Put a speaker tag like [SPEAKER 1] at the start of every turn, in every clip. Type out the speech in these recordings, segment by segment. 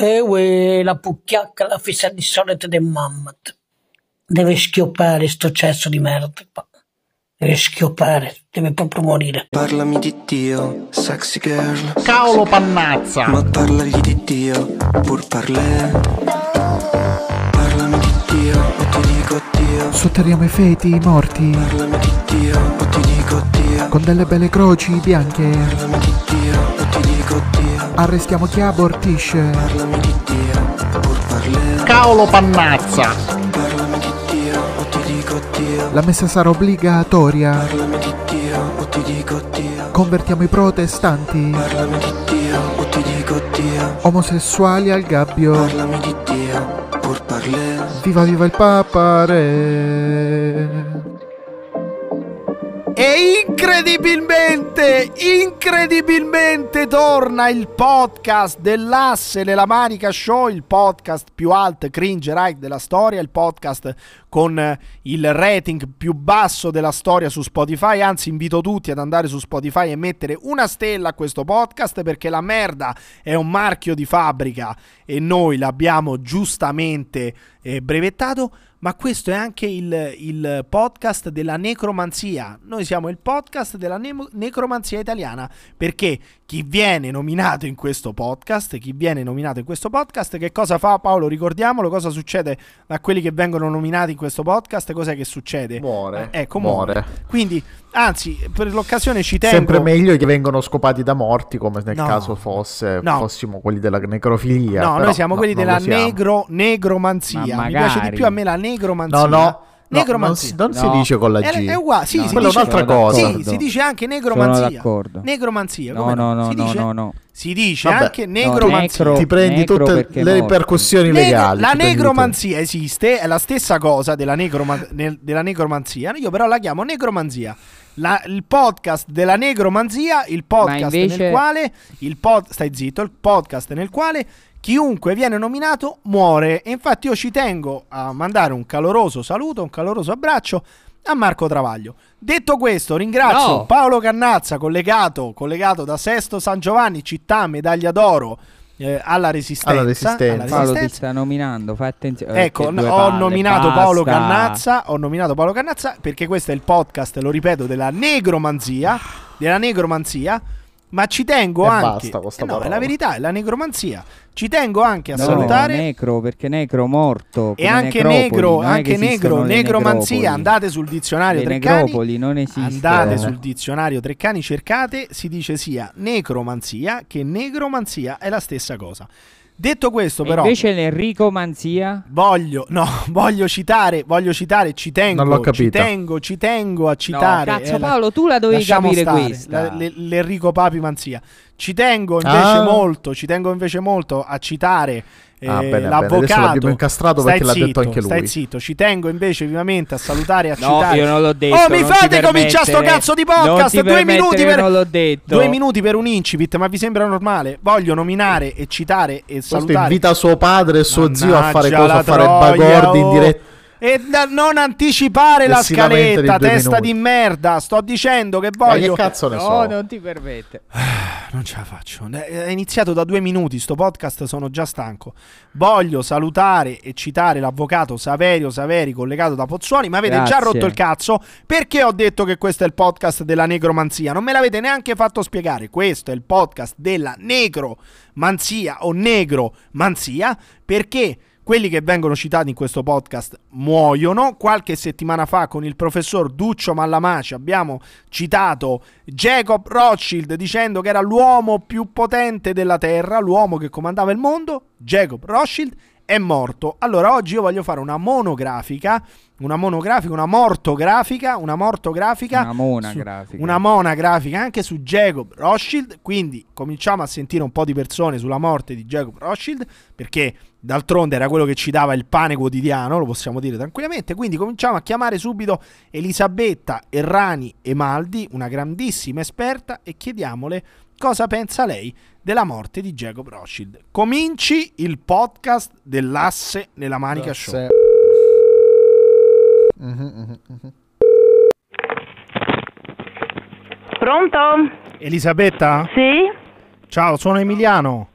[SPEAKER 1] e uè, la pucchiacca la fissa di solito del mammat. Deve schioppare sto cesso di merda. qua. Deve schioppare, deve proprio morire.
[SPEAKER 2] Parlami di Dio, sexy girl.
[SPEAKER 3] Cavolo pannazza!
[SPEAKER 2] Ma parlagli di Dio, pur parlè. Parlami di Dio, o ti dico Dio.
[SPEAKER 4] Sotterriamo i feti, i morti,
[SPEAKER 2] Parlami di Dio, o ti dico Dio.
[SPEAKER 4] con delle belle croci bianche.
[SPEAKER 2] Parlami di Dio, o ti dico Dio.
[SPEAKER 4] Arrestiamo chi abortisce.
[SPEAKER 2] Parlami di Dio, pur parlè.
[SPEAKER 3] Cavolo pannazza!
[SPEAKER 2] Parlami di Dio, o ti dico Dio.
[SPEAKER 4] La messa sarà obbligatoria.
[SPEAKER 2] Parlami di Dio, o ti dico Dio.
[SPEAKER 4] Convertiamo i protestanti,
[SPEAKER 2] Parlami di Dio, o ti dico Dio.
[SPEAKER 4] omosessuali al gabbio.
[SPEAKER 2] Parlami di Dio, pur parlè.
[SPEAKER 4] Viva viva il Papa Re!
[SPEAKER 3] E incredibilmente, incredibilmente torna il podcast dell'asse nella manica show, il podcast più alt cringe right della storia, il podcast con eh, il rating più basso della storia su Spotify, anzi invito tutti ad andare su Spotify e mettere una stella a questo podcast perché la merda è un marchio di fabbrica e noi l'abbiamo giustamente eh, brevettato, ma questo è anche il, il podcast della necromanzia. Noi siamo il podcast della nemo- necromanzia italiana perché chi viene nominato in questo podcast, chi viene nominato in questo podcast, che cosa fa Paolo? Ricordiamolo, cosa succede a quelli che vengono nominati in questo podcast? Cos'è che succede?
[SPEAKER 5] Muore.
[SPEAKER 3] Eh, ecco, muore.
[SPEAKER 5] Muore.
[SPEAKER 3] Quindi, anzi, per l'occasione ci tengo.
[SPEAKER 5] Sempre meglio che vengono scopati da morti, come nel
[SPEAKER 3] No.
[SPEAKER 5] caso fosse,
[SPEAKER 3] No.
[SPEAKER 5] fossimo quelli della necrofilia.
[SPEAKER 3] No,
[SPEAKER 5] però
[SPEAKER 3] noi siamo
[SPEAKER 5] no,
[SPEAKER 3] quelli
[SPEAKER 5] non
[SPEAKER 3] della
[SPEAKER 5] lo siamo.
[SPEAKER 3] negro, negromanzia.
[SPEAKER 6] Ma
[SPEAKER 3] Mi piace di
[SPEAKER 6] magari.
[SPEAKER 3] più a me la negromanzia.
[SPEAKER 5] No, no, no, non,
[SPEAKER 3] Negromanzia.
[SPEAKER 5] si, non si
[SPEAKER 6] No.
[SPEAKER 5] dice con la
[SPEAKER 3] È,
[SPEAKER 5] G.
[SPEAKER 3] è uguale, sì,
[SPEAKER 6] No,
[SPEAKER 3] si
[SPEAKER 5] quella è
[SPEAKER 3] dice-
[SPEAKER 5] un'altra cosa.
[SPEAKER 3] Sì, si dice anche negromanzia.
[SPEAKER 6] Sono d'accordo.
[SPEAKER 3] Negromanzia,
[SPEAKER 6] No,
[SPEAKER 3] come
[SPEAKER 6] no, no,
[SPEAKER 3] si
[SPEAKER 6] no,
[SPEAKER 3] dice,
[SPEAKER 6] no, no.
[SPEAKER 3] Si dice
[SPEAKER 5] Vabbè.
[SPEAKER 3] anche negromanzia.
[SPEAKER 6] necro-
[SPEAKER 5] Ti prendi
[SPEAKER 6] Necro
[SPEAKER 5] tutte
[SPEAKER 6] perché
[SPEAKER 5] le
[SPEAKER 6] morti.
[SPEAKER 5] ripercussioni
[SPEAKER 3] Negro-
[SPEAKER 5] legali.
[SPEAKER 3] la
[SPEAKER 5] ti prendi tutte.
[SPEAKER 3] negromanzia esiste, è la stessa cosa della, negroma- nel- della negromanzia. Io però la chiamo negromanzia. La- il podcast della negromanzia, il podcast nel
[SPEAKER 6] invece-
[SPEAKER 3] quale il pod- stai zitto, il podcast nel quale chiunque viene nominato muore. E infatti io ci tengo a mandare un caloroso saluto, un caloroso abbraccio a Marco Travaglio. Detto questo, ringrazio
[SPEAKER 6] No.
[SPEAKER 3] Paolo Cannazza, collegato, collegato da Sesto San Giovanni, città medaglia d'oro eh, alla Resistenza.
[SPEAKER 5] Resistenza.
[SPEAKER 3] alla
[SPEAKER 6] Paolo ti
[SPEAKER 3] Resistenza.
[SPEAKER 6] sta nominando, fai attenzione.
[SPEAKER 3] Ecco,
[SPEAKER 6] Che due
[SPEAKER 3] ho
[SPEAKER 6] palle,
[SPEAKER 3] nominato
[SPEAKER 6] basta.
[SPEAKER 3] Paolo Cannazza, ho nominato Paolo Cannazza perché questo è il podcast, lo ripeto, della negromanzia, della negromanzia, ma ci tengo
[SPEAKER 5] E
[SPEAKER 3] anche
[SPEAKER 5] basta con sta
[SPEAKER 3] eh no, è la
[SPEAKER 5] parola.
[SPEAKER 3] verità, è la negromanzia. Ci tengo anche a
[SPEAKER 6] No,
[SPEAKER 3] salutare
[SPEAKER 6] necro perché necro morto.
[SPEAKER 3] e
[SPEAKER 6] come
[SPEAKER 3] anche
[SPEAKER 6] necropoli,
[SPEAKER 3] negro,
[SPEAKER 6] non è che
[SPEAKER 3] anche
[SPEAKER 6] esistono
[SPEAKER 3] negro,
[SPEAKER 6] le
[SPEAKER 3] negromanzia,
[SPEAKER 6] necropoli.
[SPEAKER 3] andate sul dizionario
[SPEAKER 6] Le
[SPEAKER 3] Treccani.
[SPEAKER 6] necropoli non esistono.
[SPEAKER 3] Andate sul dizionario Treccani, cercate, si dice sia necromanzia che negromanzia è la stessa cosa. Detto questo,
[SPEAKER 6] E
[SPEAKER 3] però,
[SPEAKER 6] Invece l'Enrico Manzia
[SPEAKER 3] Voglio, no, voglio citare, voglio citare, ci tengo,
[SPEAKER 5] Non l'ho
[SPEAKER 3] ci
[SPEAKER 5] capito.
[SPEAKER 3] tengo, ci tengo a citare.
[SPEAKER 6] No, cazzo
[SPEAKER 3] eh, la-
[SPEAKER 6] Paolo, tu la dovevi
[SPEAKER 3] lasciamo
[SPEAKER 6] capire
[SPEAKER 3] stare,
[SPEAKER 6] questa.
[SPEAKER 3] la- le- L'Enrico Papi Manzia. Ci tengo invece
[SPEAKER 5] Ah.
[SPEAKER 3] molto, ci tengo invece molto a citare eh,
[SPEAKER 5] Ah, bene, bene. Adesso l'abbiamo
[SPEAKER 3] l'avvocato.
[SPEAKER 5] incastrato
[SPEAKER 3] Stai
[SPEAKER 5] perché l'ha detto
[SPEAKER 3] zitto,
[SPEAKER 5] anche lui.
[SPEAKER 3] Stai zitto, ci tengo invece vivamente a salutare e a
[SPEAKER 6] No,
[SPEAKER 3] citare.
[SPEAKER 6] io non l'ho detto.
[SPEAKER 3] Oh, mi
[SPEAKER 6] non
[SPEAKER 3] fate
[SPEAKER 6] ti
[SPEAKER 3] cominciare sto
[SPEAKER 6] permettere.
[SPEAKER 3] cazzo di
[SPEAKER 6] Non ti
[SPEAKER 3] podcast. Due minuti
[SPEAKER 6] permettere,
[SPEAKER 3] per.
[SPEAKER 6] Non l'ho detto.
[SPEAKER 3] Due minuti per un incipit, ma vi sembra normale? Voglio nominare e citare e
[SPEAKER 5] Questo
[SPEAKER 3] salutare
[SPEAKER 5] invita suo padre e suo zio a fare
[SPEAKER 3] Mannaggia
[SPEAKER 5] cosa?
[SPEAKER 3] la
[SPEAKER 5] A fare
[SPEAKER 3] troia,
[SPEAKER 5] bagordi in
[SPEAKER 3] oh.
[SPEAKER 5] diretta.
[SPEAKER 3] E da- non anticipare
[SPEAKER 5] E
[SPEAKER 3] la
[SPEAKER 5] si lamenta dei
[SPEAKER 3] scaletta,
[SPEAKER 5] due
[SPEAKER 3] testa
[SPEAKER 5] minuti.
[SPEAKER 3] di merda. Sto dicendo che
[SPEAKER 5] Ma che
[SPEAKER 3] voglio.
[SPEAKER 5] cazzo ne so?
[SPEAKER 6] No, non ti permette.
[SPEAKER 3] Non ce la faccio. Eh, È iniziato da due minuti. Sto podcast sono già stanco. Voglio salutare e citare l'avvocato Saverio Saveri, collegato da Pozzuoli. Ma avete già
[SPEAKER 6] Grazie.
[SPEAKER 3] rotto il cazzo? Perché ho detto che questo è il podcast della necromanzia? Non me l'avete neanche fatto spiegare. Questo è il podcast della necromanzia o negromanzia. Perché? Quelli che vengono citati in questo podcast muoiono. Qualche settimana fa con il professor Duccio Mallamaci abbiamo citato Jacob Rothschild dicendo che era l'uomo più potente della Terra, l'uomo che comandava il mondo. Jacob Rothschild è morto. Allora oggi io voglio fare una monografica, una monografica, una mortografica, una mortografica
[SPEAKER 6] Una mona grafica.
[SPEAKER 3] una monografica anche su Jacob Rothschild. Quindi cominciamo a sentire un po' di persone sulla morte di Jacob Rothschild, perché d'altronde era quello che ci dava il pane quotidiano, lo possiamo dire tranquillamente. Quindi cominciamo a chiamare subito Elisabetta Errani Emaldi, una grandissima esperta, e chiediamole cosa pensa lei della morte di Jacob Rothschild. Cominci il podcast dell'asse nella manica show.
[SPEAKER 5] Se- Mhm, mhm, mhm.
[SPEAKER 7] Pronto?
[SPEAKER 3] Elisabetta?
[SPEAKER 7] Sì?
[SPEAKER 3] Ciao, sono Emiliano.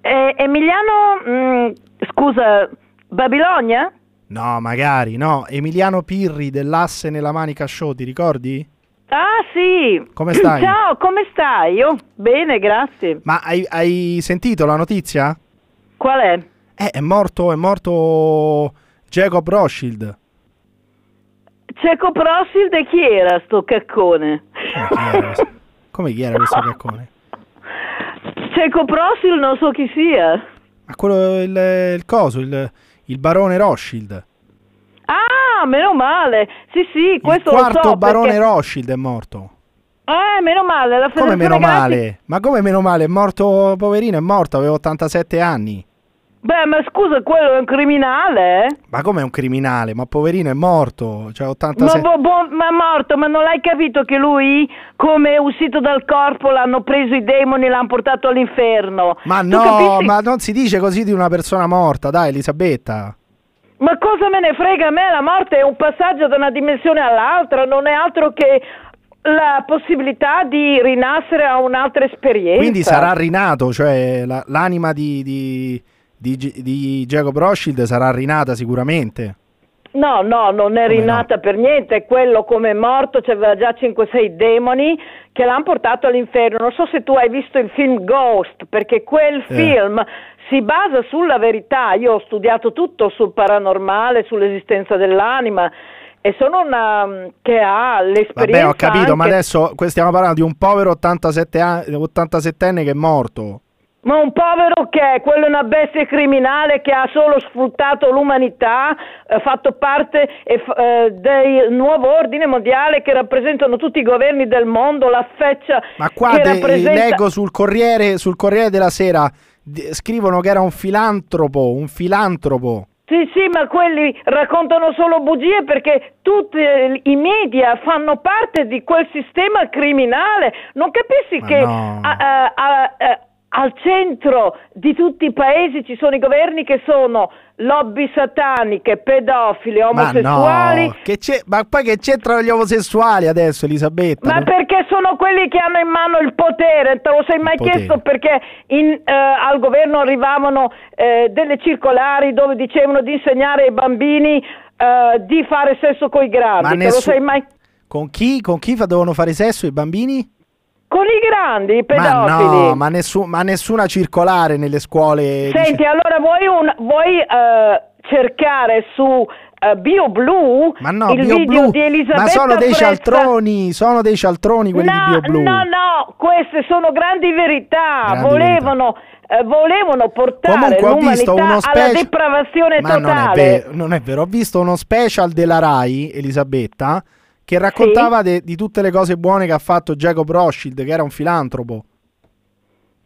[SPEAKER 7] Eh, Emiliano, mm, scusa, Babilonia?
[SPEAKER 3] No, magari no. Emiliano Pirri dell'Asse nella Manica Show, ti ricordi?
[SPEAKER 7] Ah sì!
[SPEAKER 3] Come stai?
[SPEAKER 7] Ciao, come stai? Io? Bene, grazie.
[SPEAKER 3] Ma hai, hai sentito la notizia?
[SPEAKER 7] Qual è?
[SPEAKER 3] Eh, è morto, è morto Jacob Rothschild.
[SPEAKER 7] Cieco Prosil di chi era sto caccone?
[SPEAKER 3] Come chi era questo, Come chi era
[SPEAKER 7] Ah.
[SPEAKER 3] questo caccone?
[SPEAKER 7] Cieco Prosil non so chi sia.
[SPEAKER 3] Ma quello, il, il coso, il, il barone Rothschild.
[SPEAKER 7] Ah, meno male. Sì, sì,
[SPEAKER 3] Il
[SPEAKER 7] questo
[SPEAKER 3] quarto
[SPEAKER 7] lo so.
[SPEAKER 3] barone
[SPEAKER 7] perché-
[SPEAKER 3] Rothschild è morto.
[SPEAKER 7] Eh, meno male. La
[SPEAKER 3] Come
[SPEAKER 7] Federazione
[SPEAKER 3] meno
[SPEAKER 7] Galassi-
[SPEAKER 3] male? Ma come meno male? È morto, poverino, è morto, aveva 87 anni.
[SPEAKER 7] Beh, ma scusa, quello è un criminale? eh?
[SPEAKER 3] Ma come è un criminale? Ma poverino è morto, cioè
[SPEAKER 7] Ma,
[SPEAKER 3] 87...
[SPEAKER 7] bo- bo- ma è morto, ma non l'hai capito che lui, come è uscito dal corpo, l'hanno preso i demoni e l'hanno portato all'inferno?
[SPEAKER 3] Ma
[SPEAKER 7] Tu
[SPEAKER 3] no,
[SPEAKER 7] capisci?
[SPEAKER 3] ma non si dice così di una persona morta, dai Elisabetta.
[SPEAKER 7] Ma cosa me ne frega a me? La morte è un passaggio da una dimensione all'altra, non è altro che la possibilità di rinascere a un'altra esperienza.
[SPEAKER 3] Quindi sarà rinato, cioè la- l'anima di, di, di, G- di Jacob Rothschild sarà rinata sicuramente.
[SPEAKER 7] No, no, non
[SPEAKER 3] Come
[SPEAKER 7] è rinata per niente. Quello come è morto c'aveva già 5-6 demoni che l'hanno portato all'inferno. Non so se tu hai visto il film Ghost, perché quel
[SPEAKER 3] Eh.
[SPEAKER 7] film si basa sulla verità. Io ho studiato tutto sul paranormale, sull'esistenza dell'anima e sono una mm, che ha
[SPEAKER 3] Vabbè,
[SPEAKER 7] l'esperienza.
[SPEAKER 3] ho capito, ma
[SPEAKER 7] anche-
[SPEAKER 3] adesso que- stiamo parlando di un povero 87 an- 87enne che è morto.
[SPEAKER 7] Ma un povero che è, quello è una bestia criminale che ha solo sfruttato l'umanità, eh, fatto parte eh, f- eh, del nuovo ordine mondiale che rappresentano tutti i governi del mondo, la feccia
[SPEAKER 3] Ma qua
[SPEAKER 7] che
[SPEAKER 3] de-
[SPEAKER 7] rappresenta...
[SPEAKER 3] leggo sul Corriere, sul Corriere della Sera di- scrivono che era un filantropo, un filantropo.
[SPEAKER 7] Sì, sì, ma quelli raccontano solo bugie perché tutti eh, i media fanno parte di quel sistema criminale. Non capisci
[SPEAKER 3] Ma
[SPEAKER 7] che
[SPEAKER 3] no.
[SPEAKER 7] a- a- a- a- al centro di tutti i paesi ci sono i governi che sono lobby sataniche, pedofili,
[SPEAKER 3] Ma
[SPEAKER 7] omosessuali.
[SPEAKER 3] no, che c'è- ma poi che c'entrano gli omosessuali adesso Elisabetta?
[SPEAKER 7] Ma
[SPEAKER 3] Non-
[SPEAKER 7] perché sono quelli che hanno in mano il potere? Te lo sei mai
[SPEAKER 3] potere.
[SPEAKER 7] chiesto perché in- eh, al governo arrivavano eh, delle circolari dove dicevano di insegnare ai bambini eh, di fare sesso con i grandi?
[SPEAKER 3] Ma
[SPEAKER 7] Te lo
[SPEAKER 3] nessu-
[SPEAKER 7] sei mai...
[SPEAKER 3] Con chi? Con chi fa- devono fare sesso i bambini?
[SPEAKER 7] Con i grandi, i
[SPEAKER 3] Ma
[SPEAKER 7] pedofili.
[SPEAKER 3] no, ma, nessu- ma nessuna circolare nelle scuole.
[SPEAKER 7] Senti,
[SPEAKER 3] dice-
[SPEAKER 7] allora vuoi, un- vuoi, eh, cercare su eh, BioBlu
[SPEAKER 3] ma no,
[SPEAKER 7] il
[SPEAKER 3] Bio
[SPEAKER 7] video
[SPEAKER 3] Blu,
[SPEAKER 7] di Elisabetta
[SPEAKER 3] ma sono dei
[SPEAKER 7] Frezza-
[SPEAKER 3] cialtroni, sono dei cialtroni quelli
[SPEAKER 7] no,
[SPEAKER 3] di Bio Blu.
[SPEAKER 7] No, no, queste sono grandi verità.
[SPEAKER 3] Grandi
[SPEAKER 7] volevano, eh, volevano portare
[SPEAKER 3] Comunque ho
[SPEAKER 7] l'umanità
[SPEAKER 3] visto uno
[SPEAKER 7] alla
[SPEAKER 3] special
[SPEAKER 7] depravazione
[SPEAKER 3] Ma non è,
[SPEAKER 7] totale.
[SPEAKER 3] vero, non è vero, ho visto uno special della Rai, Elisabetta, che raccontava de- di tutte le cose buone che ha fatto Jacob Rothschild, che era un filantropo.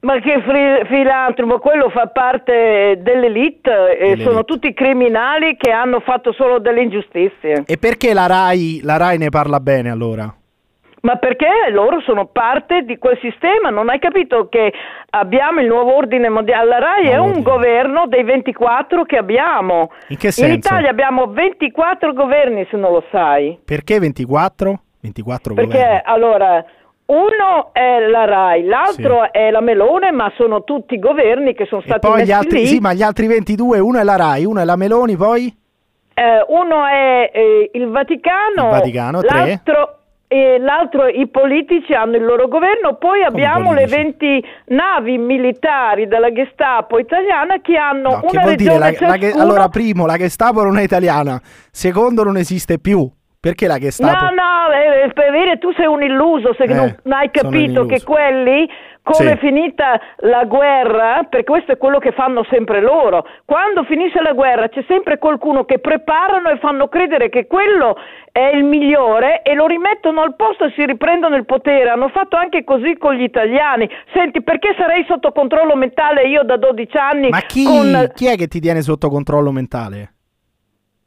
[SPEAKER 7] Ma che fri- filantropo, quello fa parte dell'elite, e
[SPEAKER 3] Dell'elite.
[SPEAKER 7] sono tutti criminali che hanno fatto solo delle ingiustizie.
[SPEAKER 3] E perché la Rai, la Rai ne parla bene allora?
[SPEAKER 7] Ma perché loro sono parte di quel sistema? Non hai capito che abbiamo il nuovo ordine mondiale? La RAI è
[SPEAKER 3] Nuovo
[SPEAKER 7] un
[SPEAKER 3] ordine.
[SPEAKER 7] governo dei 24 che abbiamo.
[SPEAKER 3] In che senso?
[SPEAKER 7] In Italia abbiamo 24 governi, se non lo sai.
[SPEAKER 3] Perché 24? 24
[SPEAKER 7] Perché
[SPEAKER 3] governi.
[SPEAKER 7] allora uno è la RAI, l'altro è la Melone, ma sono tutti governi che sono
[SPEAKER 3] E
[SPEAKER 7] stati
[SPEAKER 3] poi
[SPEAKER 7] messi
[SPEAKER 3] gli altri,
[SPEAKER 7] lì.
[SPEAKER 3] sì, ma gli altri 22, uno è la Rai, uno è la Meloni, poi
[SPEAKER 7] Eh, uno è eh, il Vaticano,
[SPEAKER 3] Il Vaticano, tre.
[SPEAKER 7] l'altro, eh, l'altro i politici hanno il loro governo, poi abbiamo le
[SPEAKER 3] politici?
[SPEAKER 7] 20 navi militari della Gestapo italiana che hanno
[SPEAKER 3] No, che
[SPEAKER 7] una
[SPEAKER 3] vuol dire
[SPEAKER 7] regione
[SPEAKER 3] la, la che-
[SPEAKER 7] ciascuno.
[SPEAKER 3] allora primo, la Gestapo non è italiana, secondo non esiste più. Perché la Gestapo?
[SPEAKER 7] No, no, eh, per dire tu sei un illuso se
[SPEAKER 3] Eh,
[SPEAKER 7] non hai
[SPEAKER 3] sono un
[SPEAKER 7] capito
[SPEAKER 3] illuso.
[SPEAKER 7] che quelli, come
[SPEAKER 3] Sì.
[SPEAKER 7] è finita la guerra, perché questo è quello che fanno sempre loro, quando finisce la guerra c'è sempre qualcuno che preparano e fanno credere che quello è il migliore e lo rimettono al posto e si riprendono il potere. Hanno fatto anche così con gli italiani. Senti, perché sarei sotto controllo mentale io da 12 anni
[SPEAKER 3] Ma chi,
[SPEAKER 7] con
[SPEAKER 3] chi è che ti tiene sotto controllo mentale?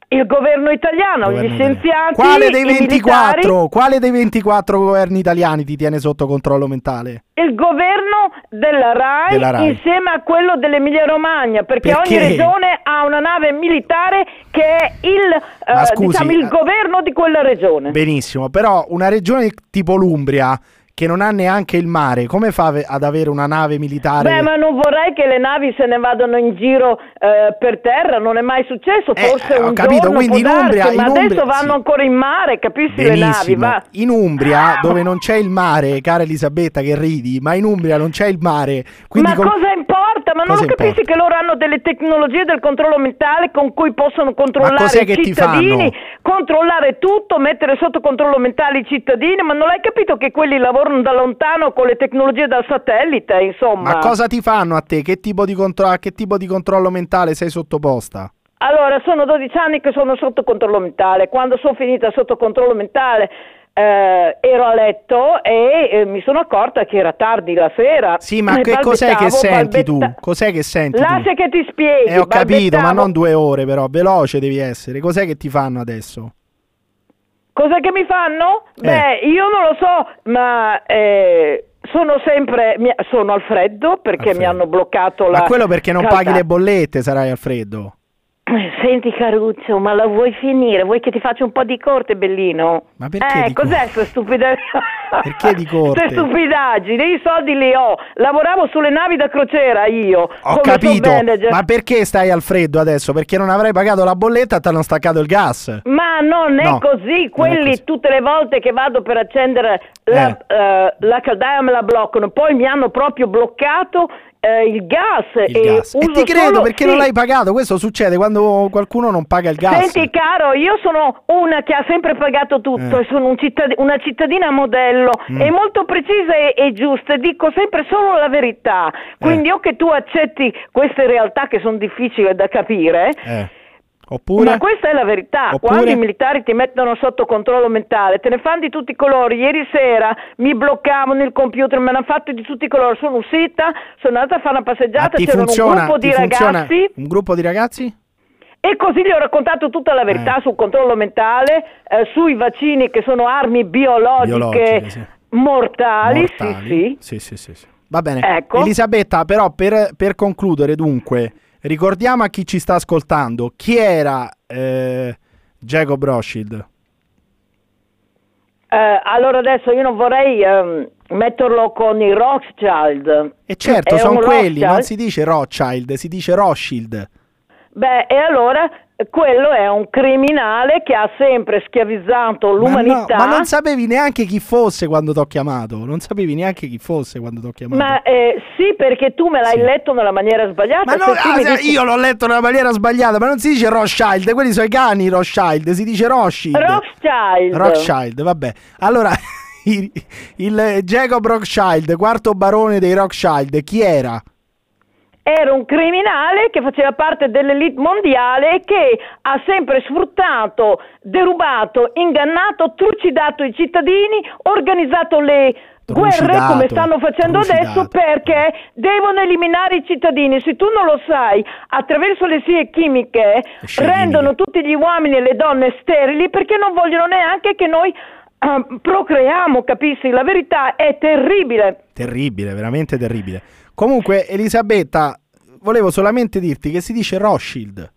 [SPEAKER 7] il governo italiano,
[SPEAKER 3] Governo
[SPEAKER 7] gli
[SPEAKER 3] italiano.
[SPEAKER 7] scienziati?
[SPEAKER 3] Quale dei
[SPEAKER 7] i militari?
[SPEAKER 3] 24? Quale dei 24 governi italiani ti tiene sotto controllo mentale?
[SPEAKER 7] il governo della RAI,
[SPEAKER 3] Della Rai.
[SPEAKER 7] insieme a quello dell'Emilia Romagna, perché,
[SPEAKER 3] Perché?
[SPEAKER 7] ogni regione ha una nave militare che è il, eh,
[SPEAKER 3] Ma scusi,
[SPEAKER 7] diciamo, il
[SPEAKER 3] eh,
[SPEAKER 7] governo di quella regione.
[SPEAKER 3] Benissimo, però una regione tipo l'Umbria che non ha neanche il mare, come fa ave- ad avere una nave militare?
[SPEAKER 7] Beh, ma non vorrei che le navi se ne vadano in giro eh, per terra, non è mai successo,
[SPEAKER 3] Eh,
[SPEAKER 7] forse
[SPEAKER 3] ho
[SPEAKER 7] un
[SPEAKER 3] capito,
[SPEAKER 7] giorno
[SPEAKER 3] quindi
[SPEAKER 7] può
[SPEAKER 3] in Umbria-
[SPEAKER 7] darsi, ma
[SPEAKER 3] in Umbria-
[SPEAKER 7] adesso vanno
[SPEAKER 3] sì.
[SPEAKER 7] ancora in mare, capisci le navi,
[SPEAKER 3] Benissimo.
[SPEAKER 7] va.
[SPEAKER 3] In Umbria, dove non c'è il mare, cara Elisabetta, che ridi, ma in Umbria non c'è il mare. Quindi
[SPEAKER 7] ma
[SPEAKER 3] com-
[SPEAKER 7] cosa importa? Ma non
[SPEAKER 3] cosa
[SPEAKER 7] lo capisci
[SPEAKER 3] importa?
[SPEAKER 7] che loro hanno delle tecnologie del controllo mentale con cui possono controllare
[SPEAKER 3] cos'è
[SPEAKER 7] i
[SPEAKER 3] che ti
[SPEAKER 7] cittadini,
[SPEAKER 3] fanno?
[SPEAKER 7] controllare tutto, mettere sotto controllo mentale i cittadini, ma non hai capito che quelli lavorano da lontano con le tecnologie dal satellite, insomma.
[SPEAKER 3] Ma cosa ti fanno a te? Che tipo di, contro- a che tipo di controllo mentale sei sottoposta?
[SPEAKER 7] Allora, sono 12 anni che sono sotto controllo mentale. Quando sono finita sotto controllo mentale eh, ero a letto e eh, mi sono accorta che era tardi la sera.
[SPEAKER 3] Sì, ma
[SPEAKER 7] E
[SPEAKER 3] che cos'è che
[SPEAKER 7] Eh, balbettavo,
[SPEAKER 3] senti tu?
[SPEAKER 7] balbetta-
[SPEAKER 3] Cos'è che senti
[SPEAKER 7] Lascia
[SPEAKER 3] tu?
[SPEAKER 7] che ti spieghi.
[SPEAKER 3] Eh, ho capito, ma
[SPEAKER 7] balbettavo.
[SPEAKER 3] non due ore però, veloce devi essere. Cos'è che ti fanno adesso?
[SPEAKER 7] Cos'è che mi fanno?
[SPEAKER 3] Eh.
[SPEAKER 7] Beh, io non lo so, ma eh, sono sempre mi- sono al freddo perché
[SPEAKER 3] Alfredo.
[SPEAKER 7] mi hanno bloccato la
[SPEAKER 3] Ma quello perché non
[SPEAKER 7] calda-
[SPEAKER 3] paghi le bollette, sarai al freddo.
[SPEAKER 7] Senti Caruccio, ma la vuoi finire? Vuoi che ti faccia un po' di corte, bellino?
[SPEAKER 3] Ma perché
[SPEAKER 7] Eh,
[SPEAKER 3] di
[SPEAKER 7] cos'è
[SPEAKER 3] corte?
[SPEAKER 7] questa stupidaggine?
[SPEAKER 3] Perché di corte?
[SPEAKER 7] Queste stupidaggini, i soldi li ho. Lavoravo sulle navi da crociera io.
[SPEAKER 3] Ho
[SPEAKER 7] come
[SPEAKER 3] capito,
[SPEAKER 7] sub-manager.
[SPEAKER 3] ma perché stai al freddo adesso? Perché non avrai pagato la bolletta e ti hanno staccato il gas.
[SPEAKER 7] Ma non è
[SPEAKER 3] No, non è
[SPEAKER 7] così, quelli
[SPEAKER 3] così.
[SPEAKER 7] tutte le volte che vado per accendere la, eh, la caldaia me la bloccano, poi mi hanno proprio bloccato eh, il gas.
[SPEAKER 3] Il gas. E
[SPEAKER 7] uso
[SPEAKER 3] ti credo
[SPEAKER 7] solo-
[SPEAKER 3] perché
[SPEAKER 7] sì.
[SPEAKER 3] non l'hai pagato. Questo succede quando qualcuno non paga il gas.
[SPEAKER 7] Senti caro, io sono una che ha sempre pagato tutto
[SPEAKER 3] Eh.
[SPEAKER 7] e sono un cittad- una cittadina modello
[SPEAKER 3] Mm.
[SPEAKER 7] e molto precisa e, e giusta, e dico sempre solo la verità. Quindi
[SPEAKER 3] Eh.
[SPEAKER 7] o che tu accetti queste realtà che sono difficili da capire,
[SPEAKER 3] Eh. Oppure?
[SPEAKER 7] ma questa è la verità.
[SPEAKER 3] Oppure?
[SPEAKER 7] Quando i militari ti mettono sotto controllo mentale, te ne fanno di tutti i colori. Ieri sera mi bloccavano il computer, me ne hanno fatto di tutti i colori. Sono uscita, sono andata a fare una
[SPEAKER 3] Ma
[SPEAKER 7] passeggiata,
[SPEAKER 3] Ah, ti
[SPEAKER 7] c'era
[SPEAKER 3] funziona?
[SPEAKER 7] un gruppo di
[SPEAKER 3] ti funziona
[SPEAKER 7] ragazzi
[SPEAKER 3] Un gruppo di ragazzi?
[SPEAKER 7] e così gli ho raccontato tutta la verità
[SPEAKER 3] Eh.
[SPEAKER 7] sul controllo mentale, eh, sui vaccini che sono armi biologiche,
[SPEAKER 3] Biologiche, sì.
[SPEAKER 7] mortali,
[SPEAKER 3] Mortali.
[SPEAKER 7] sì sì.
[SPEAKER 3] Sì, sì, sì, sì. Va bene.
[SPEAKER 7] Ecco.
[SPEAKER 3] Elisabetta, però per, per concludere dunque, ricordiamo a chi ci sta ascoltando chi era eh, Jacob Rothschild.
[SPEAKER 7] Eh, allora adesso io non vorrei ehm, metterlo con i Rothschild.
[SPEAKER 3] E certo,
[SPEAKER 7] È
[SPEAKER 3] sono
[SPEAKER 7] un
[SPEAKER 3] quelli, non
[SPEAKER 7] Rothschild?
[SPEAKER 3] si dice Rothschild, si dice Rothschild.
[SPEAKER 7] Beh, e allora eh, quello è un criminale che ha sempre schiavizzato l'umanità.
[SPEAKER 3] Ma, no, ma non sapevi neanche chi fosse quando t'ho chiamato. Non sapevi neanche chi fosse quando t'ho chiamato.
[SPEAKER 7] Ma, eh, sì, perché tu me l'hai
[SPEAKER 3] Sì.
[SPEAKER 7] letto nella maniera sbagliata.
[SPEAKER 3] Ma no,
[SPEAKER 7] se tu
[SPEAKER 3] ah,
[SPEAKER 7] mi
[SPEAKER 3] se-
[SPEAKER 7] dici-
[SPEAKER 3] io l'ho letto nella maniera sbagliata, ma non si dice Rothschild, quelli sono i cani Rothschild, si dice Rothschild.
[SPEAKER 7] Rothschild.
[SPEAKER 3] Rothschild, vabbè. Allora, il, il Jacob Rothschild, quarto barone dei Rothschild, chi era?
[SPEAKER 7] Era un criminale che faceva parte dell'elite mondiale e che ha sempre sfruttato, derubato, ingannato, trucidato i cittadini, organizzato le guerre
[SPEAKER 3] Trucidato,
[SPEAKER 7] come stanno facendo
[SPEAKER 3] trucidato.
[SPEAKER 7] adesso perché devono eliminare i cittadini. Se tu non lo sai, attraverso le scie chimiche
[SPEAKER 3] scie
[SPEAKER 7] rendono
[SPEAKER 3] chimiche.
[SPEAKER 7] tutti gli uomini e le donne sterili perché non vogliono neanche che noi ehm, procreiamo, capisci? La verità è terribile.
[SPEAKER 3] Terribile, veramente terribile. Comunque, Elisabetta, volevo solamente dirti che si dice Rothschild.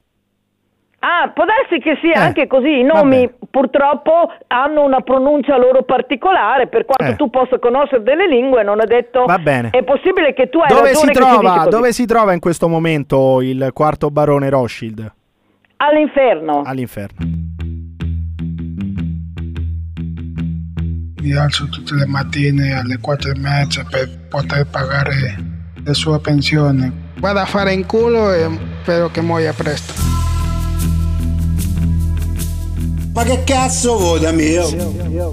[SPEAKER 7] Ah, può darsi che sia
[SPEAKER 3] Eh,
[SPEAKER 7] anche così, i
[SPEAKER 3] va
[SPEAKER 7] nomi
[SPEAKER 3] bene.
[SPEAKER 7] purtroppo hanno una pronuncia loro particolare, per quanto
[SPEAKER 3] Eh.
[SPEAKER 7] tu possa conoscere delle lingue, non è detto...
[SPEAKER 3] Va bene.
[SPEAKER 7] È possibile che tu hai
[SPEAKER 3] Dove si
[SPEAKER 7] ragione che si dice
[SPEAKER 3] trova?
[SPEAKER 7] così.
[SPEAKER 3] Dove si trova in questo momento il quarto barone Rothschild?
[SPEAKER 7] All'inferno.
[SPEAKER 3] All'inferno.
[SPEAKER 8] Mi alzo tutte le mattine alle quattro e mezza per poter pagare la sua pensione. Vado a fare in culo e spero che muoia presto.
[SPEAKER 9] Ma che cazzo vuoi da me?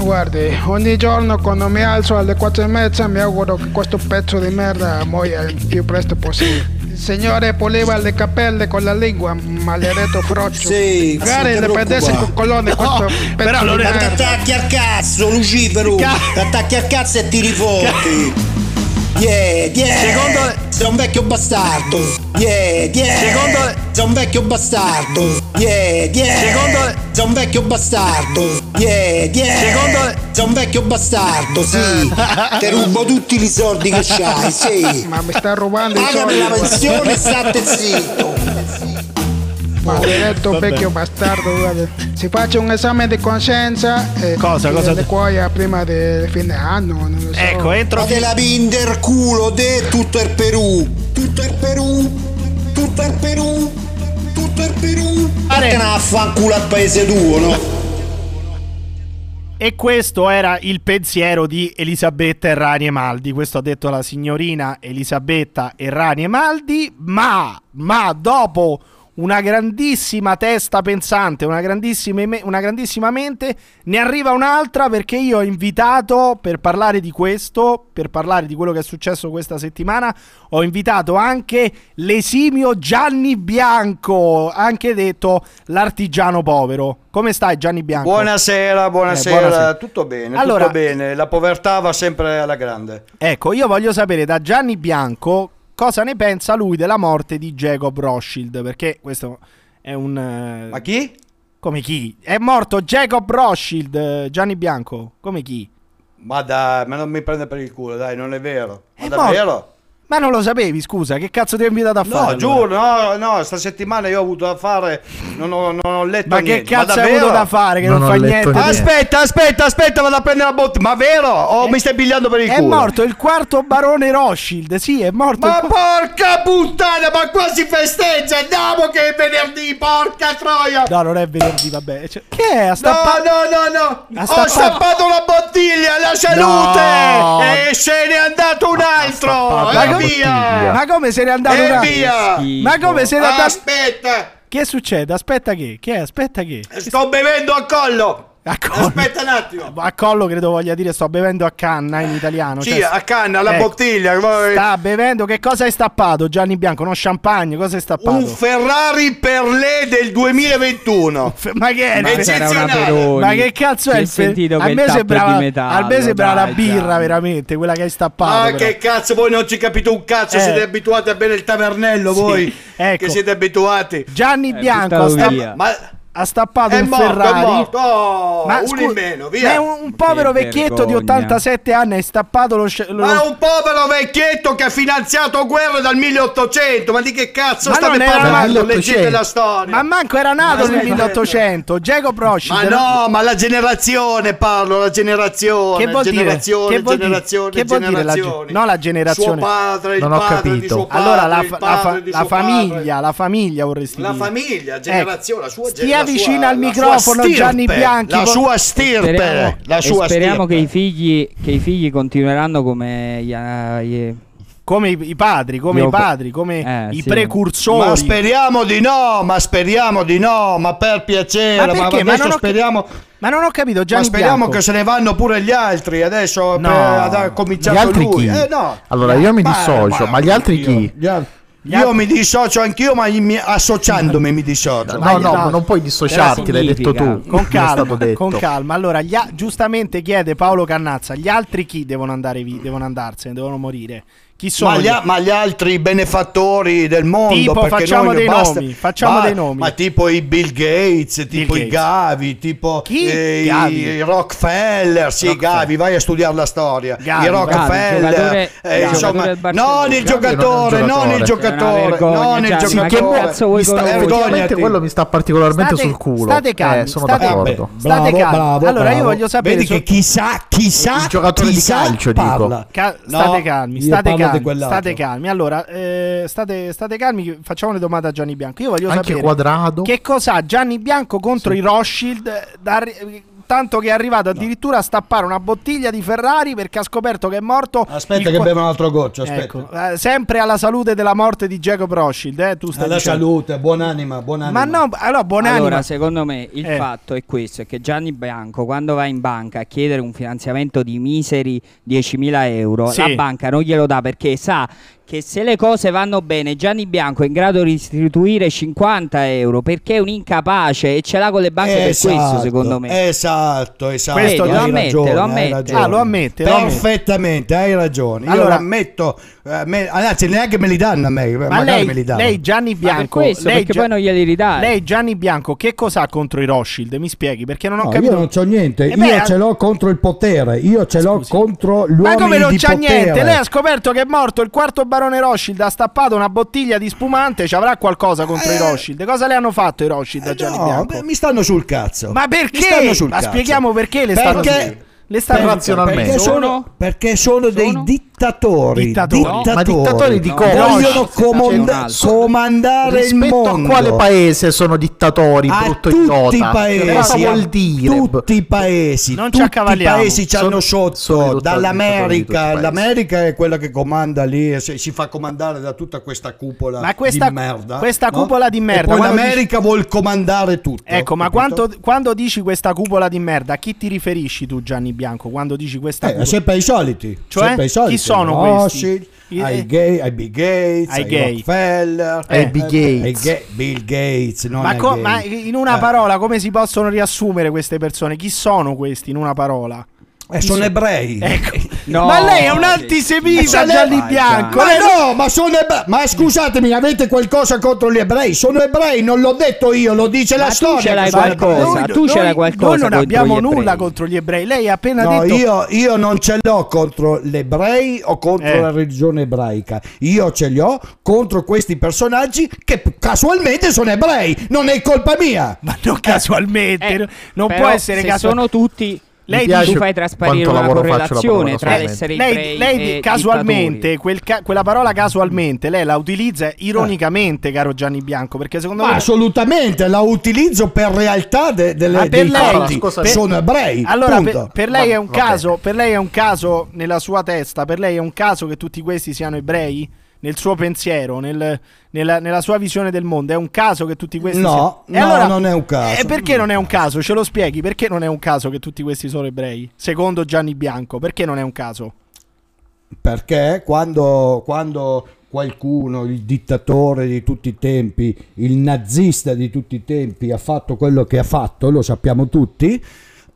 [SPEAKER 8] Guardi, ogni giorno quando mi alzo alle quattro e mezza mi auguro che questo pezzo di merda muoia il più presto possibile. Il signore poliva le capelle con la lingua, maledetto froccio.
[SPEAKER 9] Sì,
[SPEAKER 8] Magari
[SPEAKER 9] non ti
[SPEAKER 8] le perdesse
[SPEAKER 9] preoccupare.
[SPEAKER 8] con colonne questo pezzo
[SPEAKER 3] però non
[SPEAKER 8] di
[SPEAKER 3] è-
[SPEAKER 9] Ma ti
[SPEAKER 8] merda.
[SPEAKER 9] attacchi al cazzo, Lucifero! Ti attacchi al cazzo e tiri forti! Yeah, yeah!
[SPEAKER 3] Secondo le-
[SPEAKER 9] Sei un vecchio bastardo! Yeah, yeah!
[SPEAKER 3] Secondo le-
[SPEAKER 9] Sei un vecchio bastardo! Yeah, yeah!
[SPEAKER 3] Secondo le-
[SPEAKER 9] Sei un vecchio bastardo! Yeah, yeah!
[SPEAKER 3] Secondo le-
[SPEAKER 9] Sei un vecchio bastardo, sì! Ti rubo tutti i soldi che c'hai, sì!
[SPEAKER 8] Ma mi sta rubando i
[SPEAKER 9] Pagami la
[SPEAKER 8] soldi.
[SPEAKER 9] pensione e state zitto!
[SPEAKER 8] Maledetto vecchio bastardo, guarda. Si faccia un esame di coscienza eh, e
[SPEAKER 3] Cosa, cosa-
[SPEAKER 8] le cuoia prima del fine anno, non lo so.
[SPEAKER 3] Ecco, entro...
[SPEAKER 9] Ma te la vinder culo de tutto il Perù. Tutto il Perù. Tutto il Perù. Tutto il Perù. Ma
[SPEAKER 3] Pare-
[SPEAKER 9] te ne affanculo al paese tuo, no?
[SPEAKER 3] E questo era il pensiero di Elisabetta Errani Emaldi. Questo ha detto la signorina Elisabetta Errani Emaldi. Ma, ma dopo una grandissima testa pensante, una grandissima, me- una grandissima mente, ne arriva un'altra perché io ho invitato per parlare di questo, per parlare di quello che è successo questa settimana, ho invitato anche l'esimio Gianni Bianco, anche detto l'artigiano povero. Come stai Gianni Bianco?
[SPEAKER 10] Buonasera, Eh, buonasera,
[SPEAKER 3] buonasera.
[SPEAKER 10] tutto bene,
[SPEAKER 3] Allora-
[SPEAKER 10] tutto bene, la povertà va sempre alla grande.
[SPEAKER 3] Ecco, io voglio sapere da Gianni Bianco cosa ne pensa lui della morte di Jacob Rothschild, perché questo è un... eh,
[SPEAKER 10] Ma chi?
[SPEAKER 3] Come chi? È morto Jacob Rothschild, eh, Gianni Bianco, come chi?
[SPEAKER 10] Ma dai, ma non mi prende per il culo, dai, non è vero. Ma
[SPEAKER 3] È
[SPEAKER 10] davvero?
[SPEAKER 3] morto. Ma non lo sapevi, scusa, che cazzo ti ho invitato a
[SPEAKER 10] No,
[SPEAKER 3] fare? allora?
[SPEAKER 10] giuro, no, no, sta settimana io ho avuto da fare, non ho, non ho letto
[SPEAKER 3] Ma che
[SPEAKER 10] niente.
[SPEAKER 3] cazzo hai
[SPEAKER 10] davvero?
[SPEAKER 3] avuto da fare che non,
[SPEAKER 5] Non ho
[SPEAKER 3] fa
[SPEAKER 5] letto
[SPEAKER 3] niente?
[SPEAKER 5] niente.
[SPEAKER 10] Aspetta, aspetta, aspetta, vado a prendere la botte. Ma vero?
[SPEAKER 3] Oh,
[SPEAKER 10] O mi stai pigliando per il
[SPEAKER 3] È
[SPEAKER 10] culo?
[SPEAKER 3] morto il quarto barone Rothschild, sì, è morto il
[SPEAKER 10] Ma
[SPEAKER 3] qua-
[SPEAKER 10] porca puttana, ma qua si festeggia, andiamo che è venerdì, porca troia!
[SPEAKER 3] No, non è venerdì, vabbè. cioè, che è? Ha
[SPEAKER 10] No,
[SPEAKER 3] stappato...
[SPEAKER 10] no, no, no!
[SPEAKER 3] Ha
[SPEAKER 10] Ho
[SPEAKER 3] stappato-
[SPEAKER 10] stappato la bottiglia, la
[SPEAKER 3] No.
[SPEAKER 10] salute! E se n'è andato un altro!
[SPEAKER 3] la
[SPEAKER 10] E
[SPEAKER 5] bottiglia.
[SPEAKER 10] eh, via!
[SPEAKER 3] Ma come se n'è andato
[SPEAKER 10] E
[SPEAKER 3] un altro?
[SPEAKER 10] via!
[SPEAKER 3] Ma come se n'è andato...
[SPEAKER 10] Aspetta!
[SPEAKER 3] Che succede?
[SPEAKER 10] Ah.
[SPEAKER 3] Aspetta che? Che è? Aspetta che?
[SPEAKER 10] Sto bevendo a collo!
[SPEAKER 3] A collo.
[SPEAKER 10] Aspetta un attimo!
[SPEAKER 3] A collo credo voglia dire sto bevendo a canna in italiano.
[SPEAKER 10] Sì,
[SPEAKER 3] cioè,
[SPEAKER 10] a canna, la
[SPEAKER 3] ecco,
[SPEAKER 10] bottiglia! voi-
[SPEAKER 3] Sta bevendo, che cosa hai stappato Gianni Bianco? Non champagne, cosa hai stappato?
[SPEAKER 10] Un Ferrari per le del 2021!
[SPEAKER 3] F- ma che è?
[SPEAKER 10] Ma
[SPEAKER 3] Fe-
[SPEAKER 10] c'era-
[SPEAKER 6] c'era una
[SPEAKER 10] eccezionale.
[SPEAKER 6] Peroni.
[SPEAKER 3] ma che cazzo
[SPEAKER 6] Ti
[SPEAKER 3] è
[SPEAKER 6] ho
[SPEAKER 3] il fe-
[SPEAKER 6] sentito
[SPEAKER 3] A
[SPEAKER 6] quel
[SPEAKER 3] me
[SPEAKER 6] tappo
[SPEAKER 3] sembrava,
[SPEAKER 6] di metallo,
[SPEAKER 3] a me sembrava
[SPEAKER 6] dai,
[SPEAKER 3] una birra
[SPEAKER 6] Gianni.
[SPEAKER 3] veramente quella che hai stappato.
[SPEAKER 10] Ma
[SPEAKER 3] però.
[SPEAKER 10] Ah, che cazzo, voi non ci capite un cazzo,
[SPEAKER 3] Eh.
[SPEAKER 10] siete abituati a bere il tavernello voi,
[SPEAKER 3] ecco.
[SPEAKER 10] che siete abituati.
[SPEAKER 3] Gianni
[SPEAKER 6] Eh,
[SPEAKER 3] Bianco ha,
[SPEAKER 6] buttalo
[SPEAKER 3] sta-
[SPEAKER 6] via.
[SPEAKER 10] Ma
[SPEAKER 3] ha stappato
[SPEAKER 10] è
[SPEAKER 3] un
[SPEAKER 10] morto,
[SPEAKER 3] Ferrari.
[SPEAKER 10] è morto, oh, uno
[SPEAKER 3] scu-
[SPEAKER 10] in meno,
[SPEAKER 3] ma
[SPEAKER 10] via.
[SPEAKER 3] è un, un povero
[SPEAKER 6] Che
[SPEAKER 3] vecchietto di
[SPEAKER 6] vergogna.
[SPEAKER 3] 87 anni, hai stappato lo, sce- lo-
[SPEAKER 10] Ma è un povero vecchietto che ha finanziato guerre dal 1800. Ma di che cazzo
[SPEAKER 3] Ma
[SPEAKER 10] state
[SPEAKER 3] non era
[SPEAKER 10] parlando?
[SPEAKER 5] 1800.
[SPEAKER 10] Leggete la storia.
[SPEAKER 3] Ma manco era nato
[SPEAKER 10] Ma
[SPEAKER 3] nel
[SPEAKER 10] sì.
[SPEAKER 3] 1800. Jacob
[SPEAKER 10] Ma
[SPEAKER 3] Rothschild. era-
[SPEAKER 10] no, ma la generazione parlo, la generazione,
[SPEAKER 3] Che vuol dire?
[SPEAKER 10] generazione,
[SPEAKER 3] Che vuol dire?
[SPEAKER 10] generazione,
[SPEAKER 3] Che vuol dire la ge-
[SPEAKER 10] generazione.
[SPEAKER 3] no, la generazione.
[SPEAKER 10] Suo padre, il
[SPEAKER 5] Non ho
[SPEAKER 10] padre di
[SPEAKER 5] capito.
[SPEAKER 10] suo padre,
[SPEAKER 3] Allora la,
[SPEAKER 10] il
[SPEAKER 3] fa- la
[SPEAKER 10] padre
[SPEAKER 3] fa-
[SPEAKER 10] di
[SPEAKER 3] la
[SPEAKER 10] suo
[SPEAKER 3] famiglia, la famiglia vorresti
[SPEAKER 10] La
[SPEAKER 3] dire.
[SPEAKER 10] famiglia,
[SPEAKER 3] Ecco,
[SPEAKER 10] generazione, la sua
[SPEAKER 3] Stia
[SPEAKER 10] la sua-
[SPEAKER 3] vicino al
[SPEAKER 10] la
[SPEAKER 3] microfono
[SPEAKER 10] sua
[SPEAKER 3] Gianni
[SPEAKER 10] stirpe,
[SPEAKER 3] Bianchi.
[SPEAKER 10] La
[SPEAKER 3] po-
[SPEAKER 10] sua
[SPEAKER 6] E
[SPEAKER 10] stirpe,
[SPEAKER 6] speriamo,
[SPEAKER 10] la
[SPEAKER 6] e
[SPEAKER 10] sua
[SPEAKER 6] speriamo
[SPEAKER 10] stirpe.
[SPEAKER 6] che i figli che i figli continueranno come gli- ah, gli-
[SPEAKER 3] Come i, i padri, come
[SPEAKER 6] Io-
[SPEAKER 3] i padri, come
[SPEAKER 6] Eh,
[SPEAKER 3] i
[SPEAKER 6] sì.
[SPEAKER 10] Ma
[SPEAKER 3] precursori.
[SPEAKER 10] speriamo di no, ma speriamo di no, ma per
[SPEAKER 3] Ma
[SPEAKER 10] piacere, ma,
[SPEAKER 3] perché? Ma
[SPEAKER 10] adesso
[SPEAKER 3] non ho-
[SPEAKER 10] speriamo,
[SPEAKER 3] Ma non ho capito Gianni
[SPEAKER 10] ma speriamo
[SPEAKER 3] Bianco.
[SPEAKER 10] che se ne vanno pure gli altri adesso
[SPEAKER 3] No.
[SPEAKER 10] per, ad- ha
[SPEAKER 5] Gli
[SPEAKER 10] cominciato
[SPEAKER 5] altri
[SPEAKER 10] lui.
[SPEAKER 5] chi?
[SPEAKER 10] Eh, no.
[SPEAKER 5] Allora, io mi
[SPEAKER 10] Ma-
[SPEAKER 5] dissocio, ma,
[SPEAKER 10] ma-
[SPEAKER 5] gli altri chi?
[SPEAKER 10] Io mi dissocio anch'io, ma i miei- associandomi mi dissocio.
[SPEAKER 5] No, no,
[SPEAKER 3] no.
[SPEAKER 5] non puoi dissociarti, l'hai detto
[SPEAKER 6] significa.
[SPEAKER 5] tu.
[SPEAKER 3] Con
[SPEAKER 5] Mi è stato
[SPEAKER 3] calma,
[SPEAKER 5] detto.
[SPEAKER 3] con calma. Allora, gli a- giustamente chiede Paolo Cannazza, gli altri chi devono andare vi- devono andarsene, devono morire. Chi sono?
[SPEAKER 10] Ma gli, a- ma gli altri benefattori del mondo
[SPEAKER 3] Tipo,
[SPEAKER 10] perché
[SPEAKER 3] facciamo
[SPEAKER 10] noi-
[SPEAKER 3] dei
[SPEAKER 10] basta-
[SPEAKER 3] nomi, facciamo
[SPEAKER 10] ma-
[SPEAKER 3] dei nomi.
[SPEAKER 10] ma tipo i Bill Gates tipo i
[SPEAKER 3] Gates.
[SPEAKER 10] Gavi tipo
[SPEAKER 3] Chi?
[SPEAKER 10] eh,
[SPEAKER 3] Gavi.
[SPEAKER 10] i i Rockefeller sì Gavi vai a studiare la storia
[SPEAKER 3] Gavi,
[SPEAKER 10] i
[SPEAKER 3] Gavi,
[SPEAKER 10] Rockefeller
[SPEAKER 6] giocatore-
[SPEAKER 10] eh,
[SPEAKER 6] il
[SPEAKER 10] insomma
[SPEAKER 6] giocatore del Barcellona.
[SPEAKER 5] Gavi
[SPEAKER 10] non il
[SPEAKER 5] non è un
[SPEAKER 10] giocatore non il
[SPEAKER 5] giocatore.
[SPEAKER 6] È una
[SPEAKER 10] giocatore
[SPEAKER 6] vergogna,
[SPEAKER 10] non il
[SPEAKER 6] Gianni,
[SPEAKER 4] cioè,
[SPEAKER 5] ma che
[SPEAKER 10] giocatore
[SPEAKER 6] cazzo vuoi
[SPEAKER 10] Mi sta-
[SPEAKER 6] conoscere?
[SPEAKER 5] Effettivamente
[SPEAKER 10] vergognati.
[SPEAKER 5] quello mi sta particolarmente
[SPEAKER 3] State-
[SPEAKER 5] sul culo.
[SPEAKER 3] state calmi,
[SPEAKER 5] eh, sono
[SPEAKER 3] state-
[SPEAKER 5] d'accordo.
[SPEAKER 3] State
[SPEAKER 10] Vabbè. Bravo,
[SPEAKER 3] calmi.
[SPEAKER 10] bravo,
[SPEAKER 3] allora, io
[SPEAKER 10] bravo.
[SPEAKER 3] voglio sapere
[SPEAKER 10] Vedi
[SPEAKER 3] so-
[SPEAKER 10] che chissà, chissà,
[SPEAKER 5] Il giocatore di
[SPEAKER 10] chissà
[SPEAKER 5] calcio, dico.
[SPEAKER 10] parla.
[SPEAKER 3] Ca-
[SPEAKER 10] No,
[SPEAKER 3] state calmi,
[SPEAKER 10] io
[SPEAKER 3] state
[SPEAKER 10] parlo di
[SPEAKER 3] calmi,
[SPEAKER 10] quell'altro.
[SPEAKER 3] state calmi. Allora, eh, state, state calmi, che facciamo le domande a Gianni Bianco. Io voglio
[SPEAKER 5] Anche
[SPEAKER 3] sapere
[SPEAKER 5] Quadrado.
[SPEAKER 3] che cosa ha Gianni Bianco contro i Rothschild, da arri- tanto che è arrivato addirittura a stappare una bottiglia di Ferrari perché ha scoperto che è morto.
[SPEAKER 10] Aspetta
[SPEAKER 3] il
[SPEAKER 10] che
[SPEAKER 3] qua-
[SPEAKER 10] bevo un altro goccio, aspetta.
[SPEAKER 3] Ecco, eh, sempre alla salute della morte di Jacob Rothschild, eh, tu stai
[SPEAKER 10] Alla
[SPEAKER 3] dicendo.
[SPEAKER 10] salute, buonanima,
[SPEAKER 3] Ma
[SPEAKER 10] buonanima.
[SPEAKER 3] no, allora buonanima.
[SPEAKER 6] Allora, secondo me il
[SPEAKER 3] Eh.
[SPEAKER 6] fatto è questo: è che Gianni Bianco, quando va in banca a chiedere un finanziamento di miseri 10.000 euro,
[SPEAKER 3] Sì.
[SPEAKER 6] la banca non glielo dà perché sa che se le cose vanno bene, Gianni Bianco è in grado di restituire 50 euro perché è un incapace e ce l'ha con le banche per questo. Ah, Secondo me,
[SPEAKER 10] Esatto, esatto.
[SPEAKER 3] Questo
[SPEAKER 10] hai
[SPEAKER 3] lo
[SPEAKER 6] ammette,
[SPEAKER 10] ragione,
[SPEAKER 6] lo
[SPEAKER 10] hai
[SPEAKER 6] ammette.
[SPEAKER 10] ragione.
[SPEAKER 3] Ah, lo ammette, lo ammette.
[SPEAKER 10] Perfettamente, hai ragione. Io
[SPEAKER 3] Allora-
[SPEAKER 10] ammetto Eh, me- anzi, neanche me li danno a me.
[SPEAKER 3] Ma
[SPEAKER 10] magari me li
[SPEAKER 3] lei,
[SPEAKER 10] danno.
[SPEAKER 3] lei Gianni Bianco,
[SPEAKER 6] questo,
[SPEAKER 3] lei,
[SPEAKER 6] perché poi non glieli ridai.
[SPEAKER 3] lei Gianni Bianco, che cosa ha contro i Rothschild? Mi spieghi perché non ho
[SPEAKER 11] No,
[SPEAKER 3] capito.
[SPEAKER 11] io non c'ho niente,
[SPEAKER 3] Eh
[SPEAKER 11] io
[SPEAKER 3] beh, a-
[SPEAKER 11] ce l'ho contro il potere, io ce l'ho contro gli
[SPEAKER 3] Ma
[SPEAKER 11] uomini
[SPEAKER 3] come non
[SPEAKER 11] di
[SPEAKER 3] c'ha
[SPEAKER 11] potere.
[SPEAKER 3] niente? Lei ha scoperto che è morto il quarto barone Rothschild, ha stappato una bottiglia di spumante, ci avrà qualcosa contro i Rothschild. Cosa le hanno fatto i Rothschild a Gianni
[SPEAKER 10] Eh. No,
[SPEAKER 3] Bianco?
[SPEAKER 10] beh, mi stanno sul cazzo.
[SPEAKER 3] Ma
[SPEAKER 10] Mi stanno
[SPEAKER 3] perché?
[SPEAKER 10] sul
[SPEAKER 3] Ma
[SPEAKER 10] cazzo.
[SPEAKER 3] spieghiamo perché le stanno
[SPEAKER 10] Perché-
[SPEAKER 3] su- le stanno
[SPEAKER 10] perché-
[SPEAKER 3] razionalmente.
[SPEAKER 10] Perché sono, perché sono dei dittatori.
[SPEAKER 3] Dittatori. No, ma
[SPEAKER 4] dittatori di cosa?
[SPEAKER 10] Vogliono
[SPEAKER 4] No,
[SPEAKER 10] comanda-
[SPEAKER 4] c'è
[SPEAKER 10] comandare il
[SPEAKER 4] Rispetto
[SPEAKER 10] mondo.
[SPEAKER 4] a quale paese sono dittatori,
[SPEAKER 10] A
[SPEAKER 4] brutto
[SPEAKER 10] tutti i
[SPEAKER 4] idiota? Che cosa
[SPEAKER 10] paesi, a
[SPEAKER 4] vuol dire?
[SPEAKER 10] tutti i paesi,
[SPEAKER 3] Non ci
[SPEAKER 10] tutti i
[SPEAKER 3] accavalliamo.
[SPEAKER 10] paesi ci hanno
[SPEAKER 4] Sono-
[SPEAKER 10] sotto,
[SPEAKER 4] sono i dittatori- dittatori di tutti i
[SPEAKER 10] dall'America,
[SPEAKER 4] paesi.
[SPEAKER 10] l'America è quella che comanda lì, e si, si fa comandare da tutta questa cupola
[SPEAKER 3] Ma questa-
[SPEAKER 10] Ah, di merda.
[SPEAKER 3] questa
[SPEAKER 10] no?
[SPEAKER 3] cupola di
[SPEAKER 10] E
[SPEAKER 3] merda,
[SPEAKER 10] poi
[SPEAKER 3] quando
[SPEAKER 10] l'America vuol comandare tutto.
[SPEAKER 3] Ecco, ma
[SPEAKER 10] capito?
[SPEAKER 3] quanto- quando dici questa cupola di merda, a chi ti riferisci tu Gianni Bianco? Quando dici questa
[SPEAKER 10] Eh,
[SPEAKER 3] cupola?
[SPEAKER 10] sempre i soliti.
[SPEAKER 3] Cioè?
[SPEAKER 10] sempre i
[SPEAKER 3] Chi
[SPEAKER 10] soliti.
[SPEAKER 3] sono
[SPEAKER 10] Rothschild,
[SPEAKER 3] questi?
[SPEAKER 10] Ai
[SPEAKER 3] Eh.
[SPEAKER 10] gay, ai Bill Gates,
[SPEAKER 3] Ai
[SPEAKER 10] ai,
[SPEAKER 3] gay.
[SPEAKER 10] Rockefeller,
[SPEAKER 4] Ai
[SPEAKER 10] eh,
[SPEAKER 4] Bill
[SPEAKER 10] ai
[SPEAKER 4] Gates.
[SPEAKER 10] Ga- Bill Gates, non
[SPEAKER 3] Ma,
[SPEAKER 10] ai
[SPEAKER 3] co-
[SPEAKER 10] gay.
[SPEAKER 3] ma in una
[SPEAKER 10] Eh,
[SPEAKER 3] parola, come si possono riassumere queste persone? Chi sono questi in una parola? Ecco.
[SPEAKER 10] eh, sono ebrei.
[SPEAKER 6] No,
[SPEAKER 3] ma lei è un
[SPEAKER 6] che
[SPEAKER 3] antisemita,
[SPEAKER 10] schifo.
[SPEAKER 3] Gianni
[SPEAKER 10] Vai,
[SPEAKER 3] Bianco.
[SPEAKER 10] Ma
[SPEAKER 3] Lei-
[SPEAKER 10] no, ma sono ebrei. Ma scusatemi, avete qualcosa contro gli ebrei? Sono ebrei, non l'ho detto io, lo dice la
[SPEAKER 6] Ma tu
[SPEAKER 10] storia.
[SPEAKER 6] ce l'hai
[SPEAKER 10] che sono ebrei.
[SPEAKER 6] qualcosa?
[SPEAKER 3] Noi-
[SPEAKER 6] tu ce l'hai
[SPEAKER 3] noi-
[SPEAKER 6] qualcosa
[SPEAKER 3] Noi non
[SPEAKER 6] contro
[SPEAKER 3] abbiamo
[SPEAKER 6] gli ebrei.
[SPEAKER 3] nulla contro gli ebrei. Lei ha appena
[SPEAKER 10] No,
[SPEAKER 3] detto.
[SPEAKER 10] io, io non ce l'ho contro gli ebrei o contro
[SPEAKER 3] Eh.
[SPEAKER 10] la religione ebraica. Io ce li ho contro questi personaggi che p- casualmente sono ebrei. Non è colpa mia.
[SPEAKER 3] Ma non casualmente,
[SPEAKER 6] Eh,
[SPEAKER 3] no- non
[SPEAKER 6] però
[SPEAKER 3] può essere
[SPEAKER 6] se
[SPEAKER 3] casualmente.
[SPEAKER 6] sono tutti
[SPEAKER 3] Lei
[SPEAKER 6] lei
[SPEAKER 3] dice-
[SPEAKER 6] tu fai trasparire
[SPEAKER 4] quanto
[SPEAKER 6] una
[SPEAKER 4] lavoro faccio la parola
[SPEAKER 6] correlazione tra
[SPEAKER 4] casualmente.
[SPEAKER 6] l'essere
[SPEAKER 3] Lei,
[SPEAKER 6] ebrei
[SPEAKER 3] lei di-
[SPEAKER 6] e
[SPEAKER 3] casualmente,
[SPEAKER 6] dittatori.
[SPEAKER 3] quel ca- quella parola casualmente, lei la utilizza ironicamente, caro Gianni Bianco, perché secondo
[SPEAKER 10] Ma
[SPEAKER 3] me
[SPEAKER 10] assolutamente la utilizzo per realtà de- delle
[SPEAKER 3] Ma Ah, per
[SPEAKER 10] dei
[SPEAKER 3] lei-
[SPEAKER 10] fatti.
[SPEAKER 4] scusa,
[SPEAKER 10] sono ebrei.
[SPEAKER 3] Allora,
[SPEAKER 10] punto.
[SPEAKER 3] per, per lei è un
[SPEAKER 4] Va- va
[SPEAKER 3] caso, per lei è un caso nella sua testa, per lei è un caso che tutti questi siano ebrei? Nel suo pensiero, nel- nella, nella sua visione del mondo, è un caso che tutti questi
[SPEAKER 10] No,
[SPEAKER 3] siano- E
[SPEAKER 10] no, non è un caso.
[SPEAKER 3] E Eh, perché non è un caso? Ce lo spieghi? Perché non è un caso che tutti questi sono ebrei? Secondo Gianni Bianco, perché non è un caso?
[SPEAKER 10] Perché quando, quando qualcuno, il dittatore di tutti i tempi, il nazista di tutti i tempi, ha fatto quello che ha fatto, lo sappiamo tutti.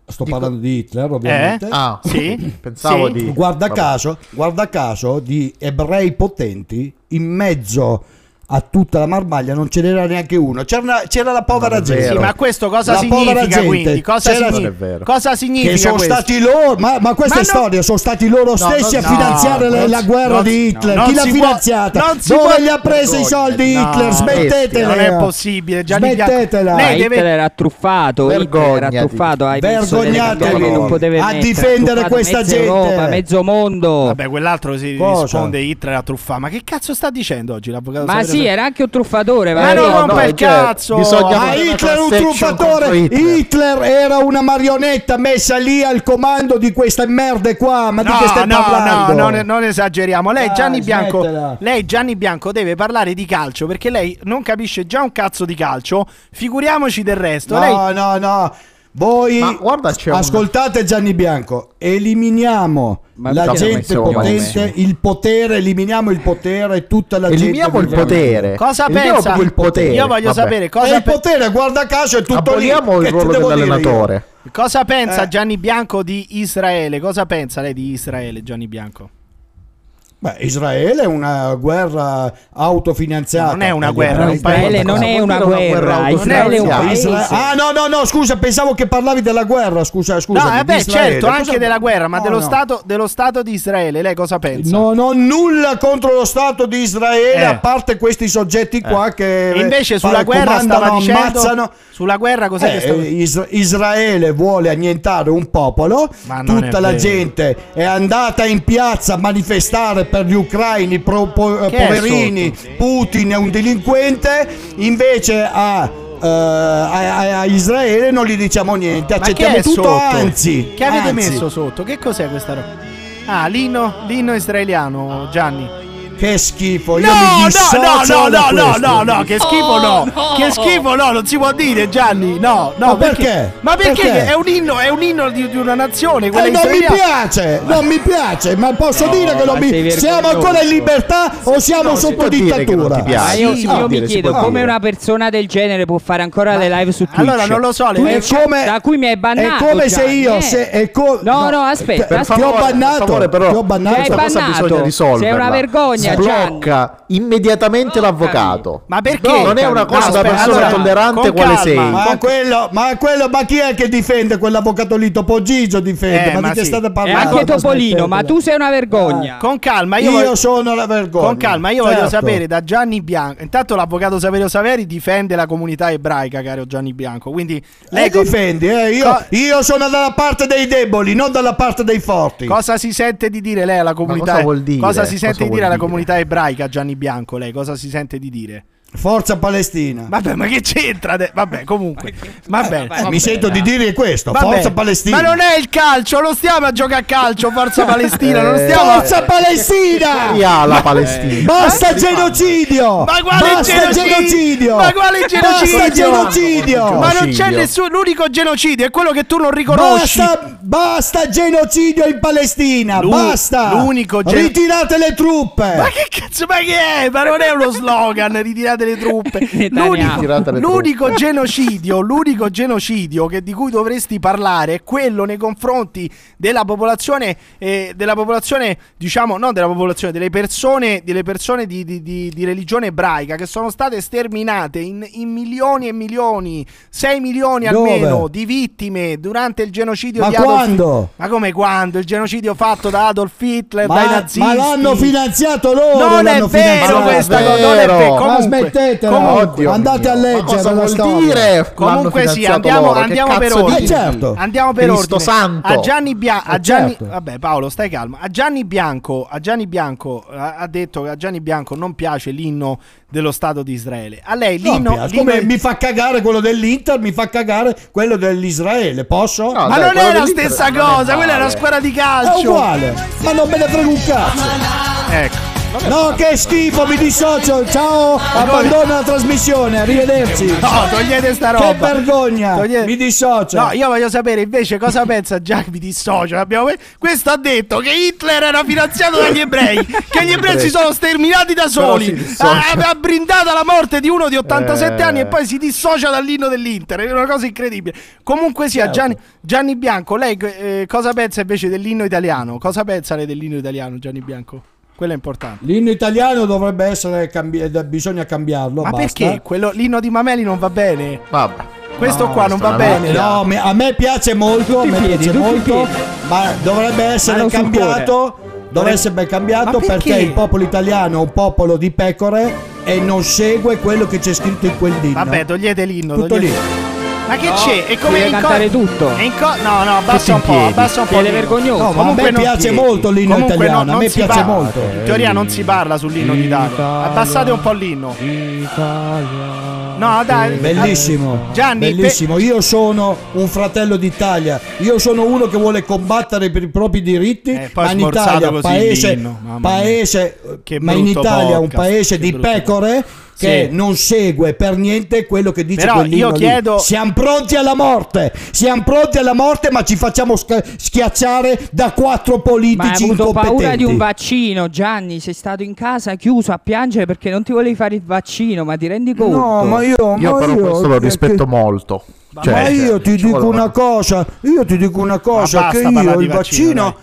[SPEAKER 10] Sto parlando di Hitler,
[SPEAKER 5] Eh?
[SPEAKER 10] ovviamente.
[SPEAKER 4] Ah,
[SPEAKER 3] Sì?
[SPEAKER 4] pensavo
[SPEAKER 3] Sì.
[SPEAKER 4] di...
[SPEAKER 10] Guarda
[SPEAKER 4] Vabbè.
[SPEAKER 10] caso, guarda caso, di ebrei potenti in mezzo a tutta la marmaglia non ce n'era neanche uno. C'era, c'era la povera
[SPEAKER 4] Non è
[SPEAKER 10] gente.
[SPEAKER 4] vero.
[SPEAKER 3] Sì, ma questo cosa
[SPEAKER 10] La povera
[SPEAKER 3] significa
[SPEAKER 10] gente.
[SPEAKER 3] quindi? Cosa,
[SPEAKER 10] C'era-
[SPEAKER 3] signi-
[SPEAKER 4] Non è vero.
[SPEAKER 3] cosa significa
[SPEAKER 10] Che sono
[SPEAKER 3] questo?
[SPEAKER 10] stati loro, ma, ma questa
[SPEAKER 3] Ma
[SPEAKER 10] è
[SPEAKER 3] no-
[SPEAKER 10] storia, sono stati loro stessi
[SPEAKER 3] no,
[SPEAKER 10] a finanziare
[SPEAKER 3] no,
[SPEAKER 10] la, la guerra
[SPEAKER 3] non-
[SPEAKER 10] di Hitler.
[SPEAKER 3] no,
[SPEAKER 10] Chi
[SPEAKER 3] non
[SPEAKER 10] l'ha
[SPEAKER 3] si può-
[SPEAKER 10] finanziata?
[SPEAKER 3] non si
[SPEAKER 10] Dove
[SPEAKER 3] può-
[SPEAKER 10] gli ha preso i soldi
[SPEAKER 3] No,
[SPEAKER 10] Hitler? Smettetela!
[SPEAKER 3] Non è possibile, Gianni Bianco.
[SPEAKER 10] Smettetela!
[SPEAKER 6] Ma
[SPEAKER 3] Lei
[SPEAKER 6] Hitler
[SPEAKER 3] deve-
[SPEAKER 6] era truffato, Hitler era
[SPEAKER 4] Vergognati.
[SPEAKER 6] truffato, hai messo delle
[SPEAKER 10] Vergognatevi
[SPEAKER 6] campagne che non potevi
[SPEAKER 10] a
[SPEAKER 6] mettere, ha
[SPEAKER 10] difendere
[SPEAKER 6] truffato
[SPEAKER 10] questa
[SPEAKER 6] mezza
[SPEAKER 10] gente.
[SPEAKER 6] Europa, mezzo mondo.
[SPEAKER 3] Vabbè, quell'altro si
[SPEAKER 10] Cosa?
[SPEAKER 3] risponde Hitler a truffa. Ma che cazzo sta dicendo oggi l'avvocato?
[SPEAKER 6] Ma
[SPEAKER 3] Saverio?
[SPEAKER 6] sì, era anche un truffatore,
[SPEAKER 3] Ma
[SPEAKER 6] Valerio.
[SPEAKER 3] non
[SPEAKER 4] no,
[SPEAKER 3] rompa
[SPEAKER 4] no,
[SPEAKER 3] il
[SPEAKER 4] cioè,
[SPEAKER 3] cazzo!
[SPEAKER 4] bisogna-
[SPEAKER 10] Ma
[SPEAKER 4] Una
[SPEAKER 10] Hitler è un
[SPEAKER 4] class action
[SPEAKER 10] truffatore.
[SPEAKER 4] contro
[SPEAKER 10] Hitler.
[SPEAKER 4] Hitler.
[SPEAKER 10] era una marionetta messa lì al comando di queste merde qua. Ma di che
[SPEAKER 3] No,
[SPEAKER 10] stai
[SPEAKER 3] no, no,
[SPEAKER 10] parlando?
[SPEAKER 3] non, non esageriamo. Lei
[SPEAKER 10] Dai,
[SPEAKER 3] Gianni, Bianco,
[SPEAKER 10] smettila.
[SPEAKER 3] lei Gianni Bianco deve parlare di calcio perché lei non capisce già un cazzo di calcio. Figuriamoci del resto.
[SPEAKER 10] No,
[SPEAKER 3] Lei-
[SPEAKER 10] no, no. Voi
[SPEAKER 4] Ma guarda, c'è un-
[SPEAKER 10] ascoltate Gianni Bianco, eliminiamo
[SPEAKER 6] Ma
[SPEAKER 10] la
[SPEAKER 6] perché
[SPEAKER 10] gente
[SPEAKER 4] non mettiamo
[SPEAKER 10] potente, il potere, eliminiamo il potere, tutta la
[SPEAKER 4] Eliminiamo il
[SPEAKER 10] gente.
[SPEAKER 4] potere.
[SPEAKER 3] cosa
[SPEAKER 4] Eliminiamo
[SPEAKER 3] pensa?
[SPEAKER 4] proprio il potere.
[SPEAKER 3] Io voglio
[SPEAKER 4] Vabbè.
[SPEAKER 3] sapere
[SPEAKER 10] E
[SPEAKER 3] cosa,
[SPEAKER 10] il
[SPEAKER 3] pe-
[SPEAKER 10] potere, guarda caso, è tutto lì. Che
[SPEAKER 4] Aboliamo il
[SPEAKER 10] ti
[SPEAKER 4] ruolo
[SPEAKER 10] devo dire io?
[SPEAKER 4] dell'allenatore.
[SPEAKER 3] cosa pensa
[SPEAKER 10] Eh.
[SPEAKER 3] Gianni Bianco di Israele. Cosa pensa lei di Israele, Gianni Bianco?
[SPEAKER 10] Beh, Israele è una guerra autofinanziata.
[SPEAKER 3] Non è una
[SPEAKER 10] Gli
[SPEAKER 3] guerra,
[SPEAKER 10] ebrei
[SPEAKER 3] un paese.
[SPEAKER 10] guarda
[SPEAKER 6] Israele
[SPEAKER 10] caso.
[SPEAKER 6] non è una
[SPEAKER 4] Guarda, guerra
[SPEAKER 6] guerra, Israele è un
[SPEAKER 4] autofinanziata.
[SPEAKER 6] paese.
[SPEAKER 10] Isra- Ah no no no scusa pensavo che parlavi della guerra scusa scusa
[SPEAKER 3] no, vabbè, certo, anche della guerra, ma
[SPEAKER 10] No,
[SPEAKER 3] dello,
[SPEAKER 10] no.
[SPEAKER 3] Stato, dello Stato di Israele. Lei cosa pensa?
[SPEAKER 10] Non ho nulla contro lo Stato di Israele,
[SPEAKER 3] Eh.
[SPEAKER 10] a parte questi soggetti qua che
[SPEAKER 3] E invece
[SPEAKER 10] eh,
[SPEAKER 3] sulla
[SPEAKER 10] fa-
[SPEAKER 3] guerra stava
[SPEAKER 10] comandano,
[SPEAKER 3] dicendo
[SPEAKER 10] ammazzano.
[SPEAKER 3] sulla guerra cos'è che
[SPEAKER 10] Eh,
[SPEAKER 3] stava
[SPEAKER 10] Is- Israele vuole annientare un popolo,
[SPEAKER 3] Ma non è
[SPEAKER 10] tutta la
[SPEAKER 3] vero.
[SPEAKER 10] gente è andata in piazza a manifestare per gli ucraini, pro- po- eh,
[SPEAKER 3] Che è
[SPEAKER 10] poverini, Putin è un delinquente, invece a, eh, a- a- a Israele non gli diciamo niente,
[SPEAKER 3] Ma che
[SPEAKER 10] accettiamo
[SPEAKER 3] è
[SPEAKER 10] tutto,
[SPEAKER 3] sotto?
[SPEAKER 10] anzi,
[SPEAKER 3] Che avete
[SPEAKER 10] anzi.
[SPEAKER 3] messo sotto? Che cos'è questa roba? Ah, l'inno, l'inno israeliano, Gianni.
[SPEAKER 10] Che Che schifo. Io
[SPEAKER 3] No,
[SPEAKER 10] mi
[SPEAKER 3] no, no,
[SPEAKER 10] dissocio
[SPEAKER 3] no,
[SPEAKER 10] da
[SPEAKER 3] no, no,
[SPEAKER 10] questo.
[SPEAKER 3] no, no, che schifo no, che schifo no, non si può dire Gianni, no, no,
[SPEAKER 10] Ma perché?
[SPEAKER 3] Ma perché?
[SPEAKER 10] Perché?
[SPEAKER 3] È un inno, è un inno di, di una nazione, quella
[SPEAKER 10] Eh, non mi
[SPEAKER 3] israeliana.
[SPEAKER 10] piace, non mi piace, ma posso
[SPEAKER 3] No,
[SPEAKER 10] dire che
[SPEAKER 3] ma
[SPEAKER 10] non
[SPEAKER 3] sei
[SPEAKER 10] mi...
[SPEAKER 3] vergognoso.
[SPEAKER 10] siamo ancora in libertà o siamo
[SPEAKER 3] no, si
[SPEAKER 10] sotto
[SPEAKER 3] può dire che non
[SPEAKER 10] dittatura?
[SPEAKER 3] ti piace.
[SPEAKER 6] Ma
[SPEAKER 3] Ah,
[SPEAKER 6] io,
[SPEAKER 3] sì,
[SPEAKER 6] io
[SPEAKER 3] si può
[SPEAKER 6] mi
[SPEAKER 3] dire, si
[SPEAKER 6] chiedo
[SPEAKER 3] può
[SPEAKER 6] come
[SPEAKER 3] dire.
[SPEAKER 6] una persona del genere può fare ancora le live su Twitch.
[SPEAKER 3] allora non lo so, le-
[SPEAKER 6] Tu-
[SPEAKER 3] è come-
[SPEAKER 6] da cui mi hai bannato.
[SPEAKER 10] è come se
[SPEAKER 6] Gianni,
[SPEAKER 10] io
[SPEAKER 6] eh.
[SPEAKER 10] se- è co-
[SPEAKER 6] No, no, aspetta, eh,
[SPEAKER 10] ti-
[SPEAKER 6] aspetta.
[SPEAKER 10] ti ho
[SPEAKER 6] Per favore,
[SPEAKER 10] bannato
[SPEAKER 6] per favore, però,
[SPEAKER 10] ti ho bannato
[SPEAKER 6] Ti hai
[SPEAKER 5] Questa cosa
[SPEAKER 6] bannato.
[SPEAKER 5] bisogna risolverla.
[SPEAKER 6] Sei una vergogna,
[SPEAKER 5] Blocca immediatamente l'avvocato.
[SPEAKER 3] Ma perché?
[SPEAKER 5] Non è una cosa da persona tollerante quale sei.
[SPEAKER 10] Ma quello, ma quello, ma chi è che difende quell'avvocato lì? Topo Gigio difende,
[SPEAKER 3] Eh,
[SPEAKER 10] ma,
[SPEAKER 3] ma
[SPEAKER 10] di che
[SPEAKER 3] sì.
[SPEAKER 10] state
[SPEAKER 3] Eh,
[SPEAKER 10] parlando?
[SPEAKER 6] Anche Topolino,
[SPEAKER 10] Smettetela.
[SPEAKER 6] ma tu sei una vergogna.
[SPEAKER 3] Con calma,
[SPEAKER 10] io,
[SPEAKER 3] io, voglio-
[SPEAKER 10] sono la vergogna.
[SPEAKER 3] Con calma, io voglio
[SPEAKER 10] Certo.
[SPEAKER 3] sapere da Gianni Bianco. Intanto l'avvocato Saverio Saveri difende la comunità ebraica, caro Gianni Bianco. Quindi lei
[SPEAKER 10] Lei
[SPEAKER 3] co-
[SPEAKER 10] difendi, eh, io,
[SPEAKER 3] Ecco. Co-
[SPEAKER 10] io sono dalla parte dei deboli, non dalla parte dei forti.
[SPEAKER 3] cosa si sente di dire lei alla comunità?
[SPEAKER 5] cosa vuol dire?
[SPEAKER 3] cosa si sente
[SPEAKER 5] Cosa
[SPEAKER 3] di
[SPEAKER 5] vuol
[SPEAKER 3] dire alla
[SPEAKER 5] dire?
[SPEAKER 3] comunità ebraica, Gianni Bianco? Lei cosa si sente di dire?
[SPEAKER 10] Forza Palestina.
[SPEAKER 3] Vabbè, ma che c'entra? de- Vabbè, comunque. Va bene.
[SPEAKER 10] Eh, mi sento di dire questo,
[SPEAKER 3] Va
[SPEAKER 10] Forza
[SPEAKER 3] bene.
[SPEAKER 10] Palestina.
[SPEAKER 3] Ma non è il calcio, non stiamo a giocare a calcio, Forza Palestina, non stiamo a-
[SPEAKER 10] Eh. Forza Palestina!
[SPEAKER 5] Chi ha la Palestina?
[SPEAKER 10] Basta genocidio!
[SPEAKER 3] eh, Ma quale
[SPEAKER 10] Basta
[SPEAKER 3] genocidio?
[SPEAKER 10] genocidio!
[SPEAKER 3] Ma quale genocidio?
[SPEAKER 10] Basta genocidio!
[SPEAKER 3] Ma non c'è nessuno, l'unico genocidio è quello che tu non riconosci.
[SPEAKER 10] Basta, basta genocidio in Palestina!
[SPEAKER 3] L'u-
[SPEAKER 10] basta!
[SPEAKER 3] l'unico gen-
[SPEAKER 10] Ritirate le truppe!
[SPEAKER 3] Ma che cazzo, ma che è? Ma non è uno slogan, ritirate le truppe. L'unico,
[SPEAKER 5] Ritirate le
[SPEAKER 3] l'unico genocidio, l'unico genocidio che- di cui dovresti parlare è quello nei confronti della popolazione, eh, della popolazione, diciamo, non della popolazione, delle persone, delle persone di, di- di- di religione ebraica che sono state sterminate in, in milioni e milioni, 6 milioni
[SPEAKER 10] Dove?
[SPEAKER 3] almeno di vittime durante il genocidio
[SPEAKER 10] Ma
[SPEAKER 3] di Adolf
[SPEAKER 10] quando?
[SPEAKER 3] Ma come quando? Il genocidio fatto da Adolf Hitler, dai
[SPEAKER 10] Ma,
[SPEAKER 3] nazisti.
[SPEAKER 10] ma l'hanno finanziato loro!
[SPEAKER 3] Non è
[SPEAKER 10] l'hanno
[SPEAKER 3] vero
[SPEAKER 10] finanziato.
[SPEAKER 3] questa
[SPEAKER 5] vero.
[SPEAKER 3] cosa, non è vero.
[SPEAKER 10] Ma
[SPEAKER 3] Comunque,
[SPEAKER 10] smettetela!
[SPEAKER 5] Oddio
[SPEAKER 10] Andate
[SPEAKER 5] mio.
[SPEAKER 10] a leggere
[SPEAKER 5] Ma cosa
[SPEAKER 10] la
[SPEAKER 5] vuol
[SPEAKER 10] storia.
[SPEAKER 5] dire?
[SPEAKER 3] Comunque
[SPEAKER 5] L'hanno
[SPEAKER 3] sì,
[SPEAKER 5] finanziato
[SPEAKER 3] andiamo,
[SPEAKER 5] loro. Che
[SPEAKER 3] andiamo per
[SPEAKER 5] cazzo
[SPEAKER 3] ordine.
[SPEAKER 10] Eh,
[SPEAKER 5] dici?
[SPEAKER 10] certo.
[SPEAKER 3] Andiamo per
[SPEAKER 5] Cristo
[SPEAKER 3] ordine.
[SPEAKER 5] santo.
[SPEAKER 3] A Gianni Bianco, a
[SPEAKER 10] Eh,
[SPEAKER 3] Gianni,
[SPEAKER 10] certo.
[SPEAKER 3] vabbè Paolo, stai calmo. A Gianni Bianco, a Gianni Bianco eh, ha detto che a Gianni Bianco non piace l'inno dello Stato di Israele. A lei
[SPEAKER 10] No,
[SPEAKER 3] l'inno,
[SPEAKER 10] piace.
[SPEAKER 3] l'inno-
[SPEAKER 10] Come mi fa cagare quello dell'Inter, mi fa cagare quello dell'Israele, posso?
[SPEAKER 5] No,
[SPEAKER 3] Ma
[SPEAKER 5] dai,
[SPEAKER 3] non
[SPEAKER 5] quello
[SPEAKER 3] è la
[SPEAKER 5] dell'Inter
[SPEAKER 3] stessa
[SPEAKER 5] non è
[SPEAKER 3] cosa, quella è una
[SPEAKER 5] male.
[SPEAKER 3] squadra di
[SPEAKER 10] È
[SPEAKER 3] calcio.
[SPEAKER 10] uguale,
[SPEAKER 9] Ah,
[SPEAKER 10] ma non me ne frega un cazzo.
[SPEAKER 3] Ecco.
[SPEAKER 10] No, che schifo, mi dissocio. Ciao, abbandono la trasmissione, arrivederci.
[SPEAKER 3] No, togliete sta roba.
[SPEAKER 10] Che vergogna,
[SPEAKER 3] Togliete-
[SPEAKER 10] mi dissocio.
[SPEAKER 3] No, io voglio sapere invece cosa pensa Gianni mi dissocio. Abbiamo- Questo ha detto che Hitler era finanziato dagli ebrei, che gli ebrei si sono sterminati da
[SPEAKER 5] si
[SPEAKER 3] soli.
[SPEAKER 5] dissocia.
[SPEAKER 3] Ha, ha brindato la morte di uno di 87
[SPEAKER 5] Eh.
[SPEAKER 3] anni e poi si dissocia dall'inno dell'Inter. È una cosa incredibile. Comunque sia, Gianni, Gianni Bianco, lei eh, cosa pensa invece dell'inno italiano? Cosa pensa lei dell'inno italiano, Gianni Bianco? Quello è importante.
[SPEAKER 10] L'inno italiano Ah, dovrebbe essere cambi- eh, bisogna cambiarlo,
[SPEAKER 3] Ma
[SPEAKER 10] basta.
[SPEAKER 3] perché? Quello, l'inno di Mameli non va bene.
[SPEAKER 5] Vabbè.
[SPEAKER 3] Questo qua non
[SPEAKER 5] questa è una
[SPEAKER 3] va bene.
[SPEAKER 5] minchia.
[SPEAKER 10] No, mi- a me piace molto, a me
[SPEAKER 6] piedi,
[SPEAKER 10] piace
[SPEAKER 6] tutti i
[SPEAKER 10] molto, ma dovrebbe
[SPEAKER 6] Ma
[SPEAKER 10] essere
[SPEAKER 6] non sul
[SPEAKER 10] cambiato. Dovrebbe essere cambiato
[SPEAKER 3] Ma perché?
[SPEAKER 10] perché? il popolo italiano è un popolo di pecore e non segue quello che c'è scritto in quel dito.
[SPEAKER 3] Vabbè, togliete l'inno.
[SPEAKER 10] Tutto
[SPEAKER 3] togliete-
[SPEAKER 10] lì.
[SPEAKER 3] Ma che c'è? E come
[SPEAKER 6] deve
[SPEAKER 3] in
[SPEAKER 6] cantare tutto.
[SPEAKER 3] è in co- no, no, abbassa un po', abbassa un po'.
[SPEAKER 6] Piede
[SPEAKER 3] l'inno.
[SPEAKER 6] vergognoso.
[SPEAKER 10] No, ma
[SPEAKER 3] Comunque
[SPEAKER 10] a me
[SPEAKER 3] non
[SPEAKER 10] piace
[SPEAKER 3] chiedi.
[SPEAKER 10] molto l'inno
[SPEAKER 3] Comunque
[SPEAKER 10] italiano,
[SPEAKER 3] no,
[SPEAKER 10] a
[SPEAKER 3] non
[SPEAKER 10] me
[SPEAKER 3] si
[SPEAKER 10] piace
[SPEAKER 3] parla.
[SPEAKER 10] molto.
[SPEAKER 3] In teoria non si parla sull'inno d'Italia. Abbassate un po' l'inno. No, dai.
[SPEAKER 10] Bellissimo,
[SPEAKER 3] Gianni,
[SPEAKER 10] bellissimo. Io sono un fratello d'Italia. Io sono uno che vuole combattere per i propri diritti.
[SPEAKER 3] Eh, poi
[SPEAKER 10] ma in
[SPEAKER 3] smorzato
[SPEAKER 10] Italia,
[SPEAKER 3] così
[SPEAKER 10] paese,
[SPEAKER 3] l'inno, mamma mia.
[SPEAKER 10] paese
[SPEAKER 3] Che
[SPEAKER 10] ma in
[SPEAKER 3] brutto
[SPEAKER 10] Italia, un
[SPEAKER 3] podcast,
[SPEAKER 10] paese
[SPEAKER 3] che
[SPEAKER 10] di
[SPEAKER 3] brutto
[SPEAKER 10] pecore che
[SPEAKER 3] Sì.
[SPEAKER 10] non segue per niente quello che dice
[SPEAKER 3] Però
[SPEAKER 10] quell'inno
[SPEAKER 3] io
[SPEAKER 10] lì.
[SPEAKER 3] chiedo-
[SPEAKER 10] Siamo pronti alla morte. Siamo pronti alla morte, ma ci facciamo sca- schiacciare da quattro
[SPEAKER 6] Ma hai
[SPEAKER 10] politici
[SPEAKER 6] avuto paura di un
[SPEAKER 10] incompetenti.
[SPEAKER 6] vaccino, Gianni. Sei stato in casa chiuso a piangere perché non ti volevi fare il vaccino, ma ti rendi conto?
[SPEAKER 10] io,
[SPEAKER 5] Io però questo lo rispetto molto. Cioè,
[SPEAKER 10] ma io ti
[SPEAKER 5] diciamo
[SPEAKER 10] dico
[SPEAKER 5] la-
[SPEAKER 10] una cosa, io ti dico una cosa,
[SPEAKER 3] basta
[SPEAKER 10] che
[SPEAKER 3] parlare
[SPEAKER 10] io
[SPEAKER 3] di
[SPEAKER 10] il
[SPEAKER 3] vaccino,
[SPEAKER 10] vaccino,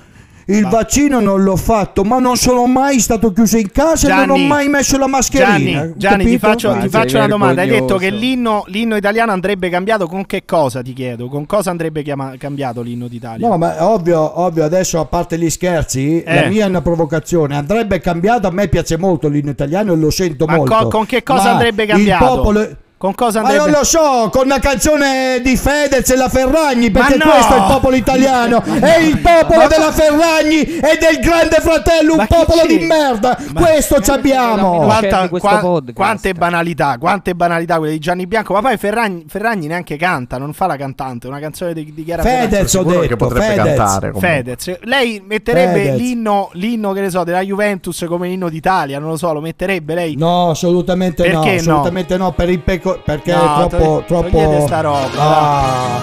[SPEAKER 10] il vaccino non l'ho fatto, ma non sono mai stato chiuso in casa e non
[SPEAKER 3] Gianni,
[SPEAKER 10] ho mai messo la mascherina.
[SPEAKER 3] Gianni, Gianni, ti
[SPEAKER 10] capito?
[SPEAKER 3] faccio, ti
[SPEAKER 5] sei
[SPEAKER 3] faccio una domanda. Hai detto
[SPEAKER 5] vergognoso.
[SPEAKER 3] che l'inno, l'inno italiano andrebbe cambiato con che cosa, ti chiedo? Con cosa andrebbe chiama- cambiato l'inno d'Italia?
[SPEAKER 10] No, ma ovvio, ovvio, adesso a parte gli scherzi,
[SPEAKER 3] Eh.
[SPEAKER 10] la mia è una provocazione. Andrebbe cambiato, a me piace molto l'inno italiano e lo sento
[SPEAKER 3] Ma
[SPEAKER 10] molto.
[SPEAKER 3] co- con che cosa andrebbe
[SPEAKER 10] il
[SPEAKER 3] cambiato?
[SPEAKER 10] popolo-
[SPEAKER 3] Con cosa
[SPEAKER 10] Ma
[SPEAKER 3] andrebbe?
[SPEAKER 10] non lo so, con una canzone di Fedez e la Ferragni,
[SPEAKER 3] Ma
[SPEAKER 10] perché
[SPEAKER 3] no!
[SPEAKER 10] questo è il popolo italiano, è il popolo
[SPEAKER 3] Ma-
[SPEAKER 10] della Ferragni e del grande fratello, un
[SPEAKER 3] Ma chi
[SPEAKER 10] popolo
[SPEAKER 3] c'è?
[SPEAKER 10] di merda, questo ci abbiamo.
[SPEAKER 3] Quanta- qua- quante banalità, quante banalità quelle di Gianni Bianco. Ma poi Ferragni, Ferragni neanche canta, non fa la cantante, una canzone di, di Chiara
[SPEAKER 10] Fedez,
[SPEAKER 3] Ferragni.
[SPEAKER 10] ho
[SPEAKER 5] Sicuro che
[SPEAKER 10] detto,
[SPEAKER 5] potrebbe
[SPEAKER 10] Fedez.
[SPEAKER 5] cantare, comunque.
[SPEAKER 3] Fedez. Lei metterebbe
[SPEAKER 10] Fedez.
[SPEAKER 3] l'inno, l'inno, che ne so, della Juventus come l'inno d'Italia, non lo so, lo metterebbe lei?
[SPEAKER 10] No, assolutamente no,
[SPEAKER 3] Perché no?
[SPEAKER 10] assolutamente no, per il peco- perché
[SPEAKER 3] No,
[SPEAKER 10] è troppo...
[SPEAKER 3] togli-
[SPEAKER 10] troppo...
[SPEAKER 3] togliete sta roba,
[SPEAKER 10] Ah.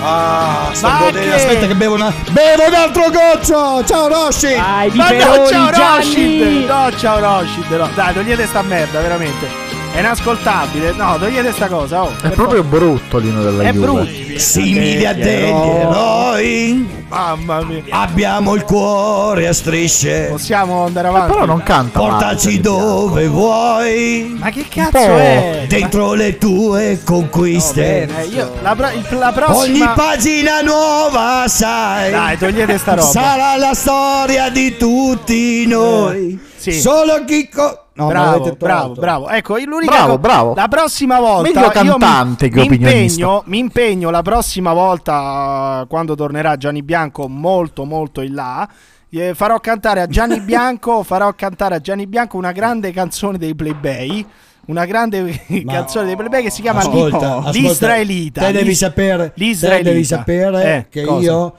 [SPEAKER 10] Ah, sto
[SPEAKER 3] Ma
[SPEAKER 10] godendo.
[SPEAKER 3] che-
[SPEAKER 10] aspetta che bevo, una... bevo un altro goccio! Ciao Rossi!
[SPEAKER 3] Ma no, ciao Roshid! No, ciao Roshid! No. Dai, togliete sta merda, veramente. È inascoltabile. No, togliete sta cosa. Oh,
[SPEAKER 5] È proprio brutto l'inno della
[SPEAKER 3] È
[SPEAKER 5] Juve.
[SPEAKER 3] brutto.
[SPEAKER 12] Simili a degli eroi
[SPEAKER 3] eh. Mamma mia.
[SPEAKER 12] abbiamo il cuore a strisce.
[SPEAKER 3] Possiamo andare avanti.
[SPEAKER 5] Però non canta. cioè,
[SPEAKER 12] Portaci dove vuoi.
[SPEAKER 3] Ma che cazzo è?
[SPEAKER 12] Dentro le tue conquiste.
[SPEAKER 3] Eh, io- la, pro- il- la
[SPEAKER 12] Ogni
[SPEAKER 3] prossima.
[SPEAKER 12] pagina nuova, sai.
[SPEAKER 3] Dai, togliete sta roba.
[SPEAKER 12] Sarà la storia di tutti noi.
[SPEAKER 3] Eh, Sì.
[SPEAKER 10] Solo chi... co- No, me l'avete
[SPEAKER 3] bravo,
[SPEAKER 10] tolto.
[SPEAKER 3] bravo, bravo. Ecco, il- l'unica
[SPEAKER 5] Bravo,
[SPEAKER 3] co-
[SPEAKER 5] bravo.
[SPEAKER 3] La prossima volta
[SPEAKER 5] Meglio cantante
[SPEAKER 3] io mi,
[SPEAKER 5] che
[SPEAKER 3] mi
[SPEAKER 5] opinionista.
[SPEAKER 3] impegno, mi impegno la prossima volta quando tornerà Gianni Bianco molto molto in là. eh, Farò cantare a Gianni Bianco, farò cantare a Gianni Bianco una grande canzone dei Playbay, una grande canzone dei Playbay che si chiama
[SPEAKER 10] Ascolta,
[SPEAKER 3] L'I-
[SPEAKER 10] ascolta,
[SPEAKER 3] L'Israelita.
[SPEAKER 10] Te devi
[SPEAKER 3] L'Is-
[SPEAKER 10] sapere, te
[SPEAKER 3] l'Israelita.
[SPEAKER 10] devi sapere
[SPEAKER 3] Eh,
[SPEAKER 10] che
[SPEAKER 3] cosa?
[SPEAKER 10] io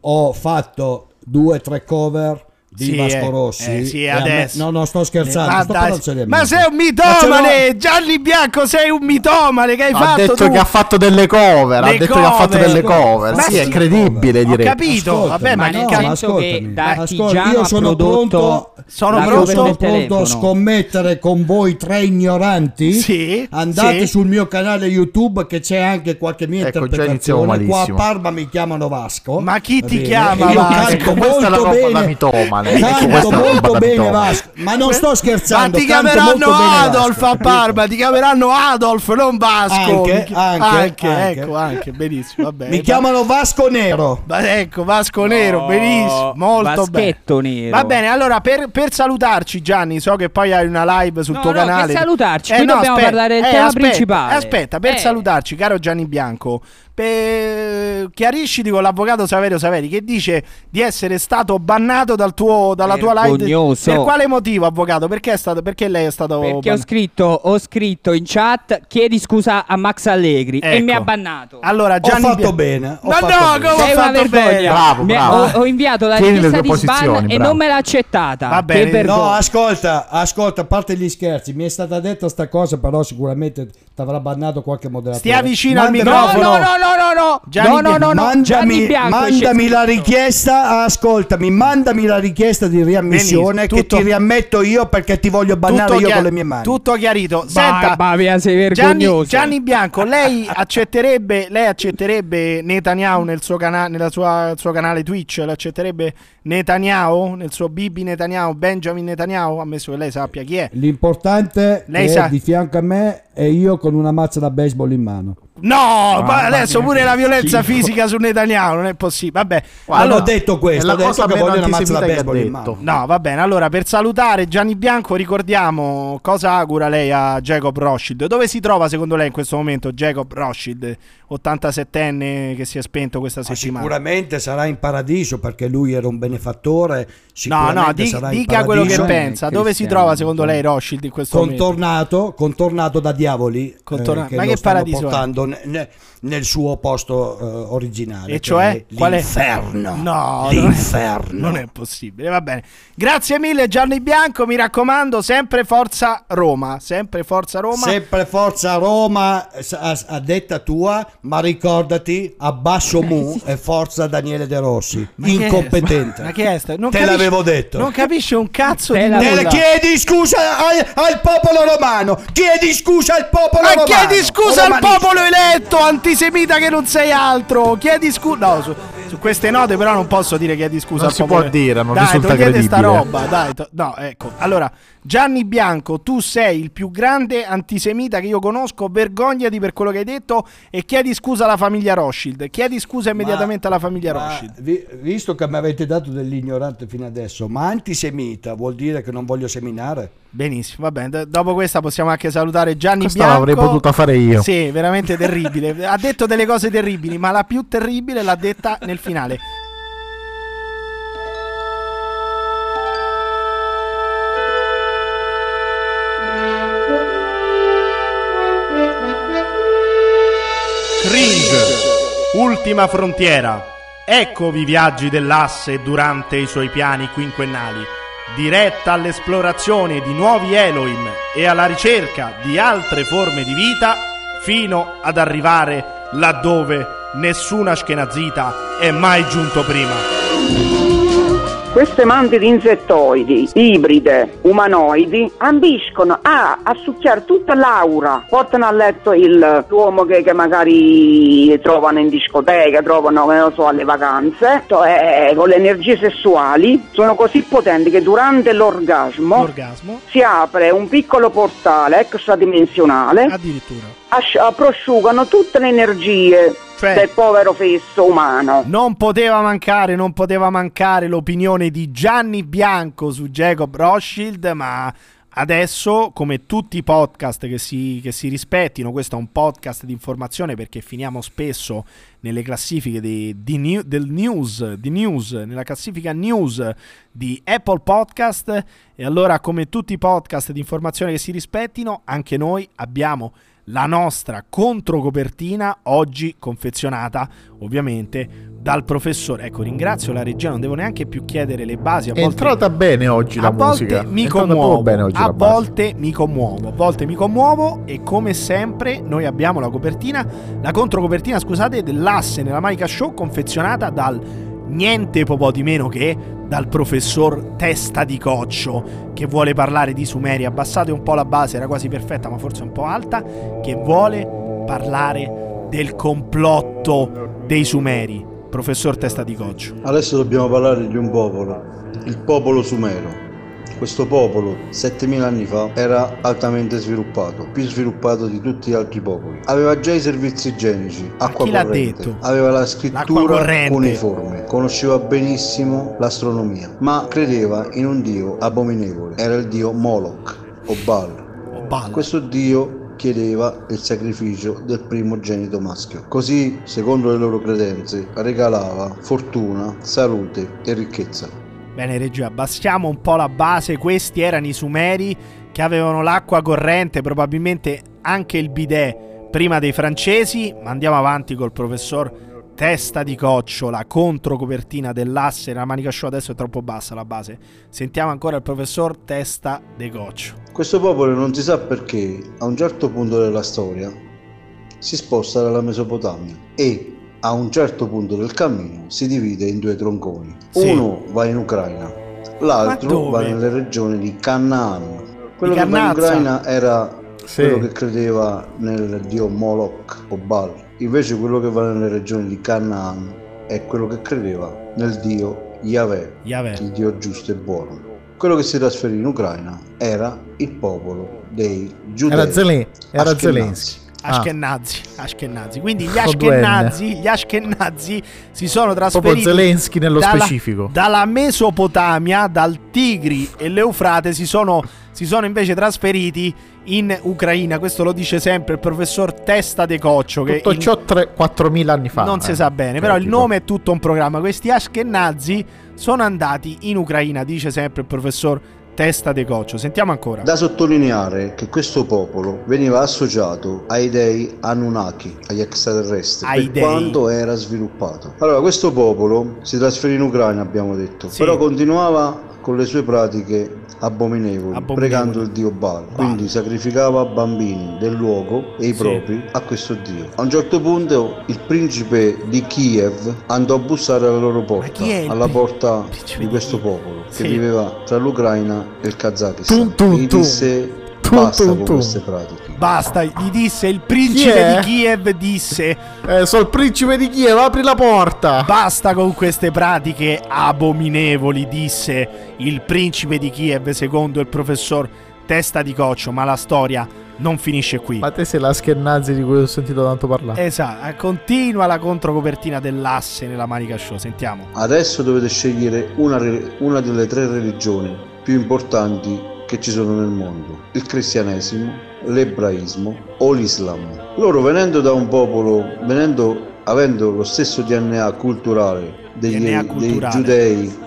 [SPEAKER 10] ho fatto due o tre cover di
[SPEAKER 3] Sì,
[SPEAKER 10] Vasco
[SPEAKER 3] eh,
[SPEAKER 10] Rossi.
[SPEAKER 3] eh, sì,
[SPEAKER 10] e a me-
[SPEAKER 3] adesso.
[SPEAKER 10] no, no, sto scherzando.
[SPEAKER 3] Ma
[SPEAKER 10] sto
[SPEAKER 3] dai,
[SPEAKER 10] parlando seriamente.
[SPEAKER 3] ma sei un
[SPEAKER 10] Ma ce
[SPEAKER 3] mitomane,
[SPEAKER 10] l'ho-
[SPEAKER 3] Gianni Bianco, sei un mitomane che hai
[SPEAKER 5] Ha
[SPEAKER 3] fatto
[SPEAKER 5] detto
[SPEAKER 3] tu.
[SPEAKER 5] che ha fatto delle cover.
[SPEAKER 3] Le
[SPEAKER 5] ha detto che ha fatto
[SPEAKER 3] cover.
[SPEAKER 5] delle cover.
[SPEAKER 3] Ma
[SPEAKER 5] sì, è
[SPEAKER 3] sì.
[SPEAKER 5] credibile
[SPEAKER 3] Ho
[SPEAKER 5] direi.
[SPEAKER 3] capito,
[SPEAKER 10] Ascoltami,
[SPEAKER 3] vabbè, ma,
[SPEAKER 6] ma
[SPEAKER 3] che
[SPEAKER 6] no,
[SPEAKER 3] cazzo-
[SPEAKER 6] ma- senso che da artigiano
[SPEAKER 10] io
[SPEAKER 6] ha
[SPEAKER 10] sono
[SPEAKER 6] prodotto
[SPEAKER 10] pronto,
[SPEAKER 3] Sono
[SPEAKER 10] io
[SPEAKER 3] pronto?
[SPEAKER 10] sono
[SPEAKER 6] del
[SPEAKER 10] pronto
[SPEAKER 6] telefono.
[SPEAKER 10] a scommettere con voi tre ignoranti.
[SPEAKER 3] Sì,
[SPEAKER 10] Andate
[SPEAKER 3] sì.
[SPEAKER 10] sul mio canale YouTube che c'è anche qualche mia
[SPEAKER 5] Ecco, già
[SPEAKER 10] interpretazione.
[SPEAKER 5] iniziamo
[SPEAKER 10] Qua a
[SPEAKER 5] malissimo.
[SPEAKER 10] Parma mi chiamano Vasco.
[SPEAKER 3] Ma chi
[SPEAKER 10] Va
[SPEAKER 3] ti
[SPEAKER 10] bene?
[SPEAKER 3] chiama
[SPEAKER 10] E Io
[SPEAKER 3] Vasco?
[SPEAKER 10] canto
[SPEAKER 5] Ecco, questa è la
[SPEAKER 10] molto
[SPEAKER 5] roba da
[SPEAKER 10] bene.
[SPEAKER 5] mitomane. Ecco, questa
[SPEAKER 10] Canto
[SPEAKER 5] è la roba
[SPEAKER 10] molto
[SPEAKER 5] da
[SPEAKER 10] bene
[SPEAKER 5] mitomane.
[SPEAKER 10] Vasco. Ma non sto
[SPEAKER 3] Eh? Ma
[SPEAKER 10] scherzando.
[SPEAKER 3] ti
[SPEAKER 10] canto
[SPEAKER 3] chiameranno
[SPEAKER 10] molto bene Vasco,
[SPEAKER 3] Adolf a
[SPEAKER 10] capito?
[SPEAKER 3] Parma, ti chiameranno Adolf, non Vasco.
[SPEAKER 10] Anche,
[SPEAKER 3] Mi-
[SPEAKER 10] anche,
[SPEAKER 3] anche,
[SPEAKER 10] anche.
[SPEAKER 3] ecco, anche, benissimo, vabbè.
[SPEAKER 10] Mi chiamano Vasco Nero.
[SPEAKER 3] Ma ecco, Vasco Nero, benissimo, molto bene.
[SPEAKER 6] Vaschetto nero.
[SPEAKER 3] Va bene, allora per, per salutarci Gianni, so che poi hai una live sul
[SPEAKER 6] No,
[SPEAKER 3] tuo
[SPEAKER 6] no,
[SPEAKER 3] canale. Eh,
[SPEAKER 6] per salutarci, qui dobbiamo parlare del tema
[SPEAKER 3] aspetta,
[SPEAKER 6] principale.
[SPEAKER 3] Aspetta, per
[SPEAKER 6] Eh.
[SPEAKER 3] salutarci, caro Gianni Bianco, per- chiarisciti con l'avvocato Saverio Saveri che dice di essere stato bannato dal tuo- dalla tua live.
[SPEAKER 6] Vergognoso.
[SPEAKER 3] Per quale motivo, avvocato? Perché, è stato, perché lei è stato
[SPEAKER 6] Perché ho
[SPEAKER 3] bannato?
[SPEAKER 6] scritto, ho scritto in chat chiedi scusa a Max Allegri e
[SPEAKER 3] Ecco.
[SPEAKER 6] mi ha bannato.
[SPEAKER 3] Allora,
[SPEAKER 10] Ho
[SPEAKER 3] Gianni
[SPEAKER 10] fatto
[SPEAKER 3] Bianco-
[SPEAKER 10] bene. ho
[SPEAKER 3] Ma
[SPEAKER 10] fatto
[SPEAKER 3] no, come
[SPEAKER 10] bene.
[SPEAKER 3] ho
[SPEAKER 6] Sei una
[SPEAKER 3] fatto
[SPEAKER 6] vergogna.
[SPEAKER 3] bene?
[SPEAKER 5] Bravo,
[SPEAKER 6] Mi-
[SPEAKER 5] bravo.
[SPEAKER 6] ho, ho inviato la
[SPEAKER 5] Tieni le
[SPEAKER 6] richiesta di
[SPEAKER 5] tue
[SPEAKER 6] sban
[SPEAKER 5] posizioni,
[SPEAKER 6] e
[SPEAKER 5] bravo.
[SPEAKER 6] non me l'ha accettata.
[SPEAKER 3] Va bene,
[SPEAKER 6] Ah, che
[SPEAKER 3] no,
[SPEAKER 6] vergogna.
[SPEAKER 10] No, ascolta, ascolta, a parte gli scherzi, mi è stata detta sta cosa, però sicuramente ti avrà bannato qualche moderatore.
[SPEAKER 3] Stia vicino al
[SPEAKER 10] Mandami-
[SPEAKER 6] No,
[SPEAKER 3] microfono.
[SPEAKER 6] no, no, no, no, no,
[SPEAKER 3] Gianni
[SPEAKER 6] no, no, no, no. Gianni
[SPEAKER 10] Mandami,
[SPEAKER 6] Bianco
[SPEAKER 10] mandami
[SPEAKER 6] esce-
[SPEAKER 10] la richiesta, ascoltami, mandami la richiesta di riammissione
[SPEAKER 3] Benissimo, tutto-
[SPEAKER 10] che ti riammetto io perché ti voglio bannare io
[SPEAKER 3] chia-
[SPEAKER 10] con le mie mani.
[SPEAKER 3] tutto chiarito. Senta,
[SPEAKER 6] Mamma mia, sei vergognoso.
[SPEAKER 3] Gianni, Gianni Bianco, lei accetterebbe, lei accetterebbe Netanyahu nel suo, cana- nella sua- suo canale Twitch? L'accetterebbe Netanyahu nel suo Bibi Netanyahu, Benjamin Netanyahu? Ammesso che lei sappia chi è.
[SPEAKER 10] L'importante
[SPEAKER 3] Lei
[SPEAKER 10] è
[SPEAKER 3] sa-
[SPEAKER 10] di fianco a me e io con una mazza da baseball in mano. Ah,
[SPEAKER 3] No, ma adesso
[SPEAKER 6] mia,
[SPEAKER 3] pure
[SPEAKER 6] che
[SPEAKER 3] la violenza
[SPEAKER 6] schifo.
[SPEAKER 3] fisica su Netanyahu non è possibile. Vabbè,
[SPEAKER 5] Guarda,
[SPEAKER 10] non
[SPEAKER 3] allora,
[SPEAKER 10] ho detto questo,
[SPEAKER 5] è la
[SPEAKER 10] ho detto
[SPEAKER 5] cosa
[SPEAKER 10] che
[SPEAKER 5] meno
[SPEAKER 10] voglio una mazza da
[SPEAKER 5] antisemita che ha
[SPEAKER 10] baseball in
[SPEAKER 5] detto.
[SPEAKER 10] mano.
[SPEAKER 3] No, va bene. Allora, per salutare Gianni Bianco, ricordiamo cosa augura lei a Jacob Rothschild. Dove si trova secondo lei in questo momento Jacob Rothschild, 87enne che si è spento questa
[SPEAKER 10] Ma
[SPEAKER 3] settimana?
[SPEAKER 10] sicuramente sarà in paradiso perché lui era un benefattore.
[SPEAKER 3] No,
[SPEAKER 10] sicuramente
[SPEAKER 3] no, di-
[SPEAKER 10] sarà in
[SPEAKER 3] dica quello che
[SPEAKER 10] paradiso.
[SPEAKER 3] pensa. Dove si
[SPEAKER 6] Cristiano,
[SPEAKER 3] trova secondo lei Rothschild in questo momento?
[SPEAKER 10] Contornato, contornato da diavoli eh,
[SPEAKER 3] Contornato.
[SPEAKER 10] che
[SPEAKER 3] Ma
[SPEAKER 10] lo
[SPEAKER 3] che
[SPEAKER 10] stanno
[SPEAKER 3] paradiso è?
[SPEAKER 10] portando ne- ne- nel suo posto eh, originale.
[SPEAKER 3] E
[SPEAKER 10] che
[SPEAKER 3] cioè?
[SPEAKER 10] è
[SPEAKER 3] Qual è? No,
[SPEAKER 10] l'inferno.
[SPEAKER 3] non è-
[SPEAKER 10] l'inferno.
[SPEAKER 3] Non è possibile, Eh, va bene. Grazie mille Gianni Bianco, mi raccomando, sempre Forza Roma, sempre Forza Roma.
[SPEAKER 10] Sempre forza Roma eh, a, a detta tua, ma ricordati abbasso mu e forza Daniele De Rossi,
[SPEAKER 3] Eh, che-
[SPEAKER 10] incompetente.
[SPEAKER 3] Ma che è sta- non
[SPEAKER 10] Te
[SPEAKER 3] capisce-
[SPEAKER 10] l'avevo detto.
[SPEAKER 3] Non capisce un cazzo
[SPEAKER 6] Te
[SPEAKER 3] di
[SPEAKER 6] l'avevo
[SPEAKER 10] Te
[SPEAKER 3] nulla.
[SPEAKER 10] le chiedi scusa al, al popolo romano, chiedi scusa al popolo
[SPEAKER 3] Ma
[SPEAKER 10] romano.
[SPEAKER 3] chiedi scusa al
[SPEAKER 10] Romanista.
[SPEAKER 3] popolo eletto, antisemita che non sei altro. Chiedi scusa. No, su, su queste note però non posso dire chiedi scusa
[SPEAKER 5] Non
[SPEAKER 3] al
[SPEAKER 5] si
[SPEAKER 3] popolo
[SPEAKER 5] può dire, non
[SPEAKER 3] dai,
[SPEAKER 5] risulta
[SPEAKER 3] togliete sta
[SPEAKER 5] credibile.
[SPEAKER 3] roba, dai. to- no, ecco. Allora, Gianni Bianco, tu sei il più grande antisemita che io conosco, vergognati per quello che hai detto e chiedi scusa alla famiglia Rothschild. Chiedi scusa immediatamente alla famiglia
[SPEAKER 11] Ma
[SPEAKER 3] Rothschild.
[SPEAKER 11] vi- visto che mi avete dato dell'ignorante fino adesso, ma antisemita vuol dire che non voglio seminare?
[SPEAKER 3] Benissimo, va bene. D- dopo questa possiamo anche salutare Gianni
[SPEAKER 11] Questa
[SPEAKER 3] Bianco.
[SPEAKER 11] l'avrei potuta fare io.
[SPEAKER 3] Sì, veramente terribile. ha detto delle cose terribili, ma la più terribile l'ha detta nel finale. Cringe, ultima frontiera. Eccovi i viaggi dell'asse durante i suoi piani quinquennali, diretta all'esplorazione di nuovi Elohim e alla ricerca di altre forme di vita fino ad arrivare laddove nessuna schenazita è mai giunto prima.
[SPEAKER 7] Queste mante di insettoidi, ibride, umanoidi, ambiscono a, a succhiare tutta l'aura. Portano a letto il- l'uomo che, che magari trovano in discoteca, trovano, che non so, alle vacanze. To- eh, con le energie sessuali sono così potenti che durante l'orgasmo,
[SPEAKER 3] Orgasmo.
[SPEAKER 7] si apre un piccolo portale extradimensionale.
[SPEAKER 3] Addirittura.
[SPEAKER 7] Asci- prosciugano tutte le energie
[SPEAKER 3] Cioè
[SPEAKER 7] del povero fesso umano.
[SPEAKER 3] Non poteva mancare, non poteva mancare l'opinione di Gianni Bianco su Jacob Rothschild, ma adesso, come tutti i podcast che si, che si rispettino, questo è un podcast di informazione perché finiamo spesso nelle classifiche di, di new- del news, di news, nella classifica news di Apple Podcast. E allora, come tutti i podcast di informazione che si rispettino, anche noi abbiamo la nostra controcopertina oggi confezionata ovviamente dal professore. Ecco, ringrazio la regia, non devo neanche più chiedere le basi. A
[SPEAKER 5] È
[SPEAKER 3] volte,
[SPEAKER 5] entrata bene oggi la
[SPEAKER 3] a volte
[SPEAKER 5] musica.
[SPEAKER 3] mi
[SPEAKER 5] È entrata
[SPEAKER 3] commuovo,
[SPEAKER 5] proprio bene oggi
[SPEAKER 3] a
[SPEAKER 5] la base.
[SPEAKER 3] volte mi commuovo, a volte mi commuovo e come sempre noi abbiamo la copertina, la controcopertina, scusate, dell'asse nella manica show confezionata dal niente po' di meno che dal professor Testa di Coccio che vuole parlare di Sumeri. Abbassate un po' la base, era quasi perfetta, ma forse un po' alta, che vuole parlare del complotto dei Sumeri. Professor Testa di Coccio.
[SPEAKER 13] Adesso dobbiamo parlare di un popolo, il popolo sumero. Questo popolo, 7000 anni fa, era altamente sviluppato, più sviluppato di tutti gli altri popoli. Aveva già i servizi igienici, acqua
[SPEAKER 3] chi l'ha
[SPEAKER 13] corrente,
[SPEAKER 3] detto?
[SPEAKER 13] aveva la scrittura
[SPEAKER 3] corrente.
[SPEAKER 13] uniforme, conosceva benissimo l'astronomia, ma credeva in un dio abominevole, era il dio Moloch o Baal. Questo dio chiedeva il sacrificio del primogenito maschio. Così, secondo le loro credenze, regalava fortuna, salute e ricchezza.
[SPEAKER 3] Bene regia, abbassiamo un po' la base, questi erano i sumeri che avevano l'acqua corrente, probabilmente anche il bidet prima dei francesi, ma andiamo avanti col professor Testa di Coccio, la controcopertina dell'asse, la manica show adesso è troppo bassa la base, sentiamo ancora il professor Testa di Coccio.
[SPEAKER 13] Questo popolo non si sa perché, a un certo punto della storia, si sposta dalla Mesopotamia e a un certo punto del cammino si divide in due tronconi.
[SPEAKER 14] Sì.
[SPEAKER 13] Uno va in Ucraina, l'altro
[SPEAKER 14] dove?
[SPEAKER 13] va nelle regioni di Canaan. Quello
[SPEAKER 14] Di
[SPEAKER 13] che va in
[SPEAKER 14] Cannazza?
[SPEAKER 13] Ucraina era
[SPEAKER 14] Sì.
[SPEAKER 13] quello che credeva nel dio Moloch o Baal. Invece quello che va nelle regioni di Canaan è quello che credeva nel dio Yahweh, il dio giusto e buono. Quello che si trasferì in Ucraina era il popolo dei giudei.
[SPEAKER 5] Era Zelen- era
[SPEAKER 13] Ashkenazi.
[SPEAKER 5] Zelensky. Ah.
[SPEAKER 3] Ashkenazi, Ashkenazi. Quindi gli
[SPEAKER 5] Con
[SPEAKER 3] Ashkenazi, gli Ashkenazi si sono trasferiti
[SPEAKER 5] Zelensky nello
[SPEAKER 3] dalla-
[SPEAKER 5] specifico.
[SPEAKER 3] Dalla Mesopotamia, dal Tigri e l'Eufrate si sono, si sono invece trasferiti in Ucraina. Questo lo dice sempre il professor Testa de Coccio che
[SPEAKER 5] Tutto
[SPEAKER 3] in-
[SPEAKER 5] ciò tre- 4.000 anni fa.
[SPEAKER 3] non si
[SPEAKER 5] eh.
[SPEAKER 3] sa bene,
[SPEAKER 5] Cioè,
[SPEAKER 3] però il
[SPEAKER 5] tipo,
[SPEAKER 3] nome è tutto un programma. Questi Ashkenazi sono andati in Ucraina, dice sempre il professor Testa de Coccio. Sentiamo ancora.
[SPEAKER 13] Da sottolineare che questo popolo veniva associato ai dei Anunnaki, agli extraterrestri,
[SPEAKER 3] Ai
[SPEAKER 13] per
[SPEAKER 3] dei.
[SPEAKER 13] quanto era sviluppato. Allora, questo popolo si trasferì in Ucraina, abbiamo detto, però continuava con le sue pratiche abominevoli, pregando il dio Baal. Quindi sacrificava bambini del luogo e i
[SPEAKER 14] Sì.
[SPEAKER 13] propri a questo dio. A un certo punto il principe di Kiev andò a bussare alla loro porta,
[SPEAKER 14] chi è il
[SPEAKER 13] alla porta di questo popolo che
[SPEAKER 14] Sì.
[SPEAKER 13] viveva tra l'Ucraina e il Kazakistan.
[SPEAKER 14] Tum, tum,
[SPEAKER 13] Gli
[SPEAKER 14] tum.
[SPEAKER 13] disse Basta
[SPEAKER 3] tum,
[SPEAKER 13] con
[SPEAKER 3] tum.
[SPEAKER 13] queste pratiche.
[SPEAKER 3] Basta, gli disse il
[SPEAKER 5] Chi
[SPEAKER 3] principe
[SPEAKER 5] è?
[SPEAKER 3] di Kiev disse
[SPEAKER 5] Eh, sono il principe di Kiev, apri la porta.
[SPEAKER 3] Basta con queste pratiche abominevoli, disse il principe di Kiev secondo il professor Testa di Coccio, ma la storia non finisce qui.
[SPEAKER 5] Ma te sei la schernazzi di cui ho sentito tanto parlare.
[SPEAKER 3] Esatto, continua la controcopertina dell'asse nella Manica Show, sentiamo.
[SPEAKER 13] Adesso dovete scegliere una, re- una delle tre religioni più importanti che ci sono nel mondo, il cristianesimo, l'ebraismo o l'islam. Loro venendo da un popolo, venendo, avendo lo stesso DNA culturale degli,
[SPEAKER 3] DNA
[SPEAKER 13] dei
[SPEAKER 3] culturale.
[SPEAKER 13] giudei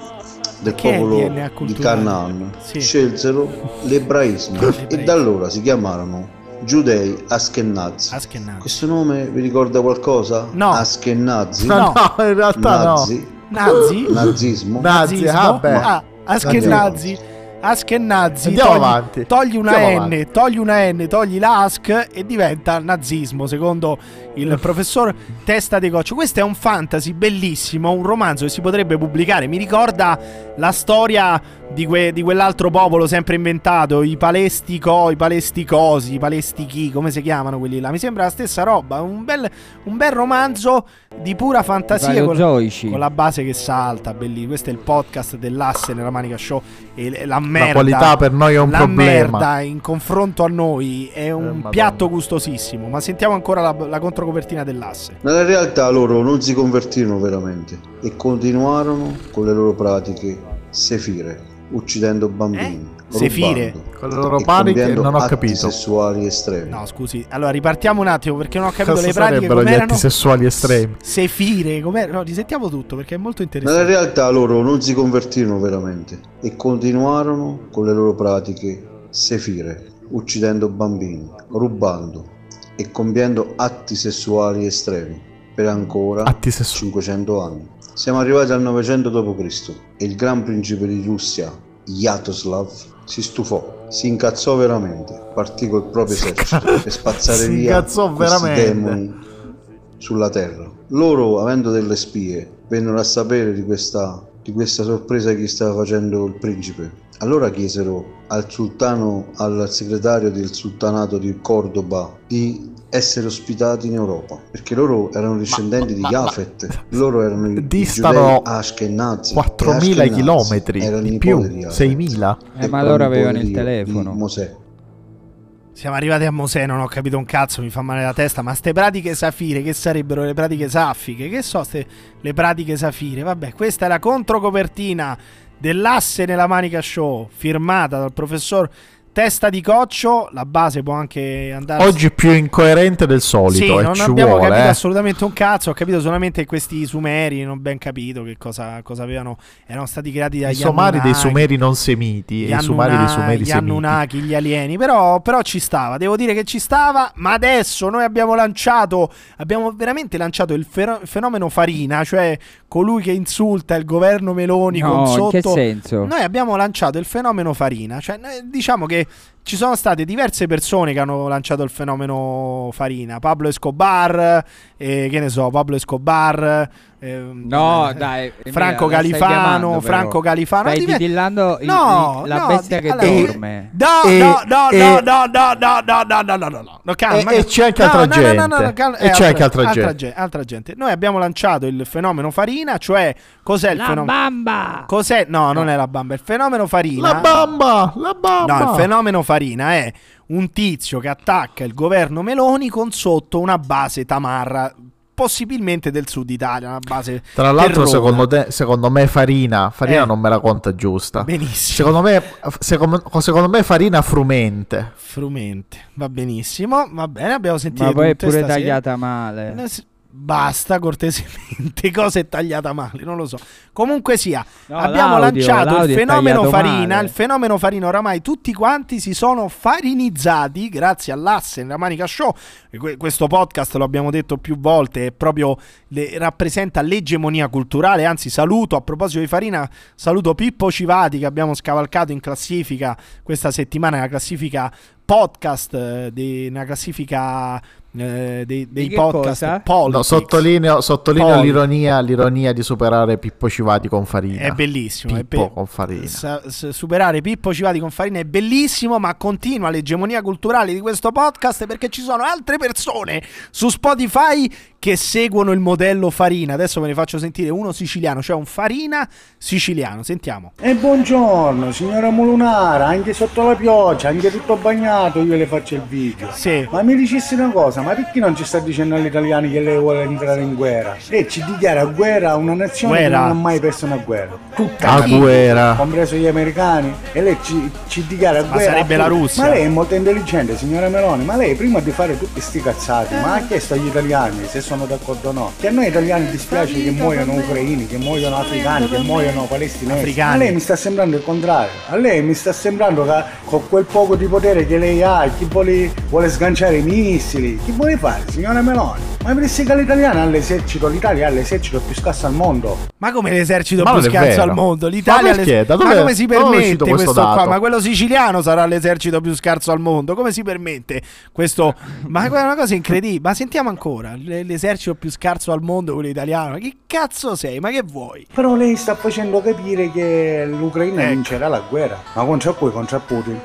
[SPEAKER 13] del
[SPEAKER 3] Che è
[SPEAKER 13] popolo
[SPEAKER 3] DNA
[SPEAKER 13] di
[SPEAKER 3] culturale?
[SPEAKER 13] Canaan,
[SPEAKER 3] Sì. Ah,
[SPEAKER 13] scelsero l'ebraismo e da allora si chiamarono giudei Ashkenazi. Questo nome vi ricorda qualcosa? No. Ashkenazi?
[SPEAKER 5] No, no, in realtà no.
[SPEAKER 13] Nazi.
[SPEAKER 3] Nazi?
[SPEAKER 13] Nazismo.
[SPEAKER 5] Nazi,
[SPEAKER 3] Nazismo?
[SPEAKER 5] ah beh.
[SPEAKER 3] Ah, Ashkenazi. Ashkenazi.
[SPEAKER 5] Andiamo
[SPEAKER 3] togli,
[SPEAKER 5] avanti.
[SPEAKER 3] Togli una
[SPEAKER 5] Andiamo
[SPEAKER 3] N,
[SPEAKER 5] avanti.
[SPEAKER 3] togli una N, togli la Ask e diventa nazismo, secondo
[SPEAKER 5] Eh.
[SPEAKER 3] il professor Testa di Coccio. Questo è un fantasy bellissimo, un romanzo che si potrebbe pubblicare. Mi ricorda la storia di, que- di quell'altro popolo sempre inventato, i palestico, i palesticosi, i palestichi, come si chiamano quelli là? Mi sembra la stessa roba, un bel, un bel romanzo di pura fantasia con,
[SPEAKER 6] Paleozoici.
[SPEAKER 3] con la base che salta, bellissimo. Questo è il podcast dell'asse nella Manica Show e l- la merda.
[SPEAKER 5] qualità per noi è un
[SPEAKER 3] la
[SPEAKER 5] problema.
[SPEAKER 3] merda in confronto a noi è un
[SPEAKER 5] Madonna.
[SPEAKER 3] piatto gustosissimo, ma sentiamo ancora la, la controcopertina dell'asse.
[SPEAKER 13] Nella realtà loro non si convertirono veramente e continuarono con le loro pratiche sefire, uccidendo bambini,
[SPEAKER 3] Eh? Sefire?
[SPEAKER 13] rubando
[SPEAKER 5] Con le loro
[SPEAKER 13] e
[SPEAKER 5] paniche
[SPEAKER 13] compiendo
[SPEAKER 5] non ho
[SPEAKER 13] atti
[SPEAKER 5] capito.
[SPEAKER 13] sessuali estremi.
[SPEAKER 3] No, scusi, allora ripartiamo un attimo perché non ho capito
[SPEAKER 5] Cosa
[SPEAKER 3] le pratiche
[SPEAKER 5] sarebbero gli atti
[SPEAKER 3] com'erano.
[SPEAKER 5] sessuali estremi?
[SPEAKER 3] Sefire, com'era? No, risentiamo tutto perché è molto interessante.
[SPEAKER 13] Nella realtà loro non si convertirono veramente e continuarono con le loro pratiche sefire, uccidendo bambini, rubando e compiendo atti sessuali estremi per ancora 500 anni. Siamo arrivati al 900 d.C. e il gran principe di Russia, Yatoslav, si stufò, si incazzò veramente, partì col proprio esercito per spazzare
[SPEAKER 5] Si
[SPEAKER 13] via
[SPEAKER 5] incazzò
[SPEAKER 13] questi
[SPEAKER 5] veramente.
[SPEAKER 13] demoni sulla terra. Loro, avendo delle spie, vennero a sapere di questa, di questa sorpresa che stava facendo il principe. Allora chiesero al sultano, al segretario del sultanato di Cordoba, di essere ospitati in Europa, perché loro erano discendenti di Jafet, loro erano i
[SPEAKER 5] Distano
[SPEAKER 13] giudei Ashkenazi.
[SPEAKER 5] 4.000
[SPEAKER 13] e Ashkenazi
[SPEAKER 5] chilometri
[SPEAKER 13] erano i
[SPEAKER 5] di più,
[SPEAKER 13] nipoti di Jafet.
[SPEAKER 5] 6.000.
[SPEAKER 13] E
[SPEAKER 6] Eh, ma allora
[SPEAKER 13] nipoti
[SPEAKER 6] avevano il
[SPEAKER 13] di-
[SPEAKER 6] telefono.
[SPEAKER 13] di Mosè.
[SPEAKER 3] Siamo arrivati a Mosè, non ho capito un cazzo, mi fa male la testa, ma ste pratiche safire, che sarebbero le pratiche saffiche? Che so ste le pratiche safire? Vabbè, questa è la controcopertina dell'asse nella manica show, firmata dal professor Testa di Coccio, la base può anche andare...
[SPEAKER 5] Oggi più incoerente del solito,
[SPEAKER 3] sì,
[SPEAKER 5] e
[SPEAKER 3] non
[SPEAKER 5] ci
[SPEAKER 3] abbiamo
[SPEAKER 5] vuole.
[SPEAKER 3] capito
[SPEAKER 5] eh.
[SPEAKER 3] assolutamente un cazzo, ho capito solamente questi sumeri, non ho ben capito che cosa, cosa avevano, erano stati creati dagli
[SPEAKER 5] I somari dei
[SPEAKER 3] Anunnaki
[SPEAKER 5] sumeri non semiti e i
[SPEAKER 3] gli
[SPEAKER 5] sumari dei
[SPEAKER 3] Annunna-
[SPEAKER 5] sumeri
[SPEAKER 3] gli
[SPEAKER 5] semiti.
[SPEAKER 3] Anunnaki, gli alieni, però, però ci stava, devo dire che ci stava, ma adesso noi abbiamo lanciato, abbiamo veramente lanciato il fer- fenomeno Farina, cioè colui che insulta il governo Meloni
[SPEAKER 6] No,
[SPEAKER 3] con
[SPEAKER 6] in
[SPEAKER 3] sotto.
[SPEAKER 6] che senso?
[SPEAKER 3] Noi abbiamo lanciato il fenomeno Farina, cioè noi- diciamo che ci sono state diverse persone che hanno lanciato il fenomeno Farina, Pablo Escobar, eh, che ne so, Pablo Escobar, ehm,
[SPEAKER 6] No,
[SPEAKER 3] eh,
[SPEAKER 6] dai, Emilia,
[SPEAKER 3] Franco
[SPEAKER 6] la stai chiamando,
[SPEAKER 3] Califano,
[SPEAKER 6] però.
[SPEAKER 3] Franco Califano,
[SPEAKER 6] Stai
[SPEAKER 3] No, diven-
[SPEAKER 6] titillando il- il- la bestia che
[SPEAKER 3] di- eh,
[SPEAKER 6] dorme.
[SPEAKER 3] No,
[SPEAKER 5] Eh,
[SPEAKER 6] E-
[SPEAKER 3] no, no,
[SPEAKER 6] e-
[SPEAKER 3] no, no, no, no, no, no, no, no, no, no, no, calma,
[SPEAKER 5] E- e c'è anche
[SPEAKER 3] no,
[SPEAKER 5] altra
[SPEAKER 3] no, no, no, no,
[SPEAKER 5] gente.
[SPEAKER 3] no, calma,
[SPEAKER 5] E
[SPEAKER 3] eh,
[SPEAKER 5] c'è anche altra gente.
[SPEAKER 3] gen- altra gente. Noi abbiamo lanciato il fenomeno Farina, cioè cos'è il
[SPEAKER 6] La
[SPEAKER 3] fenomeno?
[SPEAKER 6] bamba!
[SPEAKER 3] Cos'è? No, non è la bamba, il fenomeno Farina.
[SPEAKER 5] La bamba, la bamba.
[SPEAKER 3] No, il fenomeno Farina è un tizio che attacca il governo Meloni con sotto una base tamarra, possibilmente del sud Italia, una base
[SPEAKER 5] Tra l'altro,
[SPEAKER 3] terrona.
[SPEAKER 5] secondo, te, secondo me, Farina, Farina
[SPEAKER 3] Eh.
[SPEAKER 5] non me la conta giusta.
[SPEAKER 3] Benissimo.
[SPEAKER 5] Secondo me, secondo, secondo me Farina frumente.
[SPEAKER 3] Frumente, va benissimo, va bene, abbiamo sentito
[SPEAKER 6] Ma poi è
[SPEAKER 3] tutte
[SPEAKER 6] pure
[SPEAKER 3] stasera.
[SPEAKER 6] tagliata male.
[SPEAKER 3] Eh, sì, Basta cortesemente, cosa è tagliata male, non lo so. Comunque sia,
[SPEAKER 6] No,
[SPEAKER 3] abbiamo
[SPEAKER 6] l'audio-
[SPEAKER 3] lanciato
[SPEAKER 6] l'audio
[SPEAKER 3] il
[SPEAKER 6] è
[SPEAKER 3] fenomeno
[SPEAKER 6] tagliato
[SPEAKER 3] farina,
[SPEAKER 6] male.
[SPEAKER 3] il fenomeno farina oramai tutti quanti si sono farinizzati grazie all'asse nella Manica Show. E que- Questo podcast lo abbiamo detto più volte, è proprio le- rappresenta l'egemonia culturale, anzi saluto a proposito di farina, saluto Pippo Civati che abbiamo scavalcato in classifica questa settimana, la classifica podcast eh, di una classifica eh, dei, dei
[SPEAKER 6] che cosa?
[SPEAKER 3] podcast Politics.
[SPEAKER 5] No, sottolineo, sottolineo
[SPEAKER 3] Poli.
[SPEAKER 5] l'ironia, l'ironia di superare Pippo Civati con Farina.
[SPEAKER 3] È bellissimo, è
[SPEAKER 5] Pippo
[SPEAKER 3] be-
[SPEAKER 5] con Farina.
[SPEAKER 3] Sa- s- superare Pippo Civati con Farina è bellissimo, ma continua l'egemonia culturale di questo podcast perché ci sono altre persone su Spotify che seguono il modello Farina. Adesso ve ne faccio sentire uno siciliano, cioè un Farina siciliano. Sentiamo.
[SPEAKER 14] E buongiorno signora Molunara, anche sotto la pioggia, anche tutto bagnato io le faccio il video.
[SPEAKER 3] Sì.
[SPEAKER 14] Ma mi dicessi una cosa, ma perché non ci sta dicendo agli italiani che lei vuole entrare in guerra? Lei ci dichiara guerra a una nazione
[SPEAKER 5] Guerra.
[SPEAKER 14] che non ha mai perso una guerra. Tutta
[SPEAKER 5] A guerra.
[SPEAKER 14] Compreso gli americani. E lei ci, ci dichiara
[SPEAKER 3] Ma
[SPEAKER 14] guerra. a
[SPEAKER 3] sarebbe la
[SPEAKER 14] tutti.
[SPEAKER 3] Russia.
[SPEAKER 14] Ma lei è molto intelligente signora Meloni, ma lei prima di fare tutti sti cazzati, ma ha chiesto agli italiani se sono d'accordo o no. Che a noi italiani dispiace che muoiono ucraini, che muoiono africani, che muoiono palestinesi.
[SPEAKER 3] Africani.
[SPEAKER 14] A lei mi sta sembrando il contrario. A lei mi sta sembrando che con quel poco di potere che lei ha, chi vuole, vuole sganciare i missili, chi vuole fare, signora Meloni? Ma pensi che l'italiano ha l'esercito, l'Italia ha l'esercito più scasso al mondo.
[SPEAKER 3] Ma come l'esercito
[SPEAKER 14] Ma
[SPEAKER 3] più
[SPEAKER 14] non è
[SPEAKER 3] scarso
[SPEAKER 14] vero.
[SPEAKER 3] al mondo?
[SPEAKER 14] Ma
[SPEAKER 3] L'Italia
[SPEAKER 14] perché?
[SPEAKER 3] l'es-
[SPEAKER 14] Da
[SPEAKER 3] ma
[SPEAKER 14] dove-
[SPEAKER 3] come si
[SPEAKER 14] da dove è
[SPEAKER 3] permette
[SPEAKER 14] uscito
[SPEAKER 3] questo,
[SPEAKER 14] questo
[SPEAKER 3] qua?
[SPEAKER 14] dato?
[SPEAKER 3] Ma quello siciliano sarà l'esercito più scarso al mondo. Come si permette questo? Ma è una cosa incredibile. Ma sentiamo ancora l- l'esercito più scarso al mondo, quello italiano. Che cazzo sei? Ma che vuoi?
[SPEAKER 14] Però lei sta facendo capire che l'Ucraina
[SPEAKER 5] Ecco.
[SPEAKER 14] vincerà la guerra. Ma contro cui? Contro Putin?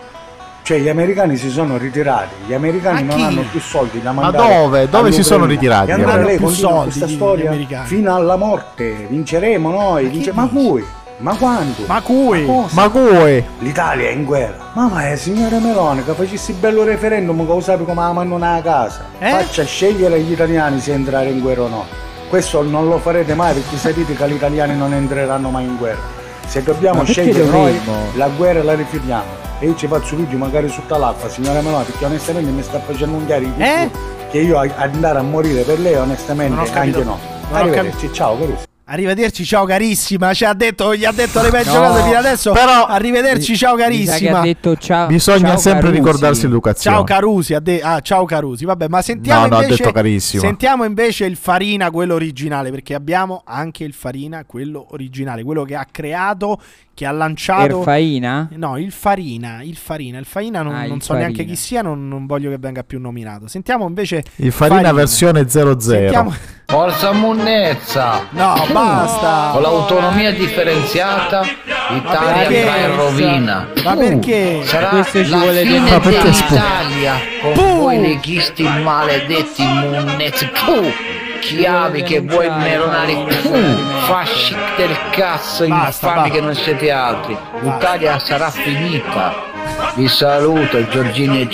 [SPEAKER 14] Cioè gli americani si sono ritirati, gli americani
[SPEAKER 5] Ma
[SPEAKER 14] non
[SPEAKER 5] chi?
[SPEAKER 14] hanno più soldi da
[SPEAKER 5] Ma
[SPEAKER 14] mandare.
[SPEAKER 5] dove? Dove si
[SPEAKER 14] all'Ucraina.
[SPEAKER 5] sono ritirati
[SPEAKER 14] E
[SPEAKER 5] gli
[SPEAKER 14] allora
[SPEAKER 5] americani?
[SPEAKER 14] lei
[SPEAKER 5] Più
[SPEAKER 14] continua
[SPEAKER 5] soldi
[SPEAKER 14] questa
[SPEAKER 5] gli- gli
[SPEAKER 14] storia
[SPEAKER 5] americani.
[SPEAKER 14] fino alla morte. Vinceremo noi, vince- ma cui? Ma quando? Ma
[SPEAKER 3] cui?
[SPEAKER 5] Ma cui?
[SPEAKER 14] L'Italia è in guerra. Ma ma è signora Meloni che facessi bello referendum che usavi come la mannona a casa. Faccia scegliere agli italiani se entrare in guerra o no. Questo non lo farete mai perché sapete che gli italiani non entreranno mai in guerra. Se dobbiamo
[SPEAKER 11] Ma perché
[SPEAKER 14] scegliere noi,
[SPEAKER 11] dovremmo?
[SPEAKER 14] la guerra la rifiutiamo. E io ci faccio video magari sotto l'acqua, signora Meloni, perché onestamente mi sta facendo un chiaro
[SPEAKER 3] Eh?
[SPEAKER 14] che io a- andare a morire per lei onestamente
[SPEAKER 3] Non ho capito.
[SPEAKER 14] anche no.
[SPEAKER 3] Non ho
[SPEAKER 14] Arrivederci, ciao Caruso.
[SPEAKER 3] Arrivederci, ciao carissima. Ci ha detto, gli ha detto le peggio
[SPEAKER 14] No,
[SPEAKER 3] cose fino adesso.
[SPEAKER 14] però-
[SPEAKER 3] arrivederci, ciao
[SPEAKER 6] Mi sa che
[SPEAKER 3] carissima.
[SPEAKER 6] ha detto ciao-
[SPEAKER 5] Bisogna
[SPEAKER 6] ciao
[SPEAKER 5] sempre
[SPEAKER 6] Carusi.
[SPEAKER 5] ricordarsi l'educazione.
[SPEAKER 3] Ciao Carusi, ha de- ah, ciao Carusi, vabbè, ma sentiamo
[SPEAKER 5] No, no, ha
[SPEAKER 3] invece
[SPEAKER 5] detto carissimo.
[SPEAKER 3] sentiamo invece il Farina quello originale, perché abbiamo anche il Farina quello originale, quello che ha creato, che ha lanciato
[SPEAKER 6] Erfaina?
[SPEAKER 3] No, il Farina, il Farina, il Farina non,
[SPEAKER 6] Ah, il
[SPEAKER 3] non so
[SPEAKER 6] Farina.
[SPEAKER 3] neanche chi sia, non, non voglio che venga più nominato. Sentiamo invece
[SPEAKER 5] Il Farina, versione 00.
[SPEAKER 15] Forza Munnezza!
[SPEAKER 3] No, basta!
[SPEAKER 15] Con l'autonomia differenziata l'Italia va in rovina.
[SPEAKER 3] Ma
[SPEAKER 16] Uh,
[SPEAKER 3] perché?
[SPEAKER 15] Sarà la
[SPEAKER 3] Questo ci vuole
[SPEAKER 15] fine
[SPEAKER 3] dire- Ma perché
[SPEAKER 15] dell'Italia con
[SPEAKER 3] Puh.
[SPEAKER 15] voi leghisti maledetti Munnezza. Puh. Chiavi che vuoi meronare Puh. Fasci del cazzo infami che non siete altri. L'Italia sarà finita. Vi saluto Giorgini e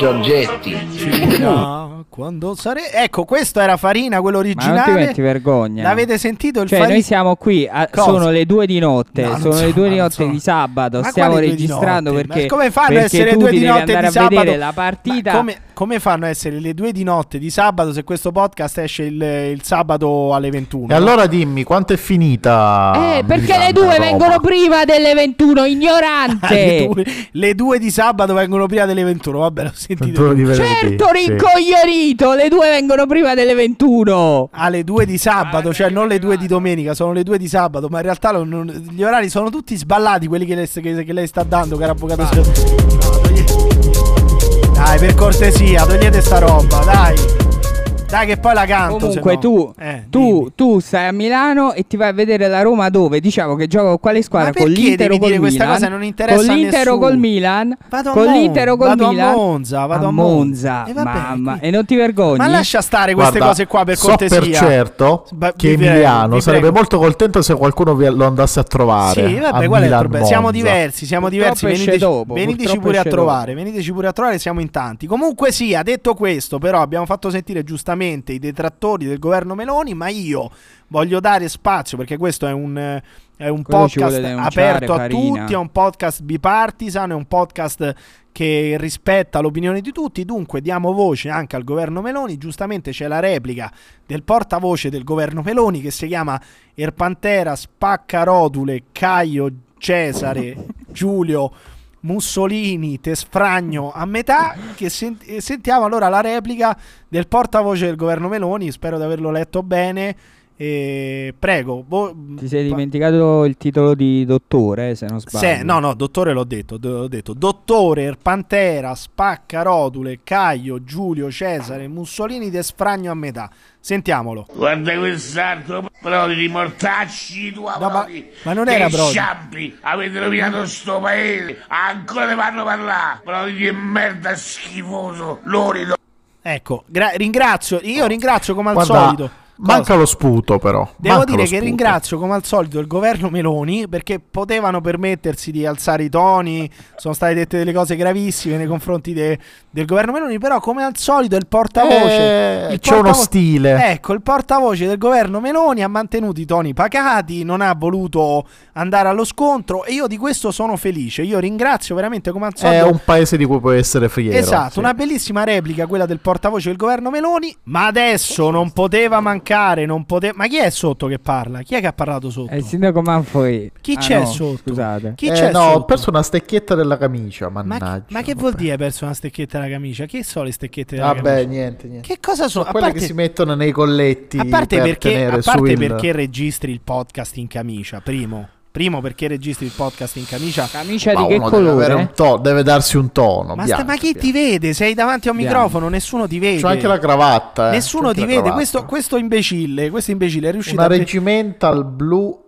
[SPEAKER 15] Giorgetti.
[SPEAKER 3] No, quando sare- Ecco, questo era Farina quello
[SPEAKER 6] Ma non ti metti
[SPEAKER 3] originale.
[SPEAKER 6] vergogna.
[SPEAKER 3] L'avete sentito il
[SPEAKER 6] Cioè,
[SPEAKER 3] Farina?
[SPEAKER 6] noi siamo qui, a-
[SPEAKER 3] Cosa?
[SPEAKER 6] sono le due di notte,
[SPEAKER 3] No, non
[SPEAKER 6] sono
[SPEAKER 3] so,
[SPEAKER 6] le due
[SPEAKER 3] ma
[SPEAKER 6] di
[SPEAKER 3] non
[SPEAKER 6] notte
[SPEAKER 3] so.
[SPEAKER 6] di sabato,
[SPEAKER 3] Ma
[SPEAKER 6] stiamo
[SPEAKER 3] quali due di
[SPEAKER 6] registrando
[SPEAKER 3] notte?
[SPEAKER 6] perché...
[SPEAKER 3] Ma come fanno a
[SPEAKER 6] perché
[SPEAKER 3] essere
[SPEAKER 6] tu
[SPEAKER 3] due
[SPEAKER 6] devi
[SPEAKER 3] di notte
[SPEAKER 6] andare
[SPEAKER 3] di
[SPEAKER 6] a vedere
[SPEAKER 3] sabato?
[SPEAKER 6] la
[SPEAKER 3] Ma
[SPEAKER 6] partita...
[SPEAKER 3] come, come fanno a essere le due di notte di sabato se questo podcast esce il, il sabato alle 21?
[SPEAKER 5] E allora dimmi, quanto è finita?
[SPEAKER 6] Eh, perché
[SPEAKER 5] Milano,
[SPEAKER 6] le due
[SPEAKER 5] Roma?
[SPEAKER 6] vengono prima delle 21,
[SPEAKER 3] Ah, le,
[SPEAKER 6] ignorante!
[SPEAKER 3] due, le due di sabato vengono prima delle 21. Vabbè, l'ho sentito.
[SPEAKER 5] Due di venerdì,
[SPEAKER 6] Certo,
[SPEAKER 5] sì.
[SPEAKER 6] rincoglionito! Le due vengono prima delle 21.
[SPEAKER 3] Alle 2 Ah, di sabato, cioè non le 2 di domenica, sono le 2 di sabato, ma in realtà non- non- gli orari sono tutti sballati quelli che lei, che- che lei sta dando, caro avvocato. Dai, per cortesia, togliete sta roba, dai. Dai che poi la canto.
[SPEAKER 6] Comunque
[SPEAKER 3] se no. Eh.
[SPEAKER 6] tu, tu, tu stai a Milano e ti vai a vedere la Roma dove? Diciamo che gioca con quale squadra?
[SPEAKER 3] Ma
[SPEAKER 6] Con
[SPEAKER 3] perché
[SPEAKER 6] l'Inter
[SPEAKER 3] devi
[SPEAKER 6] o col
[SPEAKER 3] dire
[SPEAKER 6] Milan?
[SPEAKER 3] questa cosa? Non interessa
[SPEAKER 6] con
[SPEAKER 3] a
[SPEAKER 6] l'Inter o
[SPEAKER 3] nessuno.
[SPEAKER 6] col Milan?
[SPEAKER 3] Vado a
[SPEAKER 6] con
[SPEAKER 3] Mon-
[SPEAKER 6] l'Inter o col
[SPEAKER 3] vado a
[SPEAKER 6] Milan?
[SPEAKER 3] Monza, vado a Monza. E vabbè,
[SPEAKER 6] Mamma, e non ti vergogni?
[SPEAKER 3] Ma lascia stare queste
[SPEAKER 5] Guarda,
[SPEAKER 3] cose qua per
[SPEAKER 5] so
[SPEAKER 3] cortesia.
[SPEAKER 5] per certo
[SPEAKER 3] Ba-
[SPEAKER 5] che
[SPEAKER 3] vi prego,
[SPEAKER 5] Emiliano
[SPEAKER 3] vi
[SPEAKER 5] sarebbe
[SPEAKER 3] prego.
[SPEAKER 5] molto contento se qualcuno vi- lo andasse a trovare.
[SPEAKER 3] Sì,
[SPEAKER 5] a
[SPEAKER 3] vabbè, qual è il
[SPEAKER 5] Milan
[SPEAKER 3] problema? Siamo
[SPEAKER 5] Monza.
[SPEAKER 3] diversi, siamo
[SPEAKER 6] Esatto. Purtroppo
[SPEAKER 3] diversi.
[SPEAKER 6] esce
[SPEAKER 3] Veniteci,
[SPEAKER 6] dopo,
[SPEAKER 3] veniteci
[SPEAKER 6] purtroppo
[SPEAKER 3] pure a
[SPEAKER 6] esce dopo.
[SPEAKER 3] trovare, veniteci pure a trovare, siamo in tanti. Comunque sia, detto questo, però abbiamo fatto sentire giustamente i detrattori del governo Meloni, ma io voglio dare spazio perché questo è un... eh, È un
[SPEAKER 6] Quello ci
[SPEAKER 3] podcast
[SPEAKER 6] vuole denunciare,
[SPEAKER 3] aperto a
[SPEAKER 6] Farina.
[SPEAKER 3] tutti, è un podcast bipartisan, è un podcast che rispetta l'opinione di tutti, dunque diamo voce anche al governo Meloni, giustamente c'è la replica del portavoce del governo Meloni che si chiama Erpantera Spaccarotule Caio Cesare Giulio Mussolini Tesfragno a metà che sen- eh, sentiamo allora la replica del portavoce del governo Meloni spero di averlo letto bene Eh, prego, boh,
[SPEAKER 6] Ti sei dimenticato il titolo di dottore, se non sbaglio.
[SPEAKER 3] se- no, no, dottore l'ho detto, do- l'ho detto. Dottore, Pantera, Spacca, Rodule, Caio, Giulio, Cesare, Mussolini de Sfragno a metà. Sentiamolo.
[SPEAKER 17] Guarda quest'altro Prodi di mortacci tua Prodi.
[SPEAKER 3] ma non era
[SPEAKER 17] Che
[SPEAKER 3] Prodi.
[SPEAKER 17] sciampi, avete rovinato sto paese. Ancora ne vanno parlare. Prodi di merda schifoso. Lorido.
[SPEAKER 3] Ecco, gra- ringrazio, io ringrazio come al
[SPEAKER 5] Guarda,
[SPEAKER 3] solito.
[SPEAKER 5] manca lo sputo però.
[SPEAKER 3] Devo
[SPEAKER 5] manca
[SPEAKER 3] dire
[SPEAKER 5] lo
[SPEAKER 3] che
[SPEAKER 5] sputo.
[SPEAKER 3] ringrazio come al solito il governo Meloni perché potevano permettersi di alzare i toni, sono state dette delle cose gravissime nei confronti de- del governo Meloni, però come al solito il portavoce...
[SPEAKER 5] Eh,
[SPEAKER 3] il
[SPEAKER 5] c'è uno
[SPEAKER 3] portavo-
[SPEAKER 5] stile.
[SPEAKER 3] Ecco, il portavoce del governo Meloni ha mantenuto i toni pacati, non ha voluto andare allo scontro e io di questo sono felice, io ringrazio veramente come al solito...
[SPEAKER 5] È un paese di cui puoi essere fiero.
[SPEAKER 3] Esatto,
[SPEAKER 5] Sì.
[SPEAKER 3] una bellissima replica quella del portavoce del governo Meloni, ma adesso non poteva mancare, non pote- Ma chi è sotto che parla? Chi è che ha parlato sotto?
[SPEAKER 6] È il sindaco Manfoi.
[SPEAKER 3] Chi
[SPEAKER 6] Ah,
[SPEAKER 3] c'è
[SPEAKER 6] no,
[SPEAKER 3] sotto?
[SPEAKER 6] Scusate.
[SPEAKER 3] Chi
[SPEAKER 5] Eh,
[SPEAKER 3] c'è
[SPEAKER 5] no,
[SPEAKER 3] sotto?
[SPEAKER 5] ho perso una stecchietta della camicia,
[SPEAKER 3] Ma, chi-
[SPEAKER 5] mannaggia.
[SPEAKER 3] ma che vuol dire perso una stecchetta della camicia? Che sono le stecchette della
[SPEAKER 5] Vabbè,
[SPEAKER 3] camicia?
[SPEAKER 5] niente, niente.
[SPEAKER 3] Che cosa sono?
[SPEAKER 5] Sono
[SPEAKER 3] A
[SPEAKER 5] quelle
[SPEAKER 3] parte-
[SPEAKER 5] che si mettono nei colletti
[SPEAKER 3] A parte,
[SPEAKER 5] per
[SPEAKER 3] perché,
[SPEAKER 5] tenere
[SPEAKER 3] a parte
[SPEAKER 5] su il-
[SPEAKER 3] perché registri il podcast in camicia, primo. Primo perché registri il podcast in camicia.
[SPEAKER 6] Camicia
[SPEAKER 5] Ma uno deve, avere un to- deve darsi un tono.
[SPEAKER 3] Ma, sta-
[SPEAKER 5] bianco.
[SPEAKER 3] ma chi ti vede? Sei davanti a un
[SPEAKER 5] Bianco.
[SPEAKER 3] microfono, nessuno ti vede.
[SPEAKER 5] C'ho anche la cravatta. eh. C'ho
[SPEAKER 3] Nessuno
[SPEAKER 5] anche
[SPEAKER 3] ti
[SPEAKER 5] la
[SPEAKER 3] vede.
[SPEAKER 5] cravatta.
[SPEAKER 3] Questo, questo imbecille, questo imbecille è riuscito
[SPEAKER 5] Una
[SPEAKER 3] a.
[SPEAKER 5] regimental blu.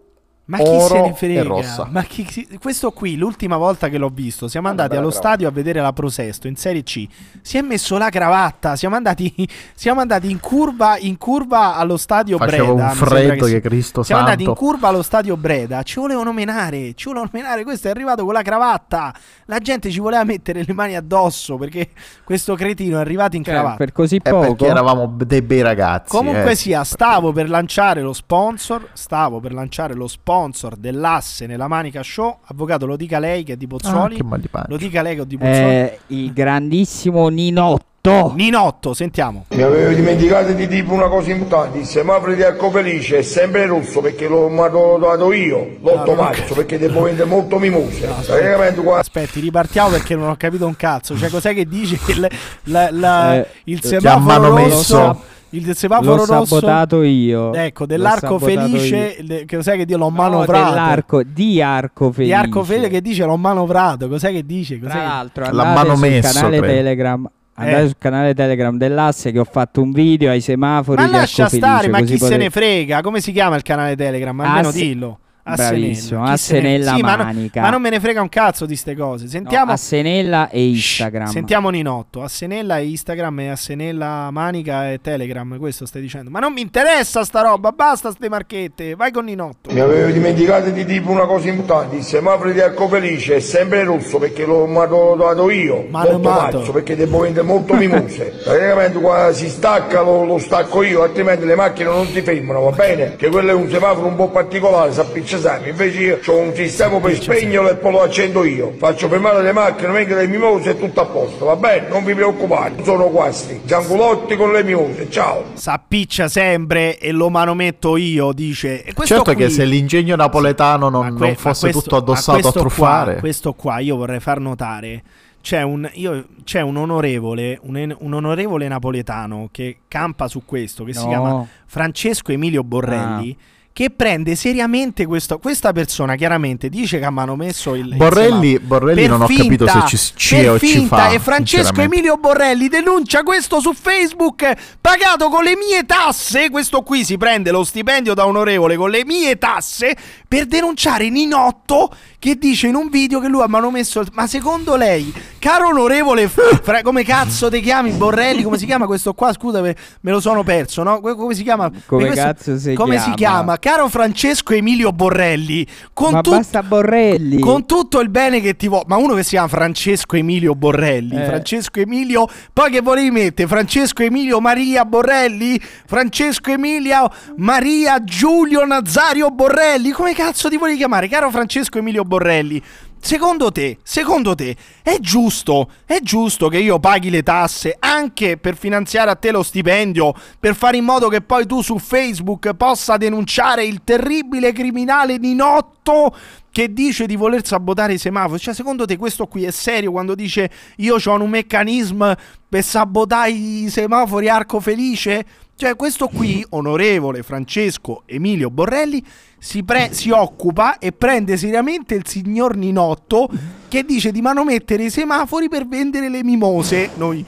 [SPEAKER 3] Ma chi
[SPEAKER 5] oro
[SPEAKER 3] se ne frega?
[SPEAKER 5] e rossa.
[SPEAKER 3] Ma chi- chi- questo qui, l'ultima volta che l'ho visto, siamo andati
[SPEAKER 5] bella
[SPEAKER 3] allo
[SPEAKER 5] cravatta.
[SPEAKER 3] stadio a vedere la Prosesto in Serie C. Si è messo la cravatta. Siamo andati, siamo andati in, curva, in curva allo stadio
[SPEAKER 5] Faceva
[SPEAKER 3] Breda.
[SPEAKER 5] un
[SPEAKER 3] mi sembra
[SPEAKER 5] freddo
[SPEAKER 3] si-
[SPEAKER 5] che Cristo
[SPEAKER 3] Siamo
[SPEAKER 5] santo.
[SPEAKER 3] andati in curva allo stadio Breda. Ci volevano menare. Ci volevano menare. Questo è arrivato con la cravatta. La gente ci voleva mettere le mani addosso perché questo cretino è arrivato in cravatta.
[SPEAKER 6] Cioè, così
[SPEAKER 5] è
[SPEAKER 6] poco?
[SPEAKER 5] Eh, Perché eravamo b- dei bei ragazzi.
[SPEAKER 3] cioè, Comunque
[SPEAKER 5] eh.
[SPEAKER 3] sia, stavo per lanciare lo sponsor, stavo per lanciare lo sponsor dell'asse nella Manica Show, avvocato lo dica lei che è di Pozzoli,
[SPEAKER 6] Ah,
[SPEAKER 5] che mal di pancia.
[SPEAKER 3] lo dica lei che è di Pozzoli.
[SPEAKER 6] Eh, il grandissimo Ninotto.
[SPEAKER 3] Ninotto, sentiamo.
[SPEAKER 18] Mi avevo dimenticato di dire una cosa importante, il semaforo di Arcofelice ecco è sempre rosso perché l'ho mandato io l'8 marzo perché devo vendere molto mimose. Praticamente qua
[SPEAKER 3] Aspetti, ripartiamo perché non ho capito un cazzo, cioè cos'è che dice che il, la- la-
[SPEAKER 6] Eh,
[SPEAKER 3] il
[SPEAKER 6] ti
[SPEAKER 3] semaforo
[SPEAKER 6] hanno
[SPEAKER 3] rosso...
[SPEAKER 6] messo-
[SPEAKER 3] Il semaforo
[SPEAKER 6] l'ho
[SPEAKER 3] rosso...
[SPEAKER 6] sabotato io.
[SPEAKER 3] Ecco,
[SPEAKER 6] L'ho
[SPEAKER 3] dell'arco
[SPEAKER 6] sabotato
[SPEAKER 3] felice, le- che cos'è che Dio l'ho manovrato.
[SPEAKER 6] dell'arco, di arco felice.
[SPEAKER 3] Di arco felice che dice l'ho manovrato, cos'è che dice? Cos'è
[SPEAKER 6] Tra
[SPEAKER 3] che-
[SPEAKER 6] l'altro,
[SPEAKER 5] L'ha
[SPEAKER 6] andate sul
[SPEAKER 5] manomesso,
[SPEAKER 6] canale
[SPEAKER 5] credo.
[SPEAKER 6] Telegram. Andate
[SPEAKER 3] Eh.
[SPEAKER 6] sul canale Telegram dell'asse che ho fatto un video ai semafori.
[SPEAKER 3] Ma
[SPEAKER 6] di Arco
[SPEAKER 3] lascia
[SPEAKER 6] Felice,
[SPEAKER 3] stare, ma
[SPEAKER 6] così
[SPEAKER 3] chi se
[SPEAKER 6] potete-
[SPEAKER 3] ne frega? Come si chiama il canale Telegram? Almeno
[SPEAKER 6] Asse-
[SPEAKER 3] dillo.
[SPEAKER 6] Bravissimo,
[SPEAKER 3] Chi se ne-
[SPEAKER 6] Assenella
[SPEAKER 3] Ah, Sì, ma no-
[SPEAKER 6] Manica.
[SPEAKER 3] Ma, non me ne frega un cazzo di ste cose. Sentiamo,
[SPEAKER 6] No, a Senella e Instagram.
[SPEAKER 3] sentiamo Ninotto. Assenella e Instagram e Assenella Manica e Telegram. Questo stai dicendo. Ma non mi interessa sta roba. Basta ste marchette. Vai con Ninotto.
[SPEAKER 18] mi avevo dimenticato di dire una cosa importante, il semaforo di Arcofelice è sempre rosso perché l'ho mandato io l'8
[SPEAKER 3] Manomato.
[SPEAKER 18] marzo perché devo vendere molto mimose. Praticamente qua si stacca lo, lo stacco io, altrimenti le macchine non ti fermano, va bene? Che quello è un semaforo un po' particolare, si appiccia sempre. invece io ho un sistema per spegnerlo e poi lo accendo io. Faccio fermare le macchine, vengono le mimose e tutto a posto, va bene? Non vi preoccupate, sono quasti, Gianculotti con le mimose, ciao!
[SPEAKER 3] S'appiccia sempre e lo manometto io. Dice. E questo
[SPEAKER 5] Certo
[SPEAKER 3] qui,
[SPEAKER 5] che se l'ingegno napoletano non,
[SPEAKER 3] que-
[SPEAKER 5] non fosse
[SPEAKER 3] ma questo-
[SPEAKER 5] tutto
[SPEAKER 3] ma
[SPEAKER 5] addossato a
[SPEAKER 3] questo
[SPEAKER 5] truffare.
[SPEAKER 3] Qua, questo qua io vorrei far notare. C'è un, io- c'è un onorevole, un, en- un onorevole napoletano che campa su questo, che si
[SPEAKER 6] No.
[SPEAKER 3] chiama Francesco Emilio Borrelli, che prende seriamente questo. Questa persona chiaramente dice che hanno messo il. il
[SPEAKER 5] Borrelli,
[SPEAKER 3] semaforo.
[SPEAKER 5] Borrelli
[SPEAKER 3] Per
[SPEAKER 5] non ho capito se
[SPEAKER 3] finta-
[SPEAKER 5] ci, ci
[SPEAKER 3] per
[SPEAKER 5] o ci
[SPEAKER 3] finta,
[SPEAKER 5] fa.
[SPEAKER 3] E Francesco
[SPEAKER 5] sinceramente.
[SPEAKER 3] Emilio Borrelli denuncia questo su Facebook, pagato con le mie tasse. Questo qui si prende lo stipendio da onorevole con le mie tasse per denunciare Ninotto che dice in un video che lui ha manomesso. il- Ma secondo lei, caro onorevole, Fra- come cazzo ti chiami Borrelli? Come si chiama questo qua? Scusa, me me lo sono perso, no? Que- Come si chiama?
[SPEAKER 6] Come
[SPEAKER 3] Questo-
[SPEAKER 6] cazzo si
[SPEAKER 3] come si
[SPEAKER 6] chiama?
[SPEAKER 3] chiama? Caro Francesco Emilio Borrelli, con
[SPEAKER 6] Ma
[SPEAKER 3] tut-
[SPEAKER 6] basta Borrelli.
[SPEAKER 3] con tutto il bene che ti voglio, ma uno che si chiama Francesco Emilio Borrelli,
[SPEAKER 6] Eh.
[SPEAKER 3] Francesco Emilio, poi che volevi mettere? Francesco Emilio Maria Borrelli, Francesco Emilio Maria Giulio Nazario Borrelli, come cazzo ti volevi chiamare, caro Francesco Emilio Borrelli? Secondo te, secondo te, è giusto, è giusto che io paghi le tasse anche per finanziare a te lo stipendio, per fare in modo che poi tu su Facebook possa denunciare il terribile criminale Ninotto che dice di voler sabotare i semafori. Cioè, secondo te questo qui è serio quando dice io ho un meccanismo per sabotare i semafori arco felice? Cioè, questo qui, onorevole Francesco Emilio Borrelli, si, pre- si occupa e prende seriamente il signor Ninotto che dice di manomettere i semafori per vendere le mimose. Noi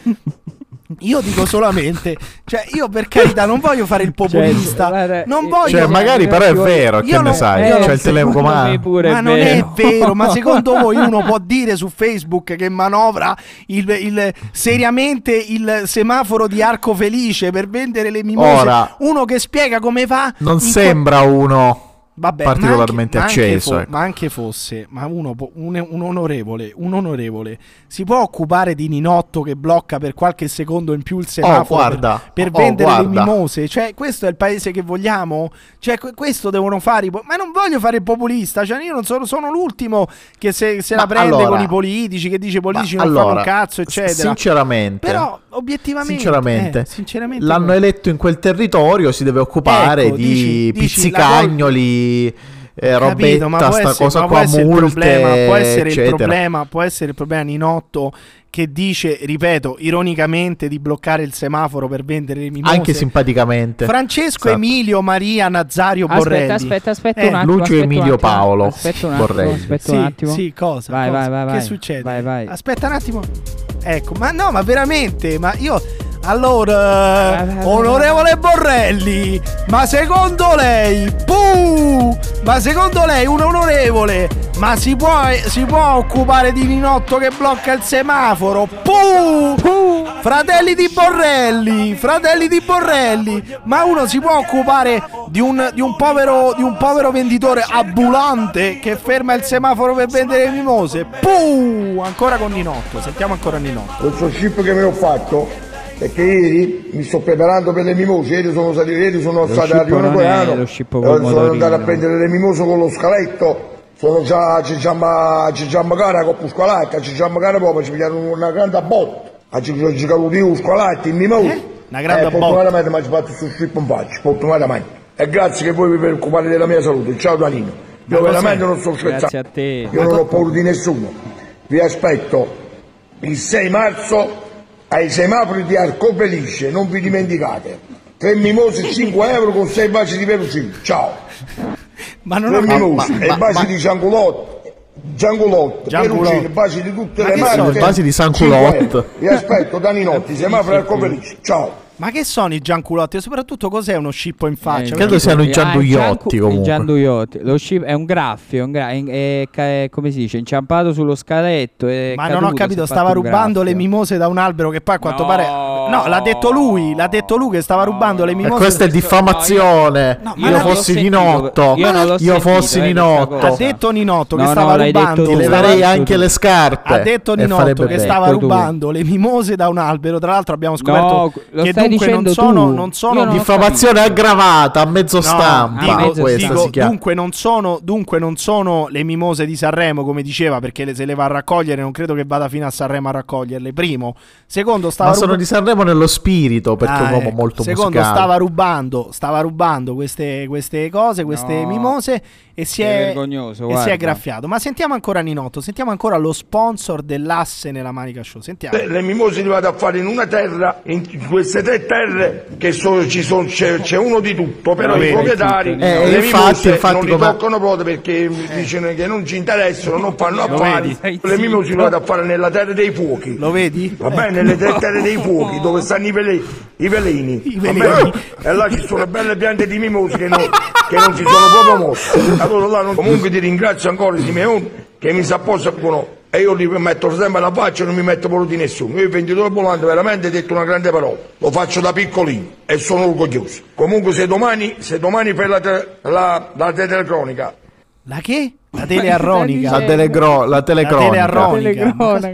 [SPEAKER 3] io dico solamente, cioè io per carità non voglio fare il populista, non voglio
[SPEAKER 5] Cioè, magari però è vero, che
[SPEAKER 3] Io
[SPEAKER 5] ne
[SPEAKER 3] non-
[SPEAKER 5] sai,
[SPEAKER 3] io
[SPEAKER 5] c'è
[SPEAKER 3] non-
[SPEAKER 5] il telecomando.
[SPEAKER 3] ma non è vero, ma secondo voi uno può dire su Facebook che manovra il, il- seriamente il semaforo di Arco Felice per vendere le mimose?
[SPEAKER 5] Ora-
[SPEAKER 3] uno che spiega come fa
[SPEAKER 5] Non
[SPEAKER 3] in
[SPEAKER 5] sembra uno
[SPEAKER 3] Vabbè, ma anche-
[SPEAKER 5] particolarmente
[SPEAKER 3] ma anche
[SPEAKER 5] acceso.
[SPEAKER 3] fo-
[SPEAKER 5] ecco.
[SPEAKER 3] ma anche fosse, ma uno può- un, un onorevole, un onorevole si può occupare di Ninotto che blocca per qualche secondo in più il semaforo per-
[SPEAKER 5] Oh, guarda,
[SPEAKER 3] per,
[SPEAKER 5] oh,
[SPEAKER 3] vendere le
[SPEAKER 5] guarda.
[SPEAKER 3] mimose? Cioè, questo è il paese che vogliamo? Cioè, que- questo devono fare i po- Ma non voglio fare il populista, cioè io non sono, sono l'ultimo che se, se la
[SPEAKER 5] Ma
[SPEAKER 3] prende
[SPEAKER 5] allora-
[SPEAKER 3] con i politici, che dice i politici non
[SPEAKER 5] Allora,
[SPEAKER 3] fanno un cazzo,
[SPEAKER 5] s-
[SPEAKER 3] eccetera.
[SPEAKER 5] Sinceramente,
[SPEAKER 3] Però, obiettivamente,
[SPEAKER 5] Sinceramente.
[SPEAKER 3] eh, sinceramente
[SPEAKER 5] l'hanno eletto in quel territorio, si deve occupare
[SPEAKER 3] Ecco,
[SPEAKER 5] di
[SPEAKER 3] dici- dici,
[SPEAKER 5] pizzicagnoli, eh,
[SPEAKER 3] Ho
[SPEAKER 5] robetta,
[SPEAKER 3] capito, ma può
[SPEAKER 5] sta
[SPEAKER 3] essere-
[SPEAKER 5] cosa
[SPEAKER 3] ma
[SPEAKER 5] qua,
[SPEAKER 3] può essere il
[SPEAKER 5] multe,
[SPEAKER 3] problema, può essere il
[SPEAKER 5] eccetera.
[SPEAKER 3] problema, può essere il problema Ninotto che dice, ripeto, ironicamente di bloccare il semaforo per vendere le mimose.
[SPEAKER 5] Anche simpaticamente.
[SPEAKER 3] Francesco
[SPEAKER 5] Esatto.
[SPEAKER 3] Emilio Maria Nazario
[SPEAKER 6] Aspetta,
[SPEAKER 3] Borrelli. Eh,
[SPEAKER 6] aspetta, aspetta un attimo,
[SPEAKER 5] Lucio
[SPEAKER 6] aspetta un
[SPEAKER 5] Emilio
[SPEAKER 6] attimo,
[SPEAKER 5] Paolo
[SPEAKER 6] aspetta un attimo,
[SPEAKER 5] Borrelli.
[SPEAKER 6] aspetta
[SPEAKER 3] Sì,
[SPEAKER 6] un attimo.
[SPEAKER 3] sì, cosa?
[SPEAKER 6] Vai,
[SPEAKER 3] cosa?
[SPEAKER 6] vai, vai,
[SPEAKER 3] Che
[SPEAKER 6] vai.
[SPEAKER 3] succede?
[SPEAKER 6] Vai, vai.
[SPEAKER 3] Aspetta un attimo. Ecco, ma no, ma veramente, ma io allora, onorevole Borrelli, ma secondo lei, puh, ma secondo lei un onorevole, ma si può, si può occupare di Ninotto che blocca il semaforo? Puh, fratelli di Borrelli, fratelli di Borrelli, ma uno si può occupare di un, di un povero, di un povero venditore ambulante che ferma il semaforo per vendere le mimose? Puh, ancora con Ninotto, sentiamo ancora Ninotto.
[SPEAKER 18] Questo chip che mi ho fatto è che ieri mi sto preparando per le mimose, ieri sono stato, ieri sono stato a Rione
[SPEAKER 6] scippo non è
[SPEAKER 18] Coreano,
[SPEAKER 6] lo
[SPEAKER 18] eh,
[SPEAKER 6] scippo
[SPEAKER 18] sono
[SPEAKER 6] col
[SPEAKER 18] andato a
[SPEAKER 6] motorino.
[SPEAKER 18] prendere le mimose con lo scaletto, sono già a Cicciamba a Cicciambacana, a Coppuscolatti, a Cicciambacana poi ci pigliano una grande botta, a Cicciambacana, Scolatti, in mimose.
[SPEAKER 3] Una grande
[SPEAKER 18] eh,
[SPEAKER 3] botta.
[SPEAKER 18] Fortunatamente mi ha fatto sul scippo in faccia, fortunatamente. E grazie che voi vi preoccupate della mia salute, ciao Danino. Io
[SPEAKER 6] Ma cos'è?
[SPEAKER 18] veramente non sto scherzando.
[SPEAKER 6] Grazie a te.
[SPEAKER 18] Io non ho paura di nessuno. Vi aspetto il 6 marzo ai semafori di Arcobelice, non vi dimenticate. Tre mimose 5 euro con 6 baci di perucino. Ciao.
[SPEAKER 3] Ma non
[SPEAKER 18] Tre
[SPEAKER 3] ho capito.
[SPEAKER 18] mimose
[SPEAKER 3] Ma-
[SPEAKER 18] e
[SPEAKER 3] ma-
[SPEAKER 18] baci
[SPEAKER 3] ma-
[SPEAKER 18] di Giangulotto. Giangulotto,
[SPEAKER 3] Giangulotto.
[SPEAKER 18] perucino, baci di tutte
[SPEAKER 3] Ma
[SPEAKER 18] le
[SPEAKER 3] che
[SPEAKER 18] marche.
[SPEAKER 3] sono?
[SPEAKER 5] Baci di San
[SPEAKER 18] Cinque
[SPEAKER 5] Culotto.
[SPEAKER 18] euro. Vi aspetto Daninotti, semafori Arcobelice. Ciao.
[SPEAKER 3] Ma che sono i gianculotti? E soprattutto cos'è uno scippo in faccia?
[SPEAKER 5] credo siano i gianduiotti,
[SPEAKER 6] Ah, i
[SPEAKER 5] comunque.
[SPEAKER 6] gianduiotti. Lo sci- è un graffio, un gra- è- è ca- è- come si dice, inciampato sullo scaletto. è
[SPEAKER 3] Ma
[SPEAKER 6] caduto,
[SPEAKER 3] non ho
[SPEAKER 6] si è
[SPEAKER 3] capito,
[SPEAKER 6] fatto
[SPEAKER 3] stava
[SPEAKER 6] un
[SPEAKER 3] rubando le mimose da un albero che poi a quanto pare... No, l'ha detto lui, l'ha detto lui che stava rubando le
[SPEAKER 5] E
[SPEAKER 3] mimose.
[SPEAKER 5] eh, questa è diffamazione.
[SPEAKER 3] No, ma
[SPEAKER 5] io
[SPEAKER 3] non l'ho
[SPEAKER 5] fossi
[SPEAKER 3] sentito,
[SPEAKER 5] Ninotto.
[SPEAKER 3] io non l'ho
[SPEAKER 5] Io fossi
[SPEAKER 3] sentito, eh,
[SPEAKER 5] Ninotto.
[SPEAKER 3] Ha detto Ninotto che
[SPEAKER 5] No, no,
[SPEAKER 3] stava
[SPEAKER 5] l'hai detto
[SPEAKER 3] rubando.
[SPEAKER 5] tu. Ti
[SPEAKER 3] stava-
[SPEAKER 5] leverei anche le scarpe.
[SPEAKER 3] Ha detto
[SPEAKER 5] E
[SPEAKER 3] Ninotto
[SPEAKER 5] farebbe
[SPEAKER 3] che
[SPEAKER 5] bene.
[SPEAKER 3] stava
[SPEAKER 5] Detto tu.
[SPEAKER 3] rubando le mimose da un albero. Tra l'altro abbiamo
[SPEAKER 5] No,
[SPEAKER 3] scoperto
[SPEAKER 5] lo
[SPEAKER 3] che
[SPEAKER 5] stai
[SPEAKER 3] dunque non
[SPEAKER 5] dicendo
[SPEAKER 3] sono,
[SPEAKER 5] tu.
[SPEAKER 3] non
[SPEAKER 5] Io
[SPEAKER 3] sono
[SPEAKER 5] non ho Diffamazione capito. aggravata, a mezzo stampa,
[SPEAKER 3] dico-
[SPEAKER 5] questa
[SPEAKER 3] dico,
[SPEAKER 5] si chiama.
[SPEAKER 3] Dunque non, sono, dunque non sono le mimose di Sanremo, come diceva, perché le- se le va a raccogliere non credo che vada fino a Sanremo a raccoglierle. Primo, secondo stava
[SPEAKER 5] Ma sono
[SPEAKER 3] rubando-
[SPEAKER 5] di Sanremo nello spirito perché è
[SPEAKER 3] Ah,
[SPEAKER 5] un uomo
[SPEAKER 3] ecco.
[SPEAKER 5] molto
[SPEAKER 3] Secondo
[SPEAKER 5] musicale.
[SPEAKER 3] stava rubando, stava rubando queste, queste cose, queste
[SPEAKER 6] No,
[SPEAKER 3] mimose e si
[SPEAKER 6] è
[SPEAKER 3] è,
[SPEAKER 6] vergognoso,
[SPEAKER 3] e si
[SPEAKER 6] guarda.
[SPEAKER 3] è graffiato. Ma sentiamo ancora Ninotto, sentiamo ancora lo sponsor dell'asse nella Manica Show. Sentiamo.
[SPEAKER 18] Le, le mimose li vado a fare in una terra, in queste tre terre che sono- ci sono, c'è, c'è uno di tutto, però
[SPEAKER 5] Vabbè,
[SPEAKER 18] i proprietari
[SPEAKER 5] tutto, eh,
[SPEAKER 18] le
[SPEAKER 5] infatti,
[SPEAKER 18] mimose
[SPEAKER 5] infatti,
[SPEAKER 18] non li
[SPEAKER 5] come-
[SPEAKER 18] toccano proprio perché dicono che non ci interessano, non fanno
[SPEAKER 5] Lo
[SPEAKER 18] affari.
[SPEAKER 5] vedi?
[SPEAKER 18] Le mimose li vado a fare nella terra dei fuochi.
[SPEAKER 3] Lo vedi?
[SPEAKER 18] Va bene, nelle tre terre dei fuochi dove stanno i, pele- i veleni. Va bene?
[SPEAKER 3] veleni.
[SPEAKER 18] E là ci sono belle piante di mimose che non, che non si sono proprio mosse. Allora là non- Comunque ti ringrazio ancora Simeone che mi sa posto con e io gli metto sempre la faccia e non mi metto paura di nessuno. Io il venditore volante veramente ho detto una grande parola. Lo faccio da piccolino e sono orgoglioso. Comunque se domani, se domani per la, te- la, la telecronica
[SPEAKER 3] La che? La telearronica.
[SPEAKER 5] La, telegro- la telecronica.
[SPEAKER 3] telearronica. Ma cos-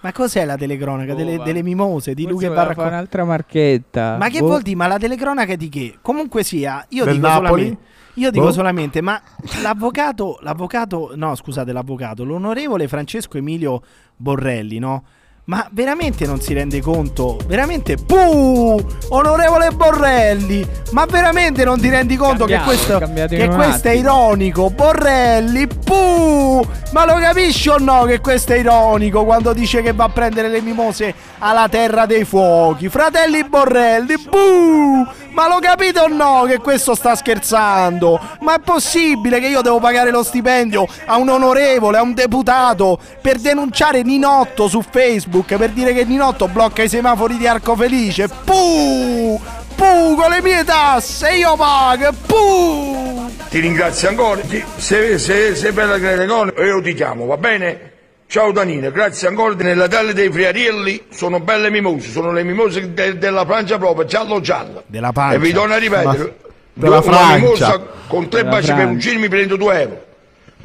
[SPEAKER 3] Ma cos'è la telecronica?
[SPEAKER 6] Oh,
[SPEAKER 3] delle, delle mimose di Luca e
[SPEAKER 6] voleva fare
[SPEAKER 3] Barracco-
[SPEAKER 6] un'altra marchetta.
[SPEAKER 3] Ma che
[SPEAKER 6] Boh.
[SPEAKER 3] vuol dire? Ma la telecronaca di che? Comunque sia, io
[SPEAKER 6] Del
[SPEAKER 3] dico
[SPEAKER 6] Napoli?
[SPEAKER 3] solamente. Io dico
[SPEAKER 6] Boh.
[SPEAKER 3] solamente, ma l'avvocato, l'avvocato, no scusate, l'avvocato, l'onorevole Francesco Emilio Borrelli, no? Ma veramente non si rende conto? Veramente, puh! Onorevole Nicola Borrelli. Ma veramente non ti rendi conto
[SPEAKER 19] Cambiate,
[SPEAKER 3] che questo,
[SPEAKER 19] cambiate
[SPEAKER 3] che
[SPEAKER 19] un
[SPEAKER 3] questo è
[SPEAKER 19] attimo.
[SPEAKER 3] ironico? Borrelli, puh! Ma lo capisci o no che questo è ironico quando dice che va a prendere le mimose alla terra dei fuochi? Fratelli Borrelli, puh! Ma lo capite o no che questo sta scherzando? Ma è possibile che io devo pagare lo stipendio a un onorevole, a un deputato per denunciare Ninotto su Facebook, per dire che Ninotto blocca i semafori di Arcofelice? Puh! Puh, con le mie tasse io pago, puh!
[SPEAKER 18] Ti ringrazio ancora. Ti- Se, se, se per la Grenegone io ti chiamo, va bene? Ciao Danina, grazie ancora. Nella tale dei friarielli sono belle mimose, sono le mimose de- della Francia proprio, giallo-giallo.
[SPEAKER 3] Della
[SPEAKER 18] E vi torno a ripetere.
[SPEAKER 3] Ma-
[SPEAKER 18] due-
[SPEAKER 3] della
[SPEAKER 18] Una
[SPEAKER 3] Francia.
[SPEAKER 18] mimosa con tre
[SPEAKER 3] Della
[SPEAKER 18] baci
[SPEAKER 3] Francia.
[SPEAKER 18] peruncini mi prendo 2 euro.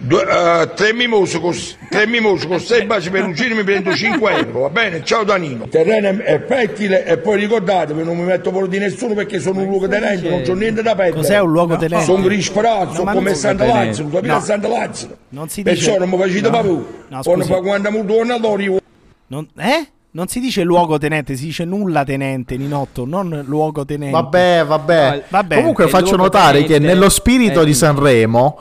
[SPEAKER 18] Due- eh, tre mimose con s- tre mimose con sei baci peruncini mi prendo 5 euro, va bene? Ciao Danino. Il terreno è- è fertile e poi ricordatevi, non mi metto fuori di nessuno perché sono un luogo tenente, non c'ho niente da perdere.
[SPEAKER 3] Cos'è un luogotenente?
[SPEAKER 18] Sono risperato,
[SPEAKER 3] No,
[SPEAKER 18] sono
[SPEAKER 3] ma
[SPEAKER 18] come
[SPEAKER 3] non-
[SPEAKER 18] Santa Lazzaro, capito?
[SPEAKER 3] No.
[SPEAKER 18] Santa Lazzaro.
[SPEAKER 3] Non si dice-
[SPEAKER 18] Perciò non mi
[SPEAKER 3] No.
[SPEAKER 18] facete paura.
[SPEAKER 3] No,
[SPEAKER 18] Quando
[SPEAKER 3] scusi.
[SPEAKER 18] fa- quando mi torna allora io-
[SPEAKER 3] Non, eh? Non si dice luogotenente, si dice nulla tenente, Ninotto, non luogotenente.
[SPEAKER 5] Vabbè, vabbè.
[SPEAKER 3] No, vabbè.
[SPEAKER 5] Comunque
[SPEAKER 3] E
[SPEAKER 5] faccio
[SPEAKER 3] luogo
[SPEAKER 5] notare
[SPEAKER 3] tenente
[SPEAKER 5] che nello spirito
[SPEAKER 3] è-
[SPEAKER 5] di Sanremo,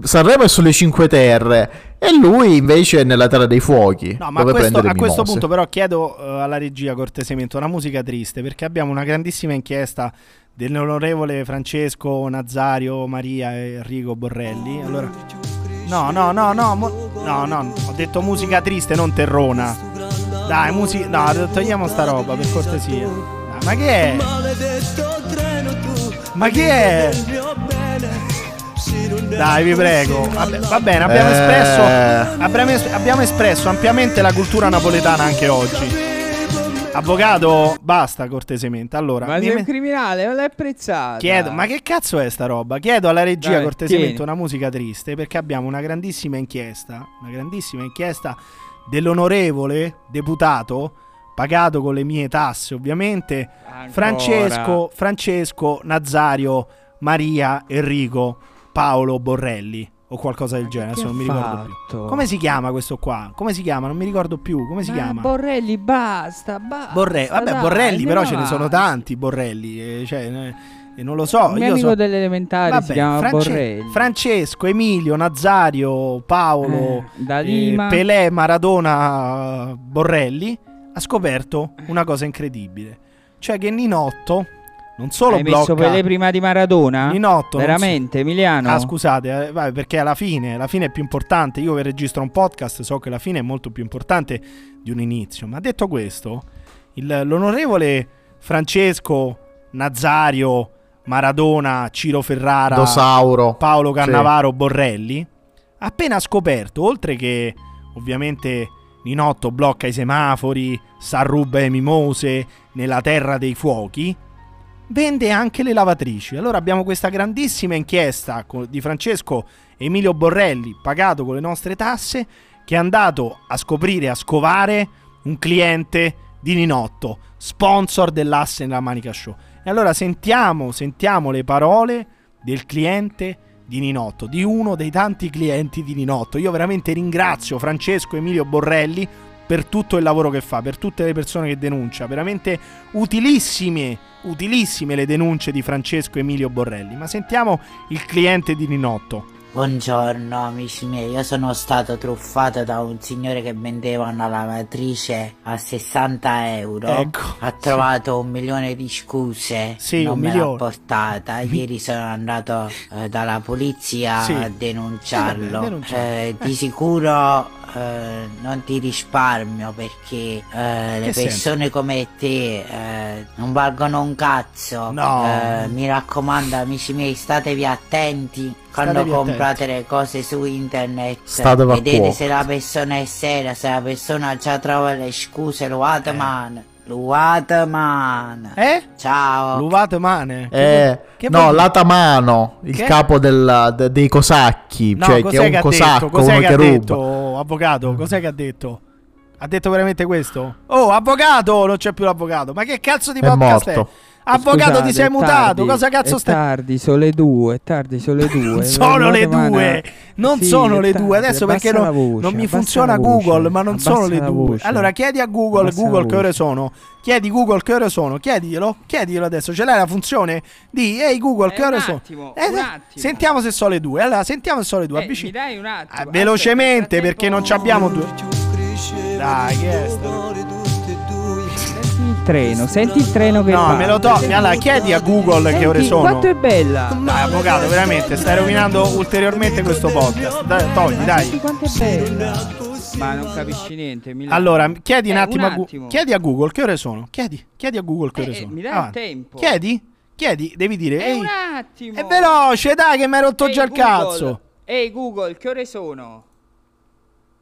[SPEAKER 5] Sanremo è sulle Cinque Terre e lui invece è nella Terra dei Fuochi.
[SPEAKER 3] No, ma a
[SPEAKER 5] dove
[SPEAKER 3] questo,
[SPEAKER 5] prende le
[SPEAKER 3] a questo
[SPEAKER 5] mimose.
[SPEAKER 3] punto però chiedo eh, alla regia cortesemente una musica triste perché abbiamo una grandissima inchiesta dell'onorevole Francesco Nazario Maria e Enrico Borrelli. Allora, no, no, no, no, mo- no, no, ho detto musica triste, non terrona. Dai, musica, no, togliamo sta roba per cortesia. Dai, ma che è? Ma che è? Dai, vi prego. Vabbè, va bene, abbiamo
[SPEAKER 5] Eh.
[SPEAKER 3] espresso abbiamo, es- abbiamo espresso ampiamente la cultura napoletana anche oggi. Avvocato, basta cortesemente. Allora,
[SPEAKER 6] Ma
[SPEAKER 3] mi-
[SPEAKER 6] sei un criminale, non l'hai apprezzato.
[SPEAKER 3] chiedo, ma che cazzo è sta roba? Chiedo alla regia
[SPEAKER 6] Dai,
[SPEAKER 3] cortesemente
[SPEAKER 6] tieni.
[SPEAKER 3] una musica triste perché abbiamo una grandissima inchiesta, una grandissima inchiesta dell'onorevole deputato pagato con le mie tasse, ovviamente, Francesco, Francesco Nazario Maria Enrico Paolo Borrelli o qualcosa del genere, adesso non mi ricordo più. Come si chiama questo qua? Come si chiama? Non mi ricordo più, come si
[SPEAKER 6] Ma
[SPEAKER 3] chiama?
[SPEAKER 6] Borrelli, basta, basta.
[SPEAKER 3] Borre- vabbè,
[SPEAKER 6] dai,
[SPEAKER 3] Borrelli, però ce ne
[SPEAKER 6] andiamo
[SPEAKER 3] sono
[SPEAKER 6] avanti.
[SPEAKER 3] tanti Borrelli, eh, cioè, eh, eh, non lo so.
[SPEAKER 6] Il mio
[SPEAKER 3] io
[SPEAKER 6] amico
[SPEAKER 3] so-
[SPEAKER 6] delle elementari si
[SPEAKER 3] Vabbè,
[SPEAKER 6] chiama
[SPEAKER 3] France-
[SPEAKER 6] Borrelli.
[SPEAKER 3] Francesco, Emilio, Nazario, Paolo,
[SPEAKER 6] Eh, Dalima.
[SPEAKER 3] Pelé, Maradona, eh, Borrelli ha scoperto una cosa incredibile, cioè che Ninotto non solo
[SPEAKER 6] Hai
[SPEAKER 3] blocca
[SPEAKER 6] messo Pelé prima di Maradona?
[SPEAKER 3] Ninotto, non so-
[SPEAKER 6] Veramente, Emiliano?
[SPEAKER 3] Ah, scusate, eh, vai, perché alla fine, la fine è più importante. Io che registro un podcast so che la fine è molto più importante di un inizio. Ma detto questo, il- l'onorevole Francesco Nazario Maradona, Ciro Ferrara,
[SPEAKER 5] Dosauro.
[SPEAKER 3] Paolo
[SPEAKER 5] Sì.
[SPEAKER 3] Cannavaro Borrelli, ha appena scoperto, oltre che ovviamente Ninotto blocca i semafori, s'arruba le mimose nella terra dei fuochi, vende anche le lavatrici. Allora abbiamo questa grandissima inchiesta co- di Francesco Emilio Borrelli, pagato con le nostre tasse, che è andato a scoprire, a scovare un cliente di Ninotto, sponsor dell'asse nella Manica Show. E allora sentiamo, sentiamo le parole del cliente di Ninotto, di uno dei tanti clienti di Ninotto. Io veramente ringrazio Francesco Emilio Borrelli per tutto il lavoro che fa, per tutte le persone che denuncia, veramente utilissime, utilissime le denunce di Francesco Emilio Borrelli. Ma sentiamo il cliente di Ninotto.
[SPEAKER 20] Buongiorno amici miei, io sono stato truffato da un signore che vendeva una lavatrice a 60 euro.
[SPEAKER 3] Ecco.
[SPEAKER 20] Ha trovato un milione di scuse,
[SPEAKER 3] Sì,
[SPEAKER 20] non
[SPEAKER 3] un
[SPEAKER 20] me
[SPEAKER 3] milione.
[SPEAKER 20] l'ha portata. Ieri sono andato eh, dalla polizia
[SPEAKER 3] Sì.
[SPEAKER 20] a denunciarlo.
[SPEAKER 3] Eh, vabbè, denuncialo.
[SPEAKER 20] Eh, di sicuro eh, non ti risparmio perché eh, le
[SPEAKER 3] Che
[SPEAKER 20] persone come te eh, non valgono un cazzo.
[SPEAKER 3] No.
[SPEAKER 20] Eh, mi raccomando amici miei, statevi attenti quando
[SPEAKER 3] Statevi attenti.
[SPEAKER 20] comprate le cose su internet
[SPEAKER 5] Statevi a
[SPEAKER 20] vedete
[SPEAKER 5] cuoco.
[SPEAKER 20] se la persona è seria se la persona già trova le scuse lo Atman lo Atman
[SPEAKER 3] eh?
[SPEAKER 20] ciao
[SPEAKER 3] Luvate mane.
[SPEAKER 5] Eh,
[SPEAKER 3] Che
[SPEAKER 5] no,
[SPEAKER 3] vuol-
[SPEAKER 5] Latamano, il
[SPEAKER 3] Che?
[SPEAKER 5] capo della- de- dei cosacchi,
[SPEAKER 3] No,
[SPEAKER 5] cioè che
[SPEAKER 3] cos'è
[SPEAKER 5] è un
[SPEAKER 3] ha
[SPEAKER 5] cosacco,
[SPEAKER 3] detto? Cos'è
[SPEAKER 5] uno
[SPEAKER 3] che
[SPEAKER 5] che,
[SPEAKER 3] ha
[SPEAKER 5] ruba.
[SPEAKER 3] detto, avvocato? Cos'è che ha detto? Ha detto veramente questo? Oh, avvocato! Non c'è più l'avvocato. Ma che cazzo di
[SPEAKER 5] È
[SPEAKER 3] podcast è?
[SPEAKER 5] morto.
[SPEAKER 3] Avvocato,
[SPEAKER 6] Scusate,
[SPEAKER 3] ti sei
[SPEAKER 6] è
[SPEAKER 3] mutato?
[SPEAKER 6] tardi,
[SPEAKER 3] Cosa cazzo
[SPEAKER 6] è
[SPEAKER 3] stai-
[SPEAKER 6] Tardi, sono le due, è tardi, sono le due.
[SPEAKER 3] Non sono le due, non sono le due. Adesso perché non, non mi funziona Google, ma non sono le due. Allora chiedi a Google,
[SPEAKER 6] Abbassa la
[SPEAKER 3] Google che ore
[SPEAKER 6] voce.
[SPEAKER 3] sono. Chiedi Google che ore sono, chiediglielo, chiediglielo adesso. Ce l'hai la funzione di ehi Google che ore sono. Eh, eh, Sentiamo se sono le due. Allora, sentiamo se sono le due. Avvicini.
[SPEAKER 6] Eh, dai un attimo.
[SPEAKER 3] Velocemente perché non ci abbiamo due. Dai, che è sta-
[SPEAKER 6] Il treno, senti il treno che
[SPEAKER 3] No,
[SPEAKER 6] va.
[SPEAKER 3] me lo togli. Allora, chiedi a Google che
[SPEAKER 6] Senti
[SPEAKER 3] ore sono.
[SPEAKER 6] Quanto è bella.
[SPEAKER 3] Dai, avvocato, veramente stai rovinando ulteriormente questo podcast. Dai, togli, dai.
[SPEAKER 6] Quanto è bella. Ma non capisci niente. Milano.
[SPEAKER 3] Allora, chiedi un
[SPEAKER 6] Eh,
[SPEAKER 3] attimo, a Gu-
[SPEAKER 6] attimo. Eh,
[SPEAKER 3] chiedi a Google che ore sono. Chiedi, chiedi a Google che ore sono.
[SPEAKER 6] mi dai un
[SPEAKER 3] Avanti.
[SPEAKER 6] tempo.
[SPEAKER 3] Chiedi, chiedi, devi dire.
[SPEAKER 6] Eh,
[SPEAKER 3] Ehi,
[SPEAKER 6] un attimo.
[SPEAKER 3] è veloce, dai, che mi hai rotto già il cazzo.
[SPEAKER 6] Ehi Google, che ore sono?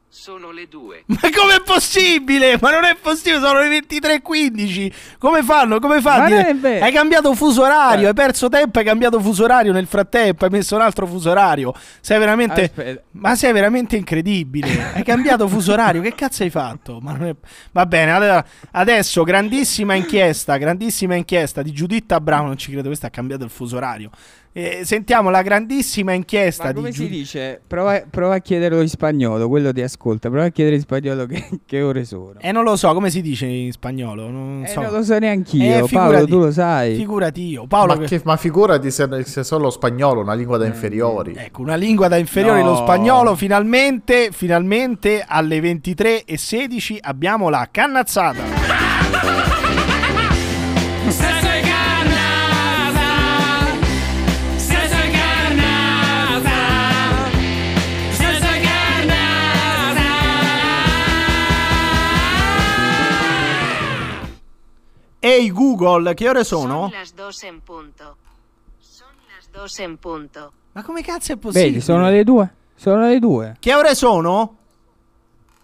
[SPEAKER 19] Sono le due.
[SPEAKER 3] Ma com'è possibile? Ma non è possibile, sono le 23.15. Come fanno? Come fanno?
[SPEAKER 6] Ma
[SPEAKER 3] a dire-
[SPEAKER 6] non è vero. Eh.
[SPEAKER 3] Hai cambiato fuso orario, hai perso tempo, hai cambiato fuso orario nel frattempo, hai messo un altro fuso orario. Sei veramente.
[SPEAKER 6] Ah, Aspetta.
[SPEAKER 3] Ma sei veramente incredibile. Hai cambiato fuso orario, che cazzo hai fatto? Ma non è- Va bene, allora, adesso grandissima inchiesta, grandissima inchiesta di Giuditta Brown, non ci credo, questa ha cambiato il fuso orario. Eh, sentiamo la grandissima inchiesta
[SPEAKER 6] Ma
[SPEAKER 3] di
[SPEAKER 6] come si
[SPEAKER 3] Giuditta
[SPEAKER 6] dice? Prova, prova a chiederlo in spagnolo, quello ti ascolta. Prova a chiedere in spagnolo che, che ore sono.
[SPEAKER 3] Eh, non lo so, come si dice in spagnolo? Non,
[SPEAKER 6] Eh,
[SPEAKER 3] so.
[SPEAKER 6] non lo so
[SPEAKER 3] Eh,
[SPEAKER 6] neanch'io.
[SPEAKER 3] figurati.
[SPEAKER 6] Paolo, tu lo sai.
[SPEAKER 3] Figurati io, Oh, Paolo.
[SPEAKER 5] ma,
[SPEAKER 3] che-
[SPEAKER 5] che- ma figurati se, se solo spagnolo, una lingua da inferiori.
[SPEAKER 3] Ecco, una lingua da inferiore,
[SPEAKER 5] No.
[SPEAKER 3] lo spagnolo. Finalmente, finalmente alle 23.16 abbiamo la cannazzata. Ehi Google, che ore sono?
[SPEAKER 21] Las dos en punto. Son las dos en punto.
[SPEAKER 3] Ma come cazzo è possibile?
[SPEAKER 6] Vedi, sono le due. Sono le due.
[SPEAKER 3] Che ore sono?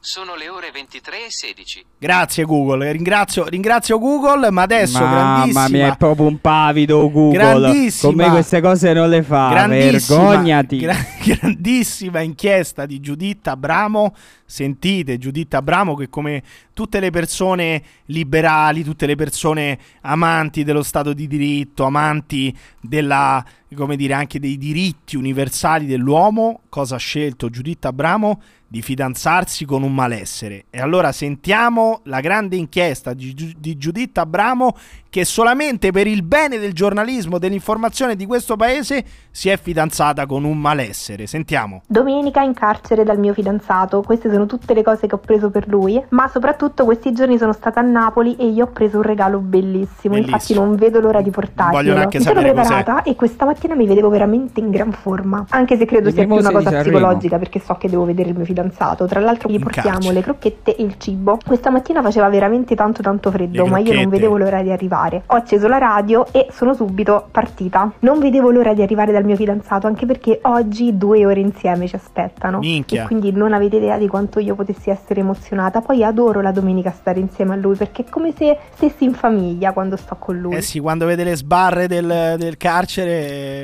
[SPEAKER 19] Sono le ore 23 e 16.
[SPEAKER 3] Grazie Google, ringrazio, ringrazio Google, ma adesso
[SPEAKER 6] Mamma mia,
[SPEAKER 3] grandissima,
[SPEAKER 6] è proprio un pavido Google.
[SPEAKER 3] Grandissima.
[SPEAKER 6] Con me queste cose non le fa.
[SPEAKER 3] Grandissima.
[SPEAKER 6] Vergognati.
[SPEAKER 3] gra- grandissima inchiesta di Giuditta Abramo. Sentite, Giuditta Abramo che come tutte le persone liberali, tutte le persone amanti dello Stato di diritto, amanti della, come dire, anche dei diritti universali dell'uomo, cosa ha scelto Giuditta Abramo? Di fidanzarsi con un malessere. E allora sentiamo la grande inchiesta di, Giu- di Giuditta Abramo che solamente per il bene del giornalismo, dell'informazione di questo paese si è fidanzata con un malessere. Sentiamo.
[SPEAKER 22] Domenica in carcere dal mio fidanzato, queste sono tutte le cose che ho preso per lui, ma soprattutto questi giorni sono stata a Napoli e io ho preso un regalo bellissimo, infatti
[SPEAKER 3] Bellissimo.
[SPEAKER 22] non vedo l'ora di portarlo.
[SPEAKER 3] Voglio neanche
[SPEAKER 22] Mi sono
[SPEAKER 3] sapere cos'è.
[SPEAKER 22] preparata e questa mattina mi vedevo veramente in gran forma, anche se credo Le sia più una mimose di cosa Sanremo. psicologica perché so che devo vedere il mio fidanzato, tra l'altro gli portiamo carcere. le crocchette e il cibo. Questa mattina faceva veramente tanto tanto freddo, Le ma io non crocchette. vedevo l'ora di arrivare. Ho acceso la radio e sono subito partita. Non vedevo l'ora di arrivare dal mio fidanzato, anche perché oggi due ore insieme ci aspettano.
[SPEAKER 23] Minchia.
[SPEAKER 22] E quindi non avete idea di quanto io potessi essere emozionata. Poi adoro la domenica stare insieme a lui perché è come se stessi in famiglia quando sto con lui.
[SPEAKER 3] Eh sì, quando vede le sbarre del, del carcere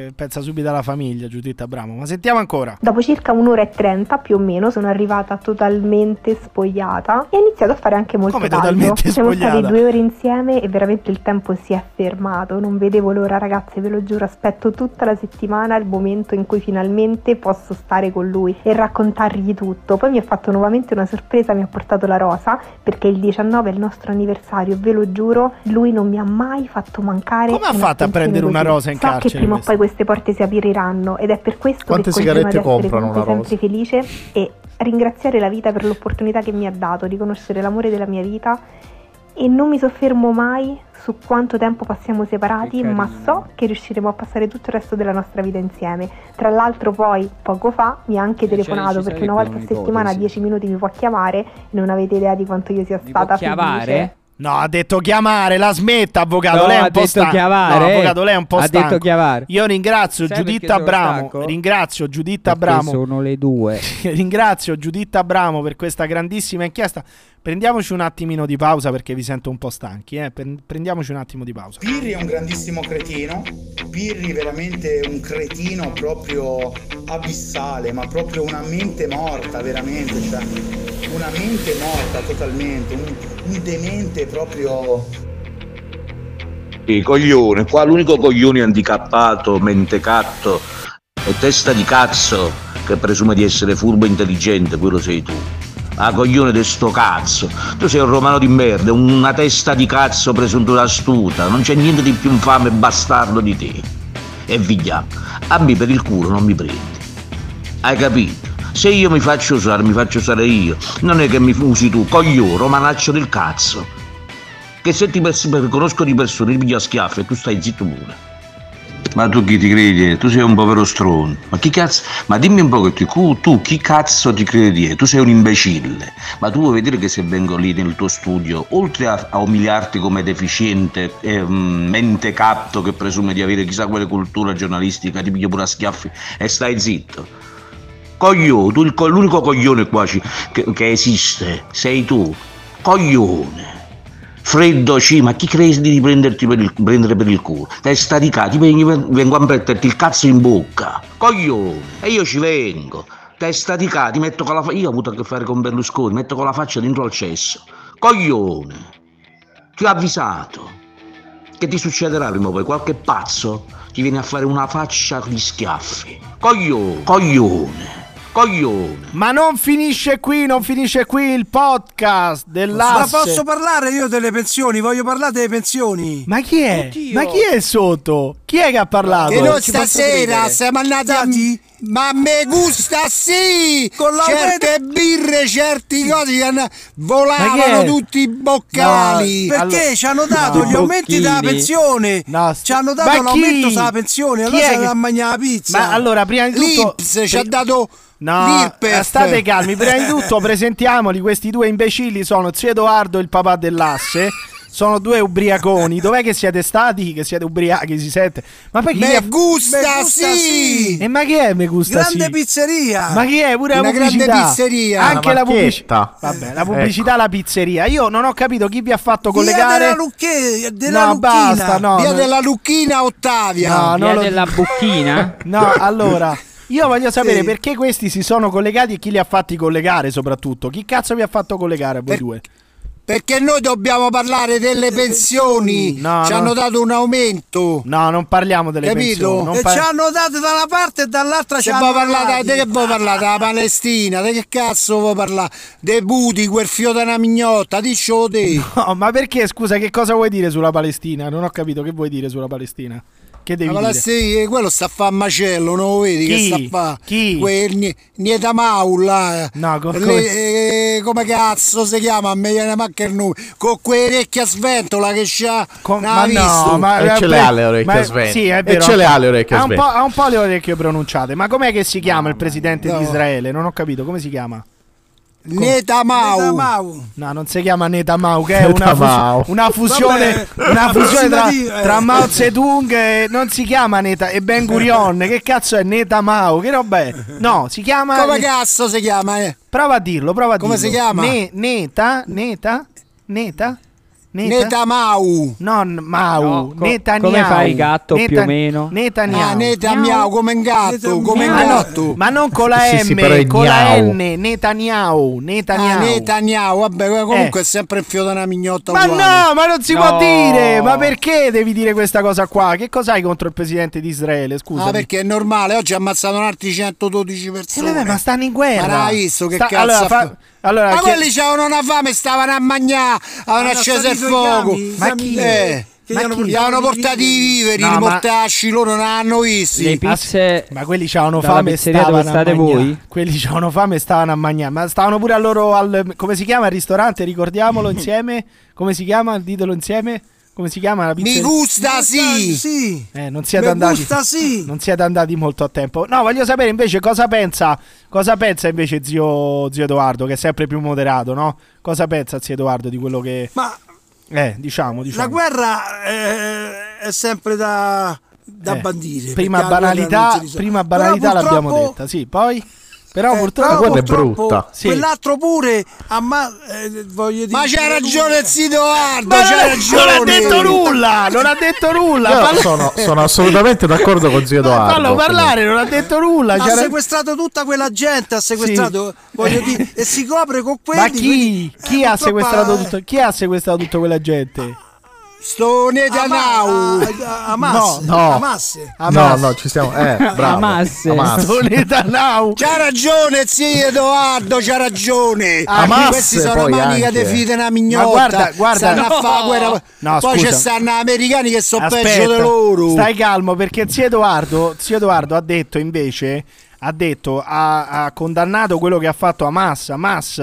[SPEAKER 3] eh, pensa subito alla famiglia, Giuditta Abramo. Ma sentiamo ancora.
[SPEAKER 22] Dopo circa un'ora e trenta più o meno sono arrivata totalmente spogliata e ho iniziato a fare anche molto
[SPEAKER 3] Come
[SPEAKER 22] caldo.
[SPEAKER 3] totalmente
[SPEAKER 22] Siamo
[SPEAKER 3] spogliata?
[SPEAKER 22] stati due ore insieme e veramente il tempo si è fermato. Non vedevo l'ora, ragazze, ve lo giuro, aspetto tutta la settimana il momento in cui finalmente posso stare con lui e raccontargli tutto. Poi mi ha fatto nuovamente una sorpresa, mi ha portato la rosa perché il 19 è il nostro anniversario, ve lo giuro, lui non mi ha mai fatto mancare.
[SPEAKER 3] Come ha
[SPEAKER 22] una
[SPEAKER 3] fatto a
[SPEAKER 22] attenzione
[SPEAKER 3] prendere una
[SPEAKER 22] così.
[SPEAKER 3] rosa in
[SPEAKER 22] so
[SPEAKER 3] carcere
[SPEAKER 22] Che prima o
[SPEAKER 3] questa?
[SPEAKER 22] poi queste porte si apriranno ed è per questo che continuo
[SPEAKER 5] Quante
[SPEAKER 22] ad
[SPEAKER 5] sigarette
[SPEAKER 22] essere
[SPEAKER 5] comprano
[SPEAKER 22] comunque
[SPEAKER 5] una rosa?
[SPEAKER 22] sempre felice e ringraziare la vita per l'opportunità che mi ha dato di conoscere l'amore della mia vita e non mi soffermo mai su quanto tempo passiamo separati, ma so che riusciremo a passare tutto il resto della nostra vita insieme. Tra l'altro poi poco fa mi ha anche
[SPEAKER 6] Cioè,
[SPEAKER 22] telefonato
[SPEAKER 6] ci
[SPEAKER 22] perché
[SPEAKER 6] sarebbe
[SPEAKER 22] una volta a
[SPEAKER 6] un'ipotesi.
[SPEAKER 22] settimana 10 minuti mi può chiamare e non avete idea di quanto io sia stata felice.
[SPEAKER 3] No, ha detto chiamare, la smetta, avvocato.
[SPEAKER 6] No,
[SPEAKER 3] lei è un
[SPEAKER 6] ha
[SPEAKER 3] po'
[SPEAKER 6] detto
[SPEAKER 3] stanco.
[SPEAKER 6] chiamare,
[SPEAKER 3] No,
[SPEAKER 6] eh.
[SPEAKER 3] avvocato, lei è un po'
[SPEAKER 6] Ha detto
[SPEAKER 3] stanco.
[SPEAKER 6] chiamare.
[SPEAKER 3] Io ringrazio
[SPEAKER 6] Sai
[SPEAKER 3] Giuditta
[SPEAKER 6] perché sono
[SPEAKER 3] Abramo.
[SPEAKER 6] stanco?
[SPEAKER 3] Ringrazio Giuditta
[SPEAKER 6] Perché
[SPEAKER 3] Abramo.
[SPEAKER 6] Sono le due.
[SPEAKER 3] Ringrazio Giuditta Abramo per questa grandissima inchiesta. Prendiamoci un attimino di pausa perché vi sento un po' stanchi. Eh? Pren- Prendiamoci un attimo di pausa.
[SPEAKER 24] Pirri è un grandissimo cretino, Pirri veramente un cretino proprio abissale, ma proprio una mente morta, veramente, cioè una mente morta totalmente, un, un demente proprio
[SPEAKER 1] Sì, coglione, qua l'unico coglione handicappato, mentecatto e testa di cazzo che presume di essere furbo e intelligente, quello sei tu. Ah, coglione di sto cazzo. Tu sei un romano di merda, una testa di cazzo presunto astuta. Non c'è niente di più infame e bastardo di te. E via, abbi per il culo, non mi prendi. Hai capito? Se io mi faccio usare, mi faccio usare io. Non è che mi usi tu, coglione, romanaccio del cazzo. Che se ti pers- conosco di persone, ti piglio a schiaffi e tu stai zitto pure. Ma tu chi ti credi? Tu sei un povero stronzo. Ma chi cazzo? Ma dimmi un po' che ti- cu- tu chi cazzo ti credi? Tu sei un imbecille. Ma tu vuoi vedere che se vengo lì nel tuo studio, oltre a, a umiliarti come deficiente, eh, mm, mentecatto che presume di avere chissà quale cultura giornalistica, ti piglio pure a schiaffi e stai zitto. Coglione, tu il co- l'unico coglione qua ci- che, che esiste sei tu. Coglione. Freddo C, ma chi credi di prenderti per il, prendere per il culo? Testa di cazzo, ti vengo, vengo a metterti il cazzo in bocca. Coglione, e io ci vengo. Testa di cazzo, ti metto con la fa- Io ho avuto a che fare con Berlusconi, metto con la faccia dentro al cesso. Coglione, ti ho avvisato. Che ti succederà prima o poi? Qualche pazzo ti viene a fare una faccia con gli schiaffi. Coglione, coglione, coglione.
[SPEAKER 3] Ma non finisce qui, non finisce qui il podcast dell'asse.
[SPEAKER 23] Ma posso parlare io delle pensioni? Voglio parlare delle pensioni.
[SPEAKER 3] Ma chi è? Ma chi è sotto? Chi è che ha parlato?
[SPEAKER 16] E noi stasera siamo andati. Ma me gusta sì!
[SPEAKER 23] Con la
[SPEAKER 16] certe birre, certi cose che hanno- volavano tutti i boccali.
[SPEAKER 23] perché ci hanno dato gli aumenti della pensione? Ci hanno dato
[SPEAKER 16] Ma chi?
[SPEAKER 23] l'aumento della pensione,
[SPEAKER 16] Chi
[SPEAKER 23] allora
[SPEAKER 16] è
[SPEAKER 23] si
[SPEAKER 16] che-
[SPEAKER 23] andava a mangiare la pizza.
[SPEAKER 3] Ma allora, prima di tutto.
[SPEAKER 16] L'Ips ci ha dato
[SPEAKER 3] No, eh,
[SPEAKER 16] l'Irpef.
[SPEAKER 3] state calmi. Prima di tutto, presentiamoli. Questi due imbecilli sono zio Edoardo e il papà dell'asse. Sono due ubriaconi. Dov'è che siete stati? Che siete ubriachi? Si sente. Ma perché.
[SPEAKER 16] Me
[SPEAKER 3] chi ha-
[SPEAKER 16] gusta
[SPEAKER 3] Me
[SPEAKER 16] sì!
[SPEAKER 3] E ma chi è Me gusta
[SPEAKER 16] Grande
[SPEAKER 3] sì?
[SPEAKER 23] pizzeria!
[SPEAKER 3] Ma chi è? Pure la
[SPEAKER 16] Una grande
[SPEAKER 3] pubblicità.
[SPEAKER 16] pizzeria.
[SPEAKER 3] Anche
[SPEAKER 16] Una
[SPEAKER 3] la pubblicità.
[SPEAKER 16] marchetta. Ecco.
[SPEAKER 3] Vabbè, la pubblicità, la pizzeria. Io non ho capito chi vi ha fatto
[SPEAKER 16] Via
[SPEAKER 3] collegare.
[SPEAKER 16] della
[SPEAKER 23] Lucche-
[SPEAKER 16] della
[SPEAKER 3] no,
[SPEAKER 16] Lucchina.
[SPEAKER 3] basta, no.
[SPEAKER 16] Via
[SPEAKER 3] non-
[SPEAKER 16] della Lucchina Ottavia.
[SPEAKER 3] No,
[SPEAKER 16] Via
[SPEAKER 3] non lo-
[SPEAKER 16] della Bucchina?
[SPEAKER 3] No, allora. Io voglio sapere
[SPEAKER 16] Eh? Sì.
[SPEAKER 3] perché questi si sono collegati e chi li ha fatti collegare soprattutto. Chi cazzo vi ha fatto collegare a voi due?
[SPEAKER 16] Perché noi dobbiamo parlare delle pensioni.
[SPEAKER 3] No,
[SPEAKER 16] ci
[SPEAKER 3] no.
[SPEAKER 16] hanno dato un aumento.
[SPEAKER 3] No, non parliamo delle
[SPEAKER 16] Capito?
[SPEAKER 3] pensioni. non
[SPEAKER 16] E
[SPEAKER 3] par-
[SPEAKER 16] ci hanno-
[SPEAKER 23] hanno dato da una parte e dall'altra ci
[SPEAKER 16] Se
[SPEAKER 23] hanno
[SPEAKER 16] voi parlate,
[SPEAKER 23] dati.
[SPEAKER 16] di che voi parlate? Della Palestina, di che cazzo voi parlate? Dei buti, quel fio della mignotta, dicelo te.
[SPEAKER 3] No, ma perché scusa, che cosa vuoi dire sulla Palestina? Non ho capito che vuoi dire sulla Palestina. Che devi
[SPEAKER 16] La
[SPEAKER 3] dire?
[SPEAKER 16] Palestina, eh, quello sta a fare macello, non lo vedi
[SPEAKER 3] Chi?
[SPEAKER 16] che sta a fare?
[SPEAKER 3] Chi?
[SPEAKER 16] Quel Ni- Nietamau là.
[SPEAKER 3] No, co-
[SPEAKER 16] Le-
[SPEAKER 3] come-
[SPEAKER 16] eh, come cazzo si chiama? Mi viene manca il nome. Con quelle orecchie a sventola che c'ha. non
[SPEAKER 3] ma
[SPEAKER 16] l'ha visto?
[SPEAKER 3] no, ma
[SPEAKER 5] E ce le ha le
[SPEAKER 3] ma-
[SPEAKER 5] orecchie a svento.
[SPEAKER 3] Sì, è
[SPEAKER 5] E
[SPEAKER 3] vero.
[SPEAKER 5] ce le ha le orecchie a
[SPEAKER 3] Ha un, po',
[SPEAKER 5] svento.
[SPEAKER 3] ha un po' le orecchie pronunciate. Ma com'è che si chiama il presidente di Israele? Non ho capito come si chiama.
[SPEAKER 16] Netamau.
[SPEAKER 3] No, non si chiama Netamau, che è una,
[SPEAKER 5] Netanyahu.
[SPEAKER 3] fus- una fusione,
[SPEAKER 16] Vabbè,
[SPEAKER 3] una fusione tra,
[SPEAKER 16] approssimativa, eh.
[SPEAKER 3] tra Mao Zedong e non si chiama Neta e Ben Gurion. che cazzo è Netamau? Che roba è? No, si chiama.
[SPEAKER 16] Come cazzo si chiama? eh?
[SPEAKER 3] Prova a dirlo, prova a
[SPEAKER 16] Come
[SPEAKER 3] dirlo.
[SPEAKER 16] si chiama?
[SPEAKER 3] Ne- neta, neta, neta.
[SPEAKER 16] Netamau.
[SPEAKER 3] Non Mau,
[SPEAKER 16] No, co-
[SPEAKER 3] Netanyahu.
[SPEAKER 16] come fa il gatto più o
[SPEAKER 6] meno?
[SPEAKER 3] Netanyahu.
[SPEAKER 16] Ah, Netanyahu, come un gatto, come un
[SPEAKER 3] Ma no,
[SPEAKER 16] gatto.
[SPEAKER 3] ma non con la
[SPEAKER 16] Sì,
[SPEAKER 3] M,
[SPEAKER 16] sì, però è
[SPEAKER 3] con la
[SPEAKER 16] gnao.
[SPEAKER 3] N, Netanyahu,
[SPEAKER 16] Ah,
[SPEAKER 3] Netanyahu.
[SPEAKER 16] Netanyahu, vabbè, comunque
[SPEAKER 3] Eh.
[SPEAKER 16] è sempre il fio di una mignotta
[SPEAKER 3] Ma
[SPEAKER 16] uguale.
[SPEAKER 3] no, ma non si può dire! Ma perché devi dire questa cosa qua? Che cos'hai contro il presidente di Israele? Scusa.
[SPEAKER 16] Ah, perché è normale, oggi ha ammazzato un altri 112 persone.
[SPEAKER 3] Eh, ma stanno in guerra.
[SPEAKER 16] Ma l'ha visto che
[SPEAKER 3] Sta-
[SPEAKER 16] cazzo
[SPEAKER 3] allora,
[SPEAKER 16] ha
[SPEAKER 3] fa-
[SPEAKER 16] fa-
[SPEAKER 3] allora,
[SPEAKER 16] ma
[SPEAKER 3] chi-
[SPEAKER 16] quelli c'avevano una fame, stavano a mangiare, avevano Hanno acceso il assalito i fuoco. camion, i camion. Eh, Che ma gli hanno chi? gli portato hanno i portati i viveri, No, i ma- mortacci, loro non hanno visti. Le
[SPEAKER 3] pizze Ah, ma quelli c'avano
[SPEAKER 16] dalla
[SPEAKER 3] fame e
[SPEAKER 16] pizzeria
[SPEAKER 3] stavano
[SPEAKER 16] dove
[SPEAKER 3] a
[SPEAKER 16] state
[SPEAKER 3] mangiare.
[SPEAKER 16] voi?
[SPEAKER 3] Quelli c'avano fame e stavano a mangiare. Ma stavano pure a loro al come si chiama il ristorante? Ricordiamolo insieme. Come si chiama? Ditelo insieme. Come si chiama la
[SPEAKER 16] Mi
[SPEAKER 3] pizzeria?
[SPEAKER 16] gusta sì.
[SPEAKER 3] Eh, non siete
[SPEAKER 16] Mi
[SPEAKER 3] andati.
[SPEAKER 16] gusta, sì.
[SPEAKER 3] Non siete andati molto a tempo. No, voglio sapere invece cosa pensa. Cosa pensa invece zio, zio Edoardo, che è sempre più moderato, no? Cosa pensa zio Edoardo di quello che.
[SPEAKER 23] Ma-
[SPEAKER 3] Eh, diciamo, diciamo.
[SPEAKER 23] La guerra eh, è sempre da, da
[SPEAKER 3] Eh,
[SPEAKER 23] bandire.
[SPEAKER 3] Prima
[SPEAKER 23] perché la guerra non si
[SPEAKER 3] banalità,
[SPEAKER 23] risolve.
[SPEAKER 3] prima
[SPEAKER 23] Però
[SPEAKER 3] banalità l'abbiamo
[SPEAKER 23] purtroppo-
[SPEAKER 3] detta, sì. Poi, però purtroppo.
[SPEAKER 23] Eh, però purtroppo
[SPEAKER 3] Sì.
[SPEAKER 23] Quell'altro pure, amma- eh, voglio dire,
[SPEAKER 16] Ma c'ha ragione il zio Ardo,
[SPEAKER 3] Ma
[SPEAKER 16] c'ha
[SPEAKER 3] non-
[SPEAKER 16] ragione.
[SPEAKER 3] Non ha detto nulla, non ha detto nulla.
[SPEAKER 5] Io
[SPEAKER 3] fallo-
[SPEAKER 5] sono, sono assolutamente d'accordo con zio Edoardo.
[SPEAKER 3] fallo parlare, non ha detto nulla.
[SPEAKER 23] Ha
[SPEAKER 3] c'era-
[SPEAKER 23] sequestrato tutta quella gente, ha sequestrato, voglio dire, e si copre con quelli.
[SPEAKER 3] Ma chi,
[SPEAKER 23] quindi-
[SPEAKER 3] chi
[SPEAKER 23] eh,
[SPEAKER 3] ha
[SPEAKER 23] purtroppo,
[SPEAKER 3] sequestrato
[SPEAKER 23] eh,
[SPEAKER 3] tutto? Chi ha sequestrato tutta quella gente?
[SPEAKER 16] Stone da
[SPEAKER 2] eh,
[SPEAKER 16] nau.
[SPEAKER 2] A masse.
[SPEAKER 5] No, no.
[SPEAKER 2] A masse.
[SPEAKER 5] No, no, ci stiamo. Eh, bravo.
[SPEAKER 6] Amasse.
[SPEAKER 5] Amasse.
[SPEAKER 16] C'ha ragione, zio Edoardo, c'ha ragione.
[SPEAKER 5] Ah, Amasse
[SPEAKER 16] questi sono
[SPEAKER 5] poi
[SPEAKER 16] manica
[SPEAKER 5] anche.
[SPEAKER 16] di fide una mignotta.
[SPEAKER 3] Ma guarda, guarda.
[SPEAKER 16] Stanno a fa
[SPEAKER 3] No.
[SPEAKER 16] guerra.
[SPEAKER 3] No,
[SPEAKER 16] Poi
[SPEAKER 3] scusa.
[SPEAKER 16] ci stanno americani che sono
[SPEAKER 3] Aspetta,
[SPEAKER 16] peggio di loro.
[SPEAKER 3] Stai calmo perché zio Edoardo, zio Edoardo ha detto invece, ha detto, ha, ha condannato quello che ha fatto Hamas. Hamas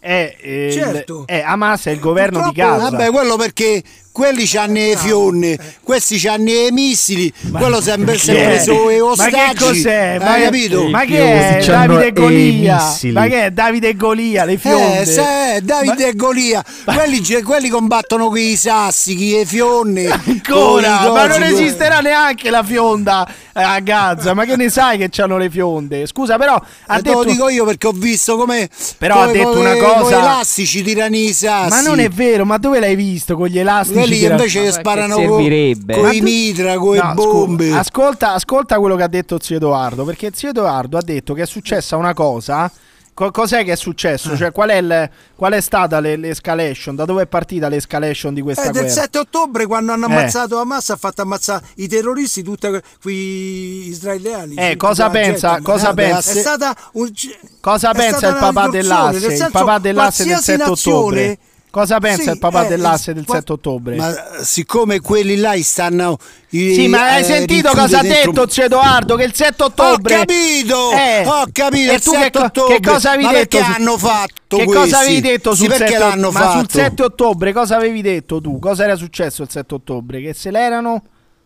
[SPEAKER 3] è, eh, il-
[SPEAKER 16] Certo.
[SPEAKER 3] è Hamas è il governo di
[SPEAKER 16] Purtroppo,
[SPEAKER 3] Gaza.
[SPEAKER 16] Vabbè, quello perché quelli c'hanno i fionne, questi c'hanno i missili, quello sembra
[SPEAKER 3] Chi è?
[SPEAKER 16] preso i
[SPEAKER 3] Ma
[SPEAKER 16] ostaggi.
[SPEAKER 3] che cos'è? Ma,
[SPEAKER 16] Hai capito?
[SPEAKER 3] ma che è
[SPEAKER 16] C'hanno
[SPEAKER 3] Davide
[SPEAKER 16] i
[SPEAKER 3] Golia?
[SPEAKER 16] missili.
[SPEAKER 3] Ma che è Davide Golia? Le fionde?
[SPEAKER 16] Eh, se, Davide e Golia, quelli, ge- quelli combattono con i sassi, con i fionne.
[SPEAKER 3] Ancora,
[SPEAKER 16] con i
[SPEAKER 3] ma
[SPEAKER 16] cosi,
[SPEAKER 3] non
[SPEAKER 16] con-
[SPEAKER 3] esisterà neanche la fionda eh, a Gaza. Ma che ne sai che c'hanno le fionde? Scusa, però ha
[SPEAKER 16] Eh, te
[SPEAKER 3] detto
[SPEAKER 16] lo dico io perché ho visto come
[SPEAKER 3] Però ha
[SPEAKER 16] come-
[SPEAKER 3] detto una
[SPEAKER 16] come-
[SPEAKER 3] cosa-
[SPEAKER 16] Con gli elastici tirano i sassi.
[SPEAKER 3] Ma non è vero, ma dove l'hai visto con gli elastici?
[SPEAKER 16] Quelli che
[SPEAKER 3] tirati-
[SPEAKER 16] invece
[SPEAKER 3] Ma
[SPEAKER 16] sparano
[SPEAKER 3] che
[SPEAKER 16] co-
[SPEAKER 3] servirebbe?
[SPEAKER 16] coi
[SPEAKER 3] Ma tu-
[SPEAKER 16] mitra, coi
[SPEAKER 3] scusa,
[SPEAKER 16] bombe.
[SPEAKER 3] ascolta, ascolta quello che ha detto zio Edoardo, perché zio Edoardo ha detto che è successa una cosa. Co- cos'è che è
[SPEAKER 16] Eh.
[SPEAKER 3] successo? Cioè, qual è, il- qual è stata le- l'escalation? Da dove è partita l'escalation di questa
[SPEAKER 2] Eh, del
[SPEAKER 3] guerra?
[SPEAKER 2] 7 ottobre quando hanno
[SPEAKER 3] Eh.
[SPEAKER 2] ammazzato Hamas ha fatto ammazzare i terroristi tutti que- quegli israeliani.
[SPEAKER 3] Eh,
[SPEAKER 2] su-
[SPEAKER 3] cosa
[SPEAKER 2] tutta la
[SPEAKER 3] pensa-
[SPEAKER 2] gente.
[SPEAKER 3] cosa
[SPEAKER 2] Guarda,
[SPEAKER 3] pensa-
[SPEAKER 2] È stata un-
[SPEAKER 3] Cosa
[SPEAKER 2] è
[SPEAKER 3] pensa
[SPEAKER 2] stata
[SPEAKER 3] il
[SPEAKER 2] una
[SPEAKER 3] papà
[SPEAKER 2] ritorsione,
[SPEAKER 3] dell'asse?
[SPEAKER 2] nel
[SPEAKER 3] il
[SPEAKER 2] senso,
[SPEAKER 3] papà dell'asse del
[SPEAKER 2] qualsiasi
[SPEAKER 3] 7 ottobre?
[SPEAKER 2] nazione-
[SPEAKER 3] Cosa pensa
[SPEAKER 2] Sì,
[SPEAKER 3] il papà
[SPEAKER 16] eh,
[SPEAKER 3] dell'asse del
[SPEAKER 16] qua-
[SPEAKER 3] 7 ottobre?
[SPEAKER 16] Ma eh, siccome quelli là stanno.
[SPEAKER 3] Sì, ma
[SPEAKER 16] Eh,
[SPEAKER 3] hai sentito cosa ha detto zio Edoardo? Che il 7 ottobre.
[SPEAKER 16] Ho capito!
[SPEAKER 3] Eh.
[SPEAKER 16] Ho capito!
[SPEAKER 3] E
[SPEAKER 16] il
[SPEAKER 3] tu che,
[SPEAKER 16] 7
[SPEAKER 3] co-
[SPEAKER 16] ottobre.
[SPEAKER 3] che cosa avevi
[SPEAKER 16] ma
[SPEAKER 3] detto?
[SPEAKER 16] Perché
[SPEAKER 3] su-
[SPEAKER 16] hanno fatto
[SPEAKER 3] Che
[SPEAKER 16] questi?
[SPEAKER 3] cosa avevi detto sul
[SPEAKER 16] Sì, perché
[SPEAKER 3] 7
[SPEAKER 16] l'hanno
[SPEAKER 3] ma
[SPEAKER 16] fatto?
[SPEAKER 3] sul 7 ottobre cosa avevi detto tu? Cosa era successo il 7 ottobre? Che se l'erano.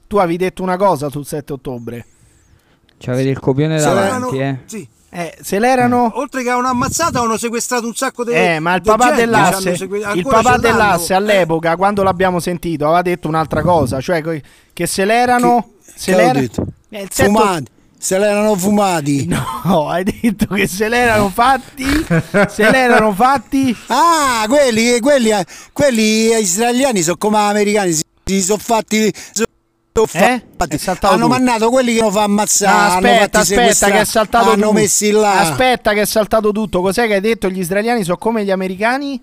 [SPEAKER 3] Tu avevi detto una cosa sul 7 ottobre.
[SPEAKER 6] C'avete il copione
[SPEAKER 2] Se
[SPEAKER 6] davanti, eh.
[SPEAKER 2] l'erano- sì. Mm.
[SPEAKER 3] Eh, se l'erano.
[SPEAKER 2] Oltre che hanno ammazzato, hanno sequestrato un sacco
[SPEAKER 16] Mm.
[SPEAKER 2] di
[SPEAKER 3] Eh, ma il
[SPEAKER 2] di
[SPEAKER 3] papà
[SPEAKER 2] gente,
[SPEAKER 3] dell'asse,
[SPEAKER 2] hanno segui-
[SPEAKER 3] il
[SPEAKER 2] ancora
[SPEAKER 3] papà
[SPEAKER 2] ce l'hanno.
[SPEAKER 3] dell'asse all'epoca, quando l'abbiamo sentito, aveva detto un'altra cosa, cioè co- che se l'erano. se
[SPEAKER 16] Che ho
[SPEAKER 3] l'era-
[SPEAKER 16] detto?
[SPEAKER 3] Eh, il 7
[SPEAKER 16] Fumati. Se l'erano fumati.
[SPEAKER 3] No, hai detto che se l'erano fatti. se l'erano fatti.
[SPEAKER 16] Ah, quelli, quelli, quelli israeliani sono come americani, si, si sono fatti. si sono
[SPEAKER 3] Eh?
[SPEAKER 16] fatti. hanno
[SPEAKER 3] tu.
[SPEAKER 16] mandato quelli che lo fa ammazzare.
[SPEAKER 3] No,
[SPEAKER 16] hanno fatti
[SPEAKER 3] Ah, aspetta, aspetta,
[SPEAKER 16] sequestrare,
[SPEAKER 3] che è saltato
[SPEAKER 16] Hanno
[SPEAKER 3] tutto.
[SPEAKER 16] messi là.
[SPEAKER 3] Aspetta, che è saltato tutto. Cos'è che hai detto? Gli israeliani sono come gli americani?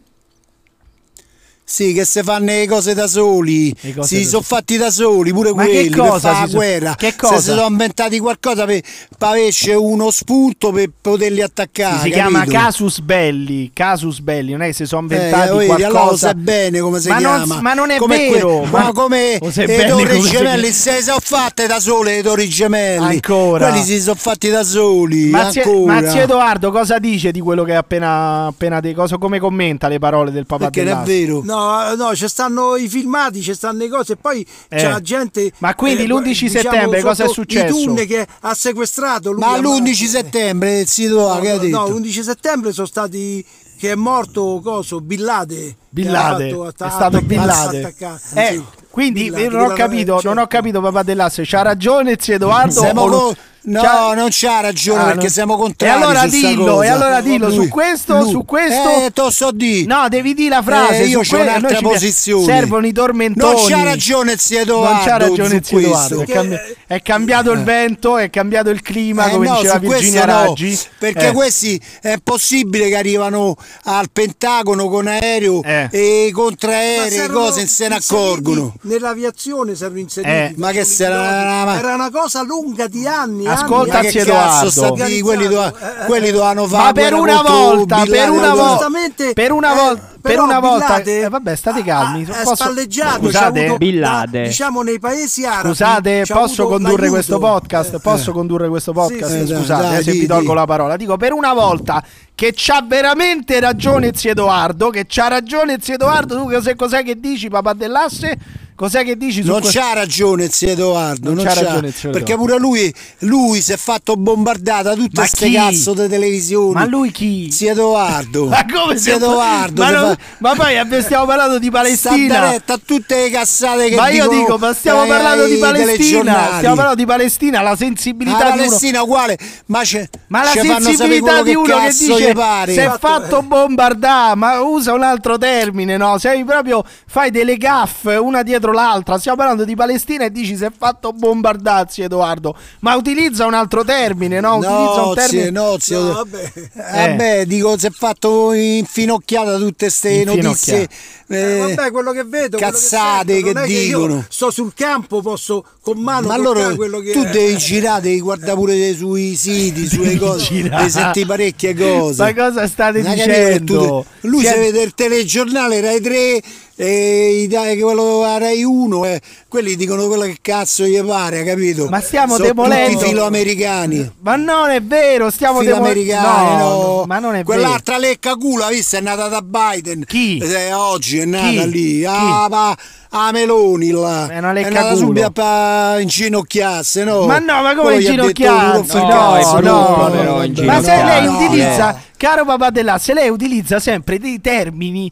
[SPEAKER 16] Sì, che si fanno le cose da soli.
[SPEAKER 3] cose
[SPEAKER 16] si
[SPEAKER 3] da
[SPEAKER 16] sono fatti da soli pure
[SPEAKER 3] Ma che
[SPEAKER 16] quelli
[SPEAKER 3] cosa
[SPEAKER 16] per fare
[SPEAKER 3] si
[SPEAKER 16] la
[SPEAKER 3] sono-
[SPEAKER 16] guerra.
[SPEAKER 3] che
[SPEAKER 16] Se
[SPEAKER 3] cosa?
[SPEAKER 16] si sono inventati qualcosa per, per averci uno spunto per poterli attaccare.
[SPEAKER 3] si
[SPEAKER 16] Ah, capito?
[SPEAKER 3] chiama Casus Belli. Casus Belli, non è che si sono
[SPEAKER 16] Eh,
[SPEAKER 3] inventati
[SPEAKER 16] vedi,
[SPEAKER 3] qualcosa.
[SPEAKER 16] allora lo sai bene come si
[SPEAKER 3] ma
[SPEAKER 16] chiama.
[SPEAKER 3] Non, ma non è
[SPEAKER 16] come
[SPEAKER 3] vero.
[SPEAKER 16] que- ma come
[SPEAKER 3] Lo sai
[SPEAKER 16] le
[SPEAKER 3] bene
[SPEAKER 16] torri
[SPEAKER 3] come si
[SPEAKER 16] gemelli
[SPEAKER 3] chiama.
[SPEAKER 16] se le sono fatte da sole le torri gemelli.
[SPEAKER 3] Ancora.
[SPEAKER 16] Quelli si sono fatti da soli.
[SPEAKER 3] Ma zio-
[SPEAKER 16] ancora.
[SPEAKER 3] ma zio Edoardo cosa dice di quello che ha appena, appena de- cosa- come commenta le parole del papà dell'Asse?
[SPEAKER 2] No, no, ci stanno i filmati, ci stanno le cose e poi
[SPEAKER 3] Eh.
[SPEAKER 2] c'è la gente. eh, diciamo,
[SPEAKER 3] Ma quindi l'11 settembre cosa è
[SPEAKER 2] sotto
[SPEAKER 16] successo?
[SPEAKER 2] I tunne che ha sequestrato. Lui
[SPEAKER 16] Ma
[SPEAKER 2] ha-
[SPEAKER 16] l'11 settembre, zio
[SPEAKER 2] No,
[SPEAKER 16] Doa, che ha detto?
[SPEAKER 2] no, 11 settembre sono stati che è morto coso Billade.
[SPEAKER 3] Bin Laden. è stato Bin Laden. Eh, quindi non ho capito, non ho capito papà dell'asse, c'ha ragione zio Edoardo.
[SPEAKER 16] cioè. Siamo
[SPEAKER 3] o Ah,
[SPEAKER 16] co- no, non c'ha ragione, perché siamo contrari
[SPEAKER 3] E allora
[SPEAKER 16] su sta
[SPEAKER 3] dillo,
[SPEAKER 16] cosa.
[SPEAKER 3] e allora dillo
[SPEAKER 16] Lui-
[SPEAKER 3] su questo,
[SPEAKER 16] lui.
[SPEAKER 3] su questo.
[SPEAKER 16] Eh, to so di.
[SPEAKER 3] No, devi dire la frase,
[SPEAKER 16] Eh, io
[SPEAKER 3] su
[SPEAKER 16] c'ho
[SPEAKER 3] que-
[SPEAKER 16] un'altra
[SPEAKER 3] noi ci-
[SPEAKER 16] posizione.
[SPEAKER 3] Servono i tormentoni.
[SPEAKER 16] Non c'ha ragione zio Edoardo
[SPEAKER 3] Non c'ha ragione
[SPEAKER 16] su
[SPEAKER 3] zio Edoardo, È,
[SPEAKER 16] questo.
[SPEAKER 3] cambi- è cambiato il vento, è cambiato il clima,
[SPEAKER 16] Eh,
[SPEAKER 3] come
[SPEAKER 16] no,
[SPEAKER 3] diceva
[SPEAKER 16] su questo
[SPEAKER 3] Virginia
[SPEAKER 16] no,
[SPEAKER 3] Raggi.
[SPEAKER 16] perché
[SPEAKER 3] Eh.
[SPEAKER 16] questi è possibile che arrivano al Pentagono con aereo
[SPEAKER 3] Eh.
[SPEAKER 16] e contraerei e cose non se ne accorgono.
[SPEAKER 2] Nell'aviazione servono inseriti.
[SPEAKER 16] Eh, ma che
[SPEAKER 2] sui
[SPEAKER 16] se la-
[SPEAKER 2] piloti.
[SPEAKER 16] la- la-
[SPEAKER 2] Era una cosa lunga di anni.
[SPEAKER 16] Ma
[SPEAKER 2] anni,
[SPEAKER 16] che
[SPEAKER 2] anni.
[SPEAKER 16] cazzo sta di quelli do- quelli dovevano fare
[SPEAKER 3] Ma per
[SPEAKER 16] guerra
[SPEAKER 3] una
[SPEAKER 16] contro
[SPEAKER 3] volta,
[SPEAKER 16] Bin
[SPEAKER 3] per
[SPEAKER 16] Laden,
[SPEAKER 3] una
[SPEAKER 16] allora-
[SPEAKER 3] volta, per una volta, per
[SPEAKER 2] Eh, però
[SPEAKER 3] una
[SPEAKER 2] Bin
[SPEAKER 3] volta,
[SPEAKER 2] Laden Ah,
[SPEAKER 3] eh, vabbè, state calmi.
[SPEAKER 2] È
[SPEAKER 3] posso-
[SPEAKER 2] spalleggiato.
[SPEAKER 3] scusate,
[SPEAKER 2] c'ha avuto- Diciamo nei paesi arabi.
[SPEAKER 3] Scusate,
[SPEAKER 2] c'ha
[SPEAKER 3] posso
[SPEAKER 2] avuto
[SPEAKER 3] condurre
[SPEAKER 2] l'aiuto.
[SPEAKER 3] questo podcast? Posso condurre questo podcast?
[SPEAKER 2] Sì, sì, sì.
[SPEAKER 3] Scusate,
[SPEAKER 2] Dai,
[SPEAKER 3] eh, se
[SPEAKER 2] dì,
[SPEAKER 3] vi tolgo
[SPEAKER 2] dì.
[SPEAKER 3] la parola. Dico per una volta che c'ha veramente ragione zio Edoardo, che c'ha ragione zio Edoardo, tu cos'è, cos'è che dici papà dell'asse? Cos'è che dici su
[SPEAKER 16] Non
[SPEAKER 3] questo?
[SPEAKER 16] c'ha ragione zio Edoardo,
[SPEAKER 3] Non
[SPEAKER 16] non
[SPEAKER 3] c'ha
[SPEAKER 16] c'ha,
[SPEAKER 3] ragione, zio
[SPEAKER 16] perché
[SPEAKER 3] Edoardo.
[SPEAKER 16] pure lui, lui si è fatto bombardare da tutte
[SPEAKER 3] Ma
[SPEAKER 16] queste
[SPEAKER 3] chi?
[SPEAKER 16] cazzo di televisioni.
[SPEAKER 3] Ma lui chi?
[SPEAKER 16] Zio Edoardo.
[SPEAKER 3] Ma come
[SPEAKER 16] zio
[SPEAKER 3] se-
[SPEAKER 16] Edoardo?
[SPEAKER 3] Ma,
[SPEAKER 16] si
[SPEAKER 3] non-
[SPEAKER 16] fa-
[SPEAKER 3] ma poi abbi- stiamo parlando di
[SPEAKER 16] Sta
[SPEAKER 3] Palestina.
[SPEAKER 16] diretta a tutte le cazzate che
[SPEAKER 3] Ma io
[SPEAKER 16] dicono
[SPEAKER 3] dico, ma stiamo
[SPEAKER 16] ai-
[SPEAKER 3] parlando di
[SPEAKER 16] ai
[SPEAKER 3] Palestina.
[SPEAKER 16] telegiornali.
[SPEAKER 3] Stiamo parlando di Palestina, la
[SPEAKER 16] Ma
[SPEAKER 3] sensibilità
[SPEAKER 16] la
[SPEAKER 3] di uno.
[SPEAKER 16] Palestina uguale, ma, c'è,
[SPEAKER 3] Ma la
[SPEAKER 16] ci fanno sapere
[SPEAKER 3] sensibilità
[SPEAKER 16] quello
[SPEAKER 3] di uno che
[SPEAKER 16] cazzo gli
[SPEAKER 3] dice
[SPEAKER 16] pare.
[SPEAKER 3] si
[SPEAKER 2] Esatto,
[SPEAKER 3] è fatto bombardare, ma usa un altro termine, no? Sei proprio fai delle gaffe una dietro dietro l'altra. Stiamo parlando di Palestina e dici si è fatto bombardazzi, Edoardo. Ma utilizza un altro termine, no? Utilizza un termine.
[SPEAKER 16] no, zio.
[SPEAKER 3] No,
[SPEAKER 16] vabbè. Eh,
[SPEAKER 3] Eh.
[SPEAKER 16] Vabbè, dico, si è fatto infinocchiata tutte queste
[SPEAKER 3] Infinocchiata.
[SPEAKER 16] notizie. eh,
[SPEAKER 2] vabbè, quello che vedo, quello
[SPEAKER 16] cazzate
[SPEAKER 2] che, sento,
[SPEAKER 16] che,
[SPEAKER 2] non è io
[SPEAKER 16] dicono.
[SPEAKER 2] sto sul campo, posso con mano
[SPEAKER 16] Ma
[SPEAKER 2] toccare
[SPEAKER 16] allora
[SPEAKER 2] quello che
[SPEAKER 16] tu
[SPEAKER 2] è.
[SPEAKER 16] devi girare, devi guardare pure sui siti, sulle cose,
[SPEAKER 2] girare.
[SPEAKER 16] devi sentire parecchie cose.
[SPEAKER 3] Ma cosa state
[SPEAKER 16] Non hai capito che
[SPEAKER 3] dicendo?
[SPEAKER 16] tu- lui
[SPEAKER 3] Siete-
[SPEAKER 16] si vede il telegiornale Rai 3 e i dai- quello a Rai 1, eh, quelli dicono quello che cazzo gli pare, hai capito? Ma
[SPEAKER 3] stiamo
[SPEAKER 16] Sono
[SPEAKER 3] demolendo-
[SPEAKER 16] tutti filoamericani.
[SPEAKER 3] Ma non è vero, stiamo
[SPEAKER 16] Filoamericani,
[SPEAKER 3] demol-
[SPEAKER 16] no,
[SPEAKER 3] no, Ma non è vero.
[SPEAKER 16] Quell'altra lecca culo, hai visto, è nata da Biden. Chi? oggi è nata
[SPEAKER 3] Chi?
[SPEAKER 16] lì. Ah, ma- a Meloni là.
[SPEAKER 3] È una lecca
[SPEAKER 16] nata
[SPEAKER 3] culo.
[SPEAKER 16] subito a inginocchiarsi, no?
[SPEAKER 3] Ma no, ma come
[SPEAKER 16] Quello gli ha
[SPEAKER 3] ginocchiarsi?
[SPEAKER 16] detto, eh,
[SPEAKER 3] No,
[SPEAKER 16] "Urlo, fa cazzo,
[SPEAKER 3] no, no,
[SPEAKER 16] urlo".
[SPEAKER 3] Ma se lei
[SPEAKER 16] No, eh.
[SPEAKER 3] utilizza,
[SPEAKER 16] no.
[SPEAKER 3] caro papà della, se lei utilizza sempre dei termini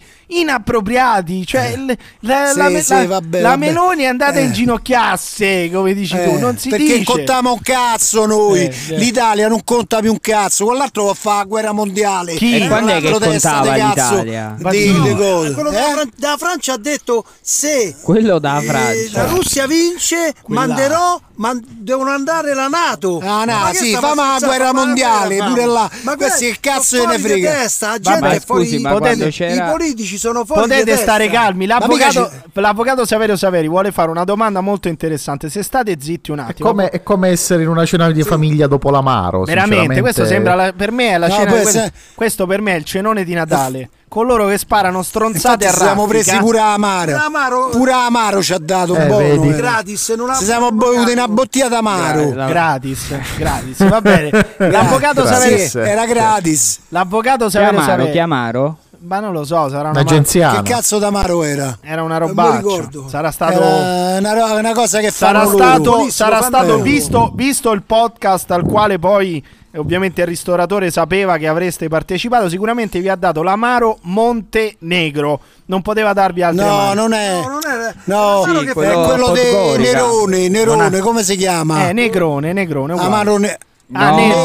[SPEAKER 3] inappropriati, cioè l- la,
[SPEAKER 16] Eh. Sì,
[SPEAKER 3] la, me-
[SPEAKER 16] sì,
[SPEAKER 3] la-
[SPEAKER 16] vabbè,
[SPEAKER 3] la
[SPEAKER 16] vabbè.
[SPEAKER 3] Meloni è andata
[SPEAKER 16] Eh.
[SPEAKER 3] in ginocchiasse, come dici tu,
[SPEAKER 16] Eh,
[SPEAKER 3] non si
[SPEAKER 16] perché
[SPEAKER 3] dice.
[SPEAKER 16] contiamo un cazzo noi
[SPEAKER 3] Eh, eh.
[SPEAKER 16] l'Italia non conta più un cazzo quell'altro va a fare la guerra mondiale Eh,
[SPEAKER 6] Chi? E quando è che
[SPEAKER 16] Quell'altro testa
[SPEAKER 6] contava
[SPEAKER 16] di cazzo,
[SPEAKER 6] l'Italia?
[SPEAKER 16] di-
[SPEAKER 6] Ma
[SPEAKER 16] di
[SPEAKER 6] no,
[SPEAKER 16] cose. Eh,
[SPEAKER 2] Quello
[SPEAKER 3] Eh,
[SPEAKER 2] della Fran- della Francia ha detto se
[SPEAKER 6] Quello da
[SPEAKER 2] eh,
[SPEAKER 6] Francia.
[SPEAKER 2] la Russia vince,
[SPEAKER 6] Quella-
[SPEAKER 2] manderò, ma devono andare la Nato.
[SPEAKER 16] Ah, no,
[SPEAKER 2] Ma che
[SPEAKER 16] sì,
[SPEAKER 2] sta-
[SPEAKER 16] famo la
[SPEAKER 2] sta-
[SPEAKER 16] guerra
[SPEAKER 2] famo la
[SPEAKER 16] mondiale,
[SPEAKER 2] guerra,
[SPEAKER 16] pure
[SPEAKER 2] famo.
[SPEAKER 16] là.
[SPEAKER 2] Ma guarda,
[SPEAKER 16] Questi che cazzo
[SPEAKER 2] sono
[SPEAKER 16] ne
[SPEAKER 2] fuori
[SPEAKER 16] frega?
[SPEAKER 2] Di testa, la
[SPEAKER 16] Vabbè,
[SPEAKER 2] gente è fuori
[SPEAKER 16] scusi,
[SPEAKER 2] di-
[SPEAKER 16] ma quando
[SPEAKER 2] potete-
[SPEAKER 16] c'era-
[SPEAKER 2] I politici sono fuori di
[SPEAKER 3] Potete
[SPEAKER 2] testa.
[SPEAKER 3] stare calmi, l'avvocato,
[SPEAKER 2] mica
[SPEAKER 3] l'avvocato Saverio Saveri vuole fare una domanda molto interessante. Se state zitti un attimo,
[SPEAKER 5] Come, è come essere in una cena di famiglia dopo l'amaro.
[SPEAKER 3] Veramente,
[SPEAKER 5] sinceramente.
[SPEAKER 3] questo sembra la- per me è la
[SPEAKER 5] No,
[SPEAKER 3] cena. di
[SPEAKER 5] poi
[SPEAKER 3] questo,
[SPEAKER 5] se-
[SPEAKER 3] questo per me è il cenone di Natale. Coloro che sparano stronzate a
[SPEAKER 16] Infatti siamo
[SPEAKER 3] raffica.
[SPEAKER 16] presi pure amaro. Pure amaro ci ha dato un
[SPEAKER 3] Eh,
[SPEAKER 16] po'.
[SPEAKER 3] vedi.
[SPEAKER 2] Gratis, non ha-
[SPEAKER 16] Ci siamo bevuti una bottiglia d'amaro.
[SPEAKER 3] Gra- gratis, gratis, va bene. L'avvocato
[SPEAKER 16] Gratis.
[SPEAKER 3] Saverio
[SPEAKER 16] Sì, era gratis.
[SPEAKER 3] L'avvocato Saverio
[SPEAKER 6] Chiamaro,
[SPEAKER 3] Saveri-
[SPEAKER 6] chiamaro?
[SPEAKER 3] Ma non lo so, sarà una
[SPEAKER 16] Che cazzo d'amaro era?
[SPEAKER 3] Era una
[SPEAKER 16] Non mi
[SPEAKER 3] roba.
[SPEAKER 16] ricordo.
[SPEAKER 3] Sarà stato
[SPEAKER 16] Era una, ro- una cosa che
[SPEAKER 3] sarà
[SPEAKER 16] fanno
[SPEAKER 3] stato,
[SPEAKER 16] loro.
[SPEAKER 3] sarà stato
[SPEAKER 16] Eh.
[SPEAKER 3] visto, visto il podcast al quale poi eh, ovviamente il ristoratore sapeva che avreste partecipato, sicuramente vi ha dato l'amaro Montenegro. Non poteva darvi altri
[SPEAKER 16] No,
[SPEAKER 3] amari.
[SPEAKER 16] non è. No, No,
[SPEAKER 3] Sì,
[SPEAKER 16] è
[SPEAKER 3] quello
[SPEAKER 16] quello di
[SPEAKER 3] Podgorica.
[SPEAKER 16] Nerone,
[SPEAKER 3] Non
[SPEAKER 16] Nerone,
[SPEAKER 3] ha-
[SPEAKER 16] come si chiama?
[SPEAKER 3] Eh, Negrone, Negrone, uguale.
[SPEAKER 16] Amaro Ne-
[SPEAKER 3] Ah,
[SPEAKER 16] No.
[SPEAKER 3] Nero-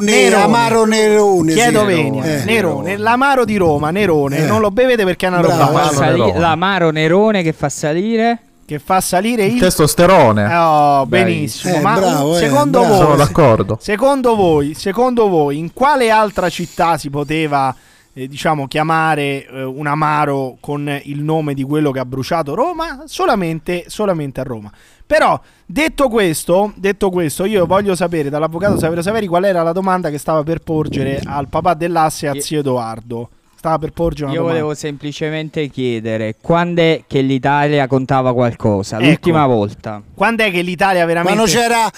[SPEAKER 16] Nerone,
[SPEAKER 3] Nerone.
[SPEAKER 16] Amaro Nerone. sì.
[SPEAKER 3] Chiedo venia,
[SPEAKER 16] Eh.
[SPEAKER 3] Nerone, l'amaro di Roma, Nerone, non lo bevete perché è una roba.
[SPEAKER 6] Fa sali- l'amaro Nerone che fa salire?
[SPEAKER 3] Che fa salire il,
[SPEAKER 5] testosterone.
[SPEAKER 3] Oh, benissimo.
[SPEAKER 5] Eh,
[SPEAKER 3] Ma
[SPEAKER 5] bravo,
[SPEAKER 3] un-
[SPEAKER 5] eh,
[SPEAKER 3] secondo
[SPEAKER 5] bravo. Sono
[SPEAKER 3] voi,
[SPEAKER 5] d'accordo.
[SPEAKER 3] Secondo voi, secondo voi, in quale altra città si poteva eh, diciamo chiamare eh, un amaro con il nome di quello che ha bruciato Roma? Solamente, solamente a Roma. Però, detto questo, detto questo, io voglio sapere dall'avvocato Saverio Saveri qual era la domanda che stava per porgere al papà dell'asse e a zio Edoardo. Stava per porgere una
[SPEAKER 6] Io
[SPEAKER 3] domanda.
[SPEAKER 6] volevo semplicemente chiedere quando è che l'Italia contava qualcosa?
[SPEAKER 3] Ecco.
[SPEAKER 6] L'ultima volta.
[SPEAKER 3] Quando è che l'Italia veramente
[SPEAKER 16] Quando c'era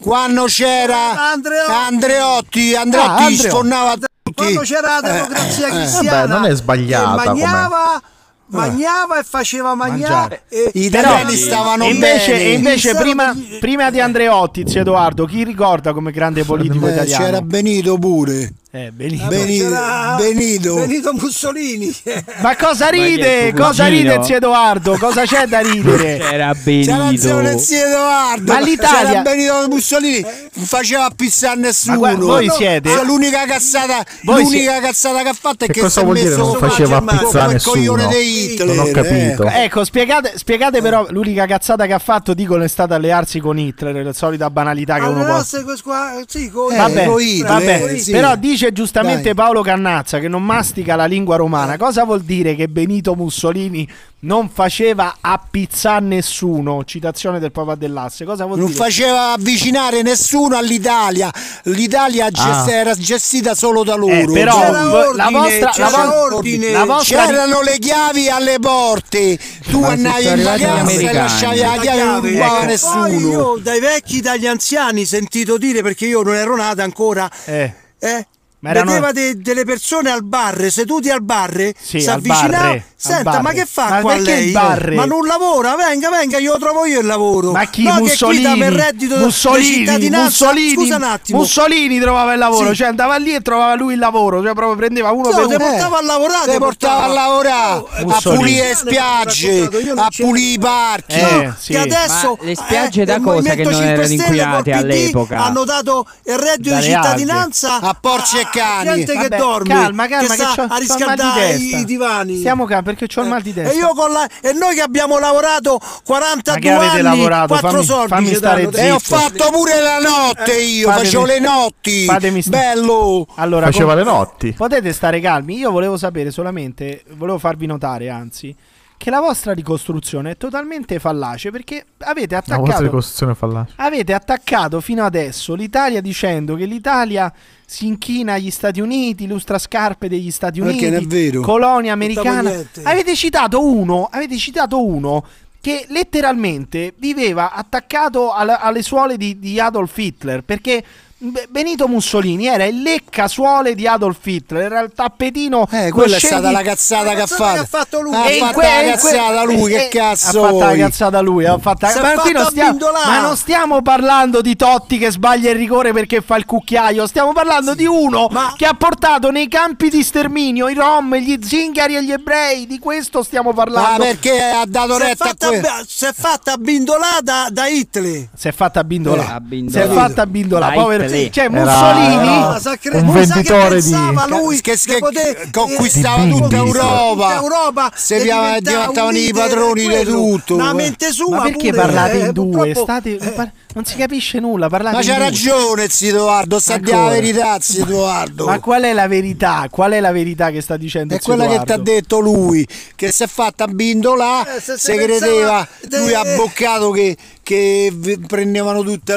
[SPEAKER 16] quando c'era Andreotti, Andreotti,
[SPEAKER 3] Ah, Andreotti.
[SPEAKER 16] sfonnava tutti.
[SPEAKER 2] Quando c'era la democrazia
[SPEAKER 16] Eh, eh.
[SPEAKER 2] cristiana,
[SPEAKER 5] Vabbè, non è
[SPEAKER 2] che
[SPEAKER 5] sbagliata
[SPEAKER 2] magnava, magnava e faceva magnare.
[SPEAKER 3] mangiare.
[SPEAKER 2] e-
[SPEAKER 5] eh,
[SPEAKER 16] I
[SPEAKER 2] Però-
[SPEAKER 16] italiani stavano
[SPEAKER 3] E invece,
[SPEAKER 16] bene.
[SPEAKER 3] e invece
[SPEAKER 2] Chissà
[SPEAKER 3] prima, prima di Andreotti, zio Edoardo, chi ricorda come grande politico
[SPEAKER 16] Eh,
[SPEAKER 3] italiano?
[SPEAKER 16] c'era Benito pure.
[SPEAKER 3] Eh, Benito.
[SPEAKER 16] Benito, Benito.
[SPEAKER 2] Benito Mussolini.
[SPEAKER 3] Ma cosa ride? Cosa ride zio Edoardo? Cosa c'è da ridere?
[SPEAKER 6] C'era
[SPEAKER 16] C'era il zio del zio Edoardo,
[SPEAKER 3] Ma l'Italia-
[SPEAKER 16] c'era Benito Mussolini, non faceva pissare nessuno.
[SPEAKER 3] Ma guarda, voi siete-
[SPEAKER 16] Cioè, l'unica cazzata,
[SPEAKER 3] Voi
[SPEAKER 16] l'unica cazzata che ha fatto è
[SPEAKER 5] Che
[SPEAKER 16] che,
[SPEAKER 5] cosa
[SPEAKER 16] si è
[SPEAKER 5] vuol dire
[SPEAKER 16] messo
[SPEAKER 5] non faceva pizzare
[SPEAKER 16] come il
[SPEAKER 5] nessuno?
[SPEAKER 16] coglione di Hitler.
[SPEAKER 5] Non ho capito.
[SPEAKER 16] eh.
[SPEAKER 3] Ecco, spiegate, spiegate però l'unica cazzata che ha fatto, dicono, è stata allearsi con Hitler, la solita banalità che uno
[SPEAKER 2] Allora,
[SPEAKER 3] può...
[SPEAKER 2] se questo qua- sì, con-
[SPEAKER 3] Eh, vabbè,
[SPEAKER 16] con Hitler,
[SPEAKER 3] vabbè.
[SPEAKER 16] eh, sì.
[SPEAKER 3] però dice giustamente
[SPEAKER 16] Dai.
[SPEAKER 3] Paolo Cannazza che non mastica la lingua
[SPEAKER 2] Eh.
[SPEAKER 3] romana. Cosa vuol dire che Benito Mussolini non faceva appizzare nessuno? Citazione del Papa dell'Asse. Cosa vuol
[SPEAKER 16] Non
[SPEAKER 3] dire?
[SPEAKER 16] faceva avvicinare nessuno all'Italia. L'Italia gest-
[SPEAKER 3] Ah.
[SPEAKER 16] era gestita solo da loro.
[SPEAKER 3] Eh, però
[SPEAKER 16] C'era
[SPEAKER 3] v- la
[SPEAKER 16] ordine,
[SPEAKER 3] vostra-
[SPEAKER 16] c'era
[SPEAKER 3] la vo-
[SPEAKER 16] ordine.
[SPEAKER 3] la vostra-
[SPEAKER 16] c'erano le chiavi alle porte. Tu
[SPEAKER 6] Ma se
[SPEAKER 16] andavi
[SPEAKER 6] sono
[SPEAKER 16] in
[SPEAKER 6] arrivati gli
[SPEAKER 16] vacanza e
[SPEAKER 6] americani.
[SPEAKER 16] lasciavi la chiave, non rubava
[SPEAKER 2] Ecco. Poi
[SPEAKER 16] nessuno.
[SPEAKER 2] io dai vecchi, dagli anziani, sentito dire perché io non ero nata ancora.
[SPEAKER 3] Eh.
[SPEAKER 2] eh,
[SPEAKER 3] Ma erano-
[SPEAKER 2] Vedeva de- delle persone al bar, seduti al bar,
[SPEAKER 3] Sì,
[SPEAKER 2] si
[SPEAKER 3] al
[SPEAKER 2] avvicinava.
[SPEAKER 3] bar, al
[SPEAKER 2] Senta,
[SPEAKER 3] bar.
[SPEAKER 2] ma che fa
[SPEAKER 3] Ma
[SPEAKER 2] qua
[SPEAKER 3] perché
[SPEAKER 2] lei?
[SPEAKER 3] il bar?
[SPEAKER 2] Ma non lavora, venga, venga, io lo trovo io il lavoro.
[SPEAKER 3] Ma chi
[SPEAKER 2] No,
[SPEAKER 3] Mussolini?
[SPEAKER 2] che qui dà per reddito di
[SPEAKER 3] Mussolini,
[SPEAKER 2] cittadinanza.
[SPEAKER 3] Mussolini,
[SPEAKER 2] Scusa un attimo.
[SPEAKER 3] Mussolini trovava il lavoro,
[SPEAKER 2] Sì.
[SPEAKER 3] cioè andava lì e trovava lui il lavoro, cioè proprio prendeva uno
[SPEAKER 2] No,
[SPEAKER 3] per
[SPEAKER 2] te
[SPEAKER 3] uno.
[SPEAKER 2] portava a
[SPEAKER 3] Ah,
[SPEAKER 2] lavorare, Oh,
[SPEAKER 16] Te portava a lavorare,
[SPEAKER 2] eh,
[SPEAKER 16] a
[SPEAKER 3] Oh, Mussolini.
[SPEAKER 16] pulire le spiagge, a pulire i parchi.
[SPEAKER 6] Eh,
[SPEAKER 2] No,
[SPEAKER 6] sì.
[SPEAKER 2] che adesso
[SPEAKER 6] Ma le spiagge
[SPEAKER 2] eh,
[SPEAKER 6] da
[SPEAKER 2] il
[SPEAKER 6] cosa che
[SPEAKER 2] Movimento
[SPEAKER 6] non
[SPEAKER 2] 5
[SPEAKER 6] erano
[SPEAKER 2] Stelle col
[SPEAKER 6] inquinate
[SPEAKER 2] PD
[SPEAKER 6] all'epoca?
[SPEAKER 2] hanno dato il reddito
[SPEAKER 6] Dalle
[SPEAKER 2] di cittadinanza a,
[SPEAKER 16] porci e cani.
[SPEAKER 2] Gente che
[SPEAKER 16] Vabbè,
[SPEAKER 2] dorme,
[SPEAKER 16] calma,
[SPEAKER 2] che,
[SPEAKER 16] calma, che
[SPEAKER 2] sta
[SPEAKER 16] c'ho-
[SPEAKER 2] a
[SPEAKER 16] c'ho il mal di
[SPEAKER 2] riscaldare
[SPEAKER 16] testa.
[SPEAKER 2] i, i divani.
[SPEAKER 16] Stiamo
[SPEAKER 3] calmi perché ho il mal di testa.
[SPEAKER 16] Eh, E, io con la- e noi che abbiamo lavorato 42
[SPEAKER 3] Ma che avete
[SPEAKER 16] anni,
[SPEAKER 3] lavorato?
[SPEAKER 16] 4
[SPEAKER 3] Fammi-
[SPEAKER 16] soldi
[SPEAKER 3] fammi
[SPEAKER 16] ci
[SPEAKER 3] stare
[SPEAKER 16] danno. E ho
[SPEAKER 3] zitto.
[SPEAKER 16] fatto pure la notte
[SPEAKER 3] Eh,
[SPEAKER 16] io,
[SPEAKER 3] fatemi-
[SPEAKER 16] facevo le notti.
[SPEAKER 3] fatemi sta-
[SPEAKER 16] Bello.
[SPEAKER 3] Allora,
[SPEAKER 5] Faceva
[SPEAKER 3] com-
[SPEAKER 5] le notti.
[SPEAKER 3] Potete stare calmi. Io volevo sapere solamente, volevo farvi notare, anzi, che la vostra ricostruzione è totalmente fallace perché avete
[SPEAKER 5] La vostra
[SPEAKER 3] attaccato.
[SPEAKER 5] ricostruzione fallace.
[SPEAKER 3] Avete attaccato fino adesso l'Italia dicendo che l'Italia si inchina agli Stati Uniti, lustra scarpe degli Stati
[SPEAKER 2] Ma
[SPEAKER 3] Uniti,
[SPEAKER 2] che non è vero.
[SPEAKER 3] colonia
[SPEAKER 2] Non
[SPEAKER 3] americana.
[SPEAKER 2] stavo niente.
[SPEAKER 3] Avete citato uno, avete citato uno che letteralmente viveva attaccato alla- alle suole di, di Adolf Hitler perché Be- Benito Mussolini era il lecca suole di Adolf Hitler, era il tappetino. Eh,
[SPEAKER 16] quella è stata la cazzata che ha fatto. Ha fatto la cazzata lui, che cazzo
[SPEAKER 3] eh, Ha fatto
[SPEAKER 16] vuoi?
[SPEAKER 3] la cazzata lui, ha fatto
[SPEAKER 16] Si è
[SPEAKER 3] ma, qui
[SPEAKER 16] fatto
[SPEAKER 3] non stiamo,
[SPEAKER 16] abbindolare.
[SPEAKER 3] ma non stiamo parlando di Totti che sbaglia il rigore perché fa il cucchiaio, stiamo parlando di uno che ha portato nei campi di sterminio i rom, gli zingari e gli ebrei, di questo stiamo parlando.
[SPEAKER 16] Ma perché ha dato
[SPEAKER 3] Si è
[SPEAKER 16] retta a
[SPEAKER 3] fatta
[SPEAKER 16] que-
[SPEAKER 3] abba-
[SPEAKER 16] Si è fatta bindolata da Hitler.
[SPEAKER 3] Si è fatta
[SPEAKER 16] Eh,
[SPEAKER 3] bindola. si
[SPEAKER 16] abbindolare.
[SPEAKER 3] è fatta bindola.
[SPEAKER 16] Dai,
[SPEAKER 3] Povero.
[SPEAKER 16] te lì.
[SPEAKER 3] Cioè,
[SPEAKER 16] Era-
[SPEAKER 3] Mussolini.
[SPEAKER 16] era
[SPEAKER 3] Ma sa che-
[SPEAKER 16] un
[SPEAKER 3] ma sa che
[SPEAKER 16] venditore di-
[SPEAKER 3] pensava lui
[SPEAKER 16] che,
[SPEAKER 3] di poter-
[SPEAKER 16] conquistava
[SPEAKER 3] di bimbi,
[SPEAKER 16] tutta
[SPEAKER 3] sì.
[SPEAKER 16] Europa.
[SPEAKER 3] Tutta Europa
[SPEAKER 16] Se
[SPEAKER 3] e
[SPEAKER 16] via-
[SPEAKER 3] diventava
[SPEAKER 16] diventavano
[SPEAKER 3] un
[SPEAKER 16] i
[SPEAKER 3] leader,
[SPEAKER 16] padroni di
[SPEAKER 3] quello.
[SPEAKER 16] tutto. eh.
[SPEAKER 3] Una
[SPEAKER 16] mente eh,
[SPEAKER 3] Ma perché parlate in due? State- par- non si capisce nulla. Parlate
[SPEAKER 16] Ma
[SPEAKER 3] in
[SPEAKER 16] c'ha
[SPEAKER 3] due.
[SPEAKER 16] ragione, zio Edoardo, sta di la
[SPEAKER 3] Ancora.
[SPEAKER 16] verità, zio Edoardo.
[SPEAKER 3] Ma qual è la verità? Qual è la verità che sta dicendo
[SPEAKER 16] È
[SPEAKER 3] zio
[SPEAKER 16] quella che ti ha
[SPEAKER 3] Edoardo?
[SPEAKER 16] detto lui, che si è fatta bindola,
[SPEAKER 2] Eh, se- se
[SPEAKER 16] se credeva,
[SPEAKER 2] pensava-
[SPEAKER 16] lui ha
[SPEAKER 2] eh,
[SPEAKER 16] boccato che, che v- prendevano tutta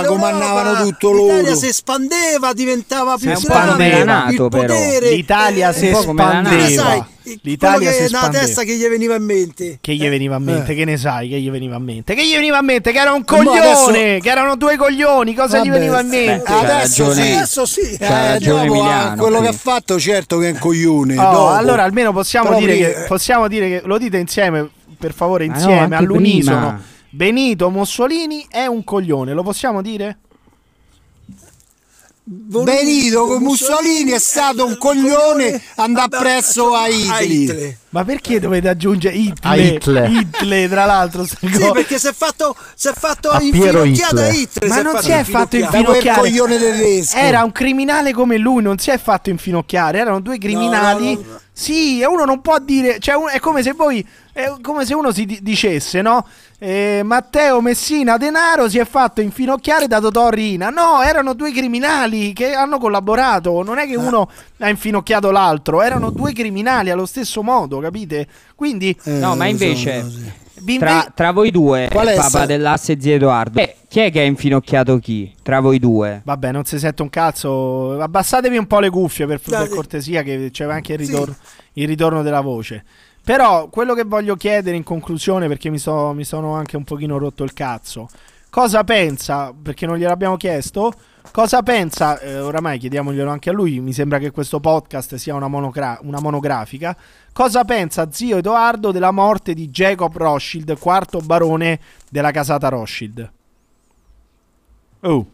[SPEAKER 2] Tutta l'Europa,
[SPEAKER 16] comandavano tutto
[SPEAKER 2] L'Italia
[SPEAKER 16] loro.
[SPEAKER 2] si espandeva, diventava
[SPEAKER 16] Si
[SPEAKER 2] più
[SPEAKER 16] espandeva.
[SPEAKER 2] grande.
[SPEAKER 16] Nato,
[SPEAKER 2] il
[SPEAKER 16] però.
[SPEAKER 2] potere.
[SPEAKER 3] L'Italia
[SPEAKER 2] eh,
[SPEAKER 3] si
[SPEAKER 2] un po' come la
[SPEAKER 3] espandeva.
[SPEAKER 2] Nato. Sai, quello
[SPEAKER 3] L'Italia
[SPEAKER 2] che
[SPEAKER 3] si
[SPEAKER 2] è una
[SPEAKER 3] espandeva.
[SPEAKER 2] testa che gli veniva in mente.
[SPEAKER 3] Che gli veniva a mente? Che ne sai? Che gli veniva a mente? Che gli veniva a mente? Che era un
[SPEAKER 2] Ma adesso-
[SPEAKER 3] coglione! Che erano due coglioni! Cosa gli
[SPEAKER 16] Vabbè,
[SPEAKER 3] veniva a
[SPEAKER 16] eh,
[SPEAKER 3] mente?
[SPEAKER 16] adesso
[SPEAKER 3] Adesso
[SPEAKER 16] sì,
[SPEAKER 3] sì.
[SPEAKER 16] adesso sì.
[SPEAKER 3] c'ha
[SPEAKER 16] Eh,
[SPEAKER 3] ragione
[SPEAKER 16] dopo, ah,
[SPEAKER 3] Emiliano,
[SPEAKER 16] quello che ha
[SPEAKER 3] quindi.
[SPEAKER 16] fatto certo che è un coglione.
[SPEAKER 3] Oh,
[SPEAKER 16] dopo.
[SPEAKER 3] allora almeno possiamo
[SPEAKER 16] Però
[SPEAKER 3] dire,
[SPEAKER 16] prima-
[SPEAKER 3] che, possiamo dire che lo dite insieme, per favore,
[SPEAKER 16] no,
[SPEAKER 3] insieme,
[SPEAKER 16] anche
[SPEAKER 3] all'unisono.
[SPEAKER 16] prima.
[SPEAKER 3] Benito Mussolini è un coglione, lo possiamo dire?
[SPEAKER 16] Benito con Mussolini è stato un coglione andare presso a Hitler.
[SPEAKER 3] Ma perché dovete aggiungere
[SPEAKER 16] A
[SPEAKER 3] Hitler?
[SPEAKER 16] Hitler.
[SPEAKER 3] Hitler, tra l'altro. sta
[SPEAKER 16] Sì,
[SPEAKER 3] cosa.
[SPEAKER 16] perché
[SPEAKER 2] si è fatto, si è fatto
[SPEAKER 3] A Piero
[SPEAKER 2] infinocchiata
[SPEAKER 3] Hitler.
[SPEAKER 2] Hitler.
[SPEAKER 3] Ma non si è fatto
[SPEAKER 2] Da
[SPEAKER 3] infinocchiare.
[SPEAKER 2] quel coglione tedesco.
[SPEAKER 3] Era un criminale come lui, non si è fatto infinocchiare. Erano due criminali. Sì, e uno non può dire. Cioè, un- è come se voi. È come se uno si di- dicesse, no? Eh, Matteo Messina Denaro si è fatto infinocchiare da Totò Riina. No, erano due criminali che hanno collaborato. Non è
[SPEAKER 2] Eh.
[SPEAKER 3] che uno ha infinocchiato l'altro, erano due criminali allo stesso modo, capite? Quindi.
[SPEAKER 2] Eh,
[SPEAKER 6] No, ma invece,
[SPEAKER 3] Vi inve-
[SPEAKER 6] tra, tra voi due,
[SPEAKER 3] Qual è
[SPEAKER 6] papà
[SPEAKER 3] sta-
[SPEAKER 6] dell'asse zio Edoardo, eh, chi è che ha infinocchiato chi? Tra voi due?
[SPEAKER 3] Vabbè, non si sente un cazzo. Abbassatevi un po' le cuffie per, per
[SPEAKER 6] Dai.
[SPEAKER 3] cortesia, che c'è anche il ritorno, il ritorno della voce. Però quello che voglio chiedere in conclusione, perché mi, so- mi sono anche un pochino rotto il cazzo, cosa pensa, perché non gliel'abbiamo chiesto, cosa pensa, eh, oramai chiediamoglielo anche a lui, mi sembra che questo podcast sia una, monocra- una monografica, cosa pensa zio Edoardo della morte di Jacob Rothschild, quarto barone della casata Rothschild? Oh.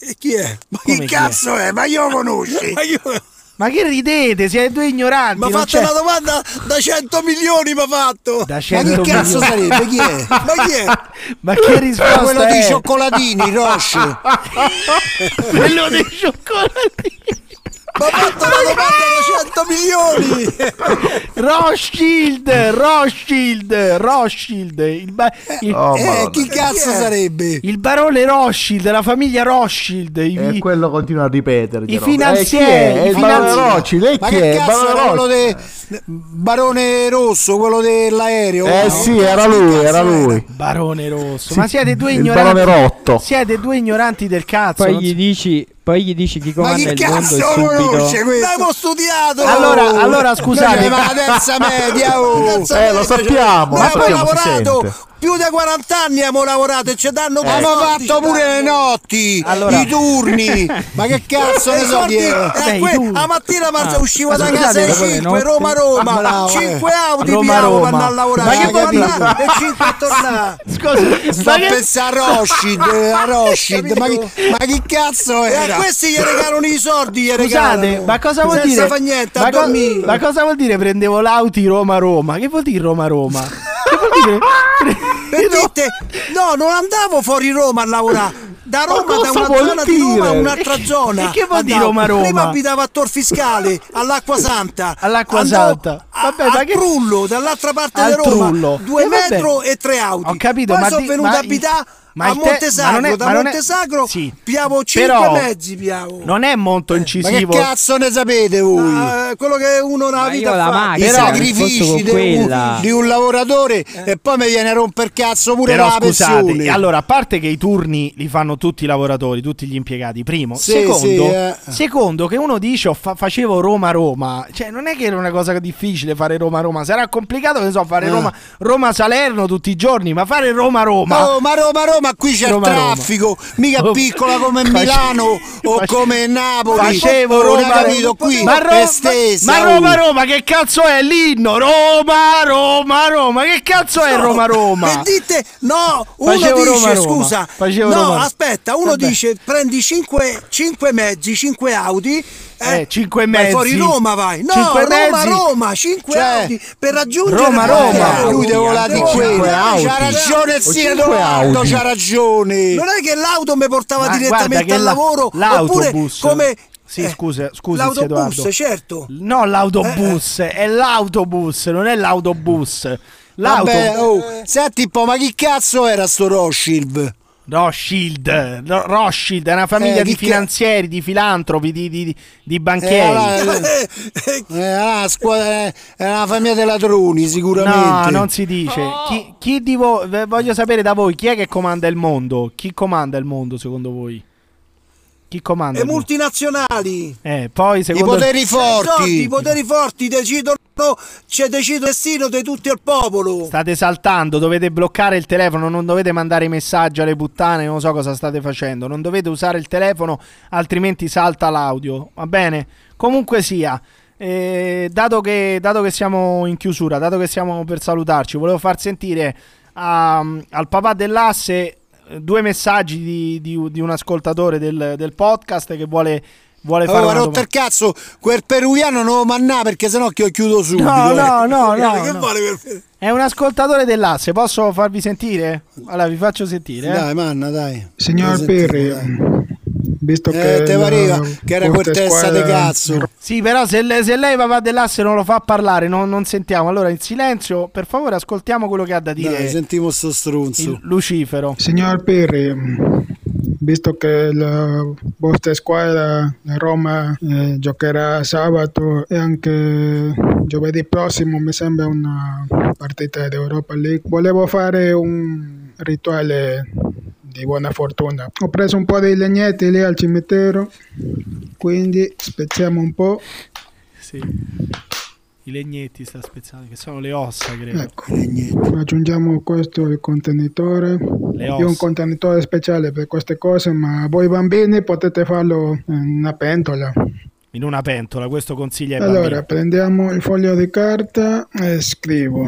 [SPEAKER 16] E chi è?
[SPEAKER 3] Ma
[SPEAKER 16] chi cazzo è? Ma io lo conosci? Ma
[SPEAKER 3] Ma che ridete? Siete due ignoranti.
[SPEAKER 16] Mi ha
[SPEAKER 3] non
[SPEAKER 16] fatto
[SPEAKER 3] c'è-
[SPEAKER 16] una domanda da 100 milioni mi ha fatto.
[SPEAKER 3] Da
[SPEAKER 16] ma
[SPEAKER 3] 100
[SPEAKER 16] chi cazzo
[SPEAKER 3] milioni.
[SPEAKER 16] sarebbe? Chi è? Ma chi è?
[SPEAKER 3] Ma che risposta
[SPEAKER 16] Quello
[SPEAKER 3] è?
[SPEAKER 16] di cioccolatini, Roche.
[SPEAKER 3] Quello dei cioccolatini.
[SPEAKER 16] Mi ha fatto una domanda da 100 milioni.
[SPEAKER 3] Rothschild, Rothschild, Rothschild. Il ba- il-
[SPEAKER 16] oh, Eh, Madonna. chi cazzo sarebbe?
[SPEAKER 3] Il barone Rothschild, la famiglia Rothschild. I,
[SPEAKER 5] E
[SPEAKER 3] vi-
[SPEAKER 5] quello continua a ripetere.
[SPEAKER 3] I finanzieri, Ah, i
[SPEAKER 5] il Barone
[SPEAKER 3] finanzieri.
[SPEAKER 5] Rocci, lei
[SPEAKER 16] Ma
[SPEAKER 5] chi
[SPEAKER 16] che
[SPEAKER 5] è?
[SPEAKER 16] cazzo
[SPEAKER 5] Barone
[SPEAKER 16] era quello
[SPEAKER 5] Rocci.
[SPEAKER 16] de- Barone Rosso, quello dell'aereo?
[SPEAKER 5] Eh
[SPEAKER 16] No,
[SPEAKER 5] sì,
[SPEAKER 16] che
[SPEAKER 5] era
[SPEAKER 16] cazzo- eh.
[SPEAKER 5] lui,
[SPEAKER 16] che
[SPEAKER 5] era
[SPEAKER 16] cazzo
[SPEAKER 5] lui.
[SPEAKER 3] Barone Rosso.
[SPEAKER 5] Sì,
[SPEAKER 3] Ma siete due
[SPEAKER 5] il
[SPEAKER 3] ignoranti.
[SPEAKER 5] barone Rotto.
[SPEAKER 3] Siete due ignoranti del cazzo.
[SPEAKER 6] Poi
[SPEAKER 3] non
[SPEAKER 6] gli, dici, poi gli dici chi
[SPEAKER 16] Ma
[SPEAKER 6] comanda
[SPEAKER 16] chi
[SPEAKER 6] il mondo e
[SPEAKER 16] cazzo
[SPEAKER 6] subito...
[SPEAKER 16] conosce questo? L'abbiamo studiato!
[SPEAKER 3] Allora- allora, scusate.
[SPEAKER 16] Ma la terza media, oh.
[SPEAKER 5] Eh,
[SPEAKER 16] Terza
[SPEAKER 5] lo
[SPEAKER 16] media,
[SPEAKER 5] sappiamo, lo
[SPEAKER 16] cioè, ma abbiamo
[SPEAKER 5] sappiamo, si
[SPEAKER 16] lavorato
[SPEAKER 5] sente.
[SPEAKER 16] più di 40 anni abbiamo lavorato e ci danno
[SPEAKER 5] Eh.
[SPEAKER 16] Abbiamo fatto pure le notti,
[SPEAKER 5] Allora-
[SPEAKER 16] i turni. ma che cazzo ne so
[SPEAKER 2] Ricordi?
[SPEAKER 16] chi era?
[SPEAKER 2] Eh, que- la mattina ma
[SPEAKER 16] Ah.
[SPEAKER 2] usciva da
[SPEAKER 16] Scusate,
[SPEAKER 2] casa alle
[SPEAKER 16] dopo le
[SPEAKER 2] 5
[SPEAKER 16] notti?
[SPEAKER 2] Roma
[SPEAKER 16] Ah,
[SPEAKER 2] Roma
[SPEAKER 16] bravo, eh.
[SPEAKER 2] 5 auto
[SPEAKER 16] Roma,
[SPEAKER 2] piano
[SPEAKER 16] Roma.
[SPEAKER 2] vanno a lavorare
[SPEAKER 16] Ma che
[SPEAKER 2] vanno
[SPEAKER 16] capito?
[SPEAKER 2] là e 5 a tornare
[SPEAKER 3] Scusa,
[SPEAKER 16] Sto a pensare a Roshid, a Roshid, ma, chi- ma chi cazzo
[SPEAKER 2] e
[SPEAKER 16] era?
[SPEAKER 2] a questi gli regalano i soldi gli
[SPEAKER 3] Scusate,
[SPEAKER 2] regalano.
[SPEAKER 3] ma cosa vuol
[SPEAKER 2] Senza
[SPEAKER 3] dire?
[SPEAKER 2] fa niente, a
[SPEAKER 3] ma, co-
[SPEAKER 2] dormire.
[SPEAKER 3] ma cosa vuol dire prendevo l'auti Roma Roma? Che vuol dire Roma Roma?
[SPEAKER 16] Per dite, no, non andavo fuori Roma a lavorare. Da Roma, da
[SPEAKER 3] cosa
[SPEAKER 16] una
[SPEAKER 3] vuol
[SPEAKER 16] zona di Roma a
[SPEAKER 3] dire?
[SPEAKER 16] un'altra
[SPEAKER 3] E-
[SPEAKER 16] zona.
[SPEAKER 3] e che vuol dire
[SPEAKER 16] Andavo.
[SPEAKER 3] Roma, Roma?
[SPEAKER 16] Prima abitavo a Tor Fiscale, all'Acqua Santa.
[SPEAKER 3] All'Acqua
[SPEAKER 16] Andavo
[SPEAKER 3] Santa. Vabbè,
[SPEAKER 16] a,
[SPEAKER 3] ma
[SPEAKER 16] a
[SPEAKER 3] che-
[SPEAKER 16] Trullo, dall'altra parte
[SPEAKER 3] Al
[SPEAKER 16] di Roma.
[SPEAKER 3] Trullo.
[SPEAKER 16] Due
[SPEAKER 3] Eh, vabbè.
[SPEAKER 16] metro e tre auto.
[SPEAKER 3] Ho capito,
[SPEAKER 16] Poi
[SPEAKER 3] ma
[SPEAKER 16] sono
[SPEAKER 3] di-
[SPEAKER 16] venuto
[SPEAKER 3] ma
[SPEAKER 16] a abitare
[SPEAKER 3] ma
[SPEAKER 16] a
[SPEAKER 3] il te- ma
[SPEAKER 16] Montesagro.
[SPEAKER 3] non è- ma
[SPEAKER 16] da
[SPEAKER 3] non è-
[SPEAKER 16] Montesagro
[SPEAKER 3] sì.
[SPEAKER 16] piavo cinque
[SPEAKER 3] Però-
[SPEAKER 16] mezzi, piavo.
[SPEAKER 3] Non è molto
[SPEAKER 16] Eh, Ma che
[SPEAKER 3] incisivo.
[SPEAKER 16] cazzo ne sapete voi? eh, quello che uno nella
[SPEAKER 6] Ma
[SPEAKER 16] vita
[SPEAKER 6] io la
[SPEAKER 16] fa,
[SPEAKER 6] macchina,
[SPEAKER 16] i
[SPEAKER 6] risposto
[SPEAKER 16] sacrifici di
[SPEAKER 6] con
[SPEAKER 16] un,
[SPEAKER 6] quella.
[SPEAKER 16] di un lavoratore e poi mi viene a rompere cazzo pure
[SPEAKER 3] Però
[SPEAKER 16] la
[SPEAKER 3] scusate,
[SPEAKER 16] pensione.
[SPEAKER 3] allora a parte che i turni li fanno tutti i lavoratori, tutti gli impiegati, primo.
[SPEAKER 16] Sì,
[SPEAKER 3] secondo,
[SPEAKER 16] sì, eh.
[SPEAKER 3] secondo che uno dice "Ho fa- facevo Roma-Roma, cioè non è che era una cosa difficile fare Roma-Roma, sarà complicato che ne so fare
[SPEAKER 16] Eh.
[SPEAKER 3] Roma- Roma-Salerno tutti i giorni, ma fare Roma-Roma...
[SPEAKER 16] Oh, ma Roma, Roma, qui c'è il
[SPEAKER 3] Roma-Roma.
[SPEAKER 16] traffico, mica
[SPEAKER 3] Oh,
[SPEAKER 16] piccola come
[SPEAKER 3] face-
[SPEAKER 16] Milano o come Napoli.
[SPEAKER 3] Facevo
[SPEAKER 16] non
[SPEAKER 3] Roma,
[SPEAKER 16] hai capito qui,
[SPEAKER 3] ma, Ro-
[SPEAKER 16] è stessa.
[SPEAKER 3] ma
[SPEAKER 16] oh.
[SPEAKER 3] Roma, Roma, che cazzo è l'inno? Roma, Roma, Roma, che cazzo è Roma, Roma?
[SPEAKER 16] E dite, no, uno
[SPEAKER 3] Facevo
[SPEAKER 16] dice,
[SPEAKER 3] Roma, Roma.
[SPEAKER 16] scusa,
[SPEAKER 3] Facevo
[SPEAKER 16] no,
[SPEAKER 3] Roma.
[SPEAKER 16] aspetta, uno
[SPEAKER 3] Vabbè.
[SPEAKER 16] dice, prendi 5, mezzi, 5 Audi, eh,
[SPEAKER 3] Eh, cinque
[SPEAKER 16] vai
[SPEAKER 3] mezzi.
[SPEAKER 16] fuori Roma vai, no,
[SPEAKER 3] Cinque
[SPEAKER 16] Roma,
[SPEAKER 3] mezzi.
[SPEAKER 16] Roma, 5 Cioè, Audi, per raggiungere
[SPEAKER 3] Roma, Roma.
[SPEAKER 16] Eh, lui deve volare di quella,
[SPEAKER 5] Audi.
[SPEAKER 16] c'ha ragione il
[SPEAKER 5] O
[SPEAKER 16] zio
[SPEAKER 5] cinque
[SPEAKER 16] Edoardo,
[SPEAKER 5] Audi.
[SPEAKER 16] c'ha ragione. Non è che l'auto mi portava
[SPEAKER 3] Ma guarda
[SPEAKER 16] direttamente
[SPEAKER 3] che
[SPEAKER 16] al
[SPEAKER 3] la-
[SPEAKER 16] lavoro, oppure
[SPEAKER 3] l'autobus-
[SPEAKER 16] come...
[SPEAKER 3] Sì,
[SPEAKER 16] eh,
[SPEAKER 3] scusa, scusa. zio
[SPEAKER 16] L'autobus,
[SPEAKER 3] Edoardo.
[SPEAKER 16] certo.
[SPEAKER 3] No, l'autobus, è l'autobus, non è l'autobus. L'auto...
[SPEAKER 16] Vabbè, oh, senti un po', ma chi cazzo era sto Rothschild?
[SPEAKER 3] Rothschild, Ro- Rothschild è una famiglia
[SPEAKER 16] Eh,
[SPEAKER 3] di
[SPEAKER 16] chi che-
[SPEAKER 3] finanzieri, di filantropi, di, di- di- di
[SPEAKER 16] Eh,
[SPEAKER 3] banchieri.
[SPEAKER 16] allora, eh, eh, era una squadra- era una famiglia dei ladroni sicuramente.
[SPEAKER 3] No, non si dice.
[SPEAKER 16] Oh.
[SPEAKER 3] Chi, chi di vo- v- voglio sapere da voi chi è che comanda il mondo? Chi comanda il mondo secondo voi? Chi comanda?
[SPEAKER 16] E
[SPEAKER 3] il mondo?
[SPEAKER 16] multinazionali.
[SPEAKER 3] Eh, poi
[SPEAKER 16] I
[SPEAKER 3] secondo
[SPEAKER 16] poteri forti. I poteri forti decidono, cioè decidono il destino di tutto il popolo.
[SPEAKER 3] State saltando, dovete bloccare il telefono, non dovete mandare i messaggi alle puttane, non so cosa state facendo, non dovete usare il telefono, altrimenti salta l'audio, va bene? Comunque sia, eh, dato, che, dato che siamo in chiusura, dato che siamo per salutarci, volevo far sentire a- al papà dell'asse eh, due messaggi di, di- di un ascoltatore del, del podcast che vuole, vuole fare
[SPEAKER 16] Aveva
[SPEAKER 3] una
[SPEAKER 16] Oh, rotto
[SPEAKER 3] domanda.
[SPEAKER 16] il cazzo, quel peruviano non lo manna perché sennò che lo chiudo subito.
[SPEAKER 3] No,
[SPEAKER 16] eh.
[SPEAKER 3] no, no, no,
[SPEAKER 16] Che
[SPEAKER 3] no.
[SPEAKER 16] vuole quel-
[SPEAKER 3] È un ascoltatore dell'asse, posso farvi sentire? Allora vi faccio sentire. eh.
[SPEAKER 16] Dai, manna, dai.
[SPEAKER 4] Signor Pirri, visto che...
[SPEAKER 16] Eh, te
[SPEAKER 4] la
[SPEAKER 16] pareva che era quel
[SPEAKER 4] vostra
[SPEAKER 16] testa di
[SPEAKER 4] squadra-
[SPEAKER 16] cazzo.
[SPEAKER 3] Sì, però se lei, se lei papà dell'asse non lo fa parlare, non, non sentiamo. Allora, in silenzio, per favore, ascoltiamo quello che ha da dire.
[SPEAKER 16] Dai, sentimo sto
[SPEAKER 3] il
[SPEAKER 16] stronzo.
[SPEAKER 3] Lucifero.
[SPEAKER 4] Signor Pirri, mm, visto che la vostra squadra, la Roma, eh, giocherà sabato e anche giovedì prossimo, mi sembra una partita d'Europa League, volevo fare un rituale di buona fortuna. Ho preso un po' dei legnetti lì al cimitero, quindi spezziamo un po'.
[SPEAKER 3] Sì. I legnetti sta spezzando, che sono le ossa, credo.
[SPEAKER 4] Ecco, aggiungiamo questo al contenitore. Io ho un
[SPEAKER 3] ossa.
[SPEAKER 4] contenitore speciale per queste cose, ma voi bambini potete farlo in una pentola.
[SPEAKER 3] In una pentola, questo consiglia ai
[SPEAKER 4] Allora,
[SPEAKER 3] allora,
[SPEAKER 4] prendiamo il foglio di carta e scrivo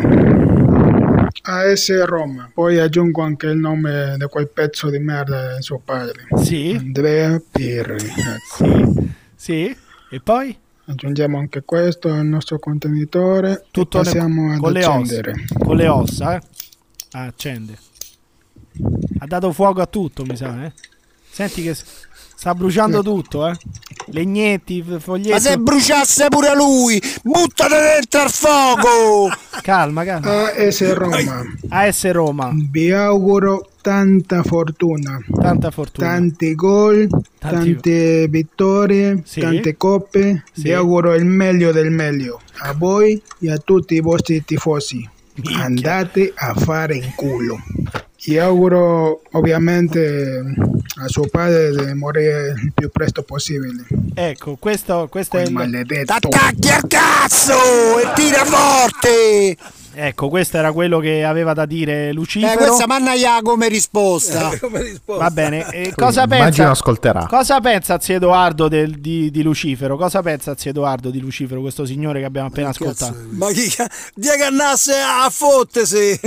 [SPEAKER 4] AS Roma. Poi aggiungo anche il nome di quel pezzo di merda di suo padre.
[SPEAKER 3] Sì,
[SPEAKER 4] Andrea Pirri. Ecco.
[SPEAKER 3] sì. E poi?
[SPEAKER 4] Aggiungiamo anche questo al nostro contenitore.
[SPEAKER 3] Tutto
[SPEAKER 4] e
[SPEAKER 3] ne-
[SPEAKER 4] passiamo ad
[SPEAKER 3] con le
[SPEAKER 4] accendere.
[SPEAKER 3] ossa. Con le ossa, eh. Ah, accende. Ha dato fuoco a tutto, mi sa, eh. Senti che s- sta bruciando tutto, eh. Legnetti, f- foglietti.
[SPEAKER 16] Ma se bruciasse pure lui, buttalo dentro al fuoco! Eh,
[SPEAKER 3] Calma, calma.
[SPEAKER 4] AS Roma.
[SPEAKER 3] AS Roma.
[SPEAKER 4] Vi auguro tanta fortuna,
[SPEAKER 3] Tanta fortuna.
[SPEAKER 4] tanti gol,
[SPEAKER 3] Tanti-
[SPEAKER 4] tante vittorie,
[SPEAKER 3] Sì.
[SPEAKER 4] tante coppe.
[SPEAKER 3] Sì.
[SPEAKER 4] Vi auguro il meglio del meglio a voi e a tutti i vostri tifosi. Andate a fare in culo. Gli auguro ovviamente a suo padre di morire il più presto possibile.
[SPEAKER 3] Ecco, questo, questo è il...
[SPEAKER 4] Maledetto.
[SPEAKER 16] Attacchi al cazzo e tira forte!
[SPEAKER 3] Ecco, questo era quello che aveva da dire Lucifero.
[SPEAKER 16] Eh, questa manna gli come
[SPEAKER 4] Eh,
[SPEAKER 16] risposta.
[SPEAKER 3] Va bene, e cosa
[SPEAKER 5] Immagino
[SPEAKER 3] pensa?
[SPEAKER 5] ascolterà.
[SPEAKER 3] Cosa pensa zio Edoardo del- di, di Lucifero? Cosa pensa zio Edoardo di Lucifero, questo signore che abbiamo appena ascoltato?
[SPEAKER 16] Ma chi dia che andasse a fottesi!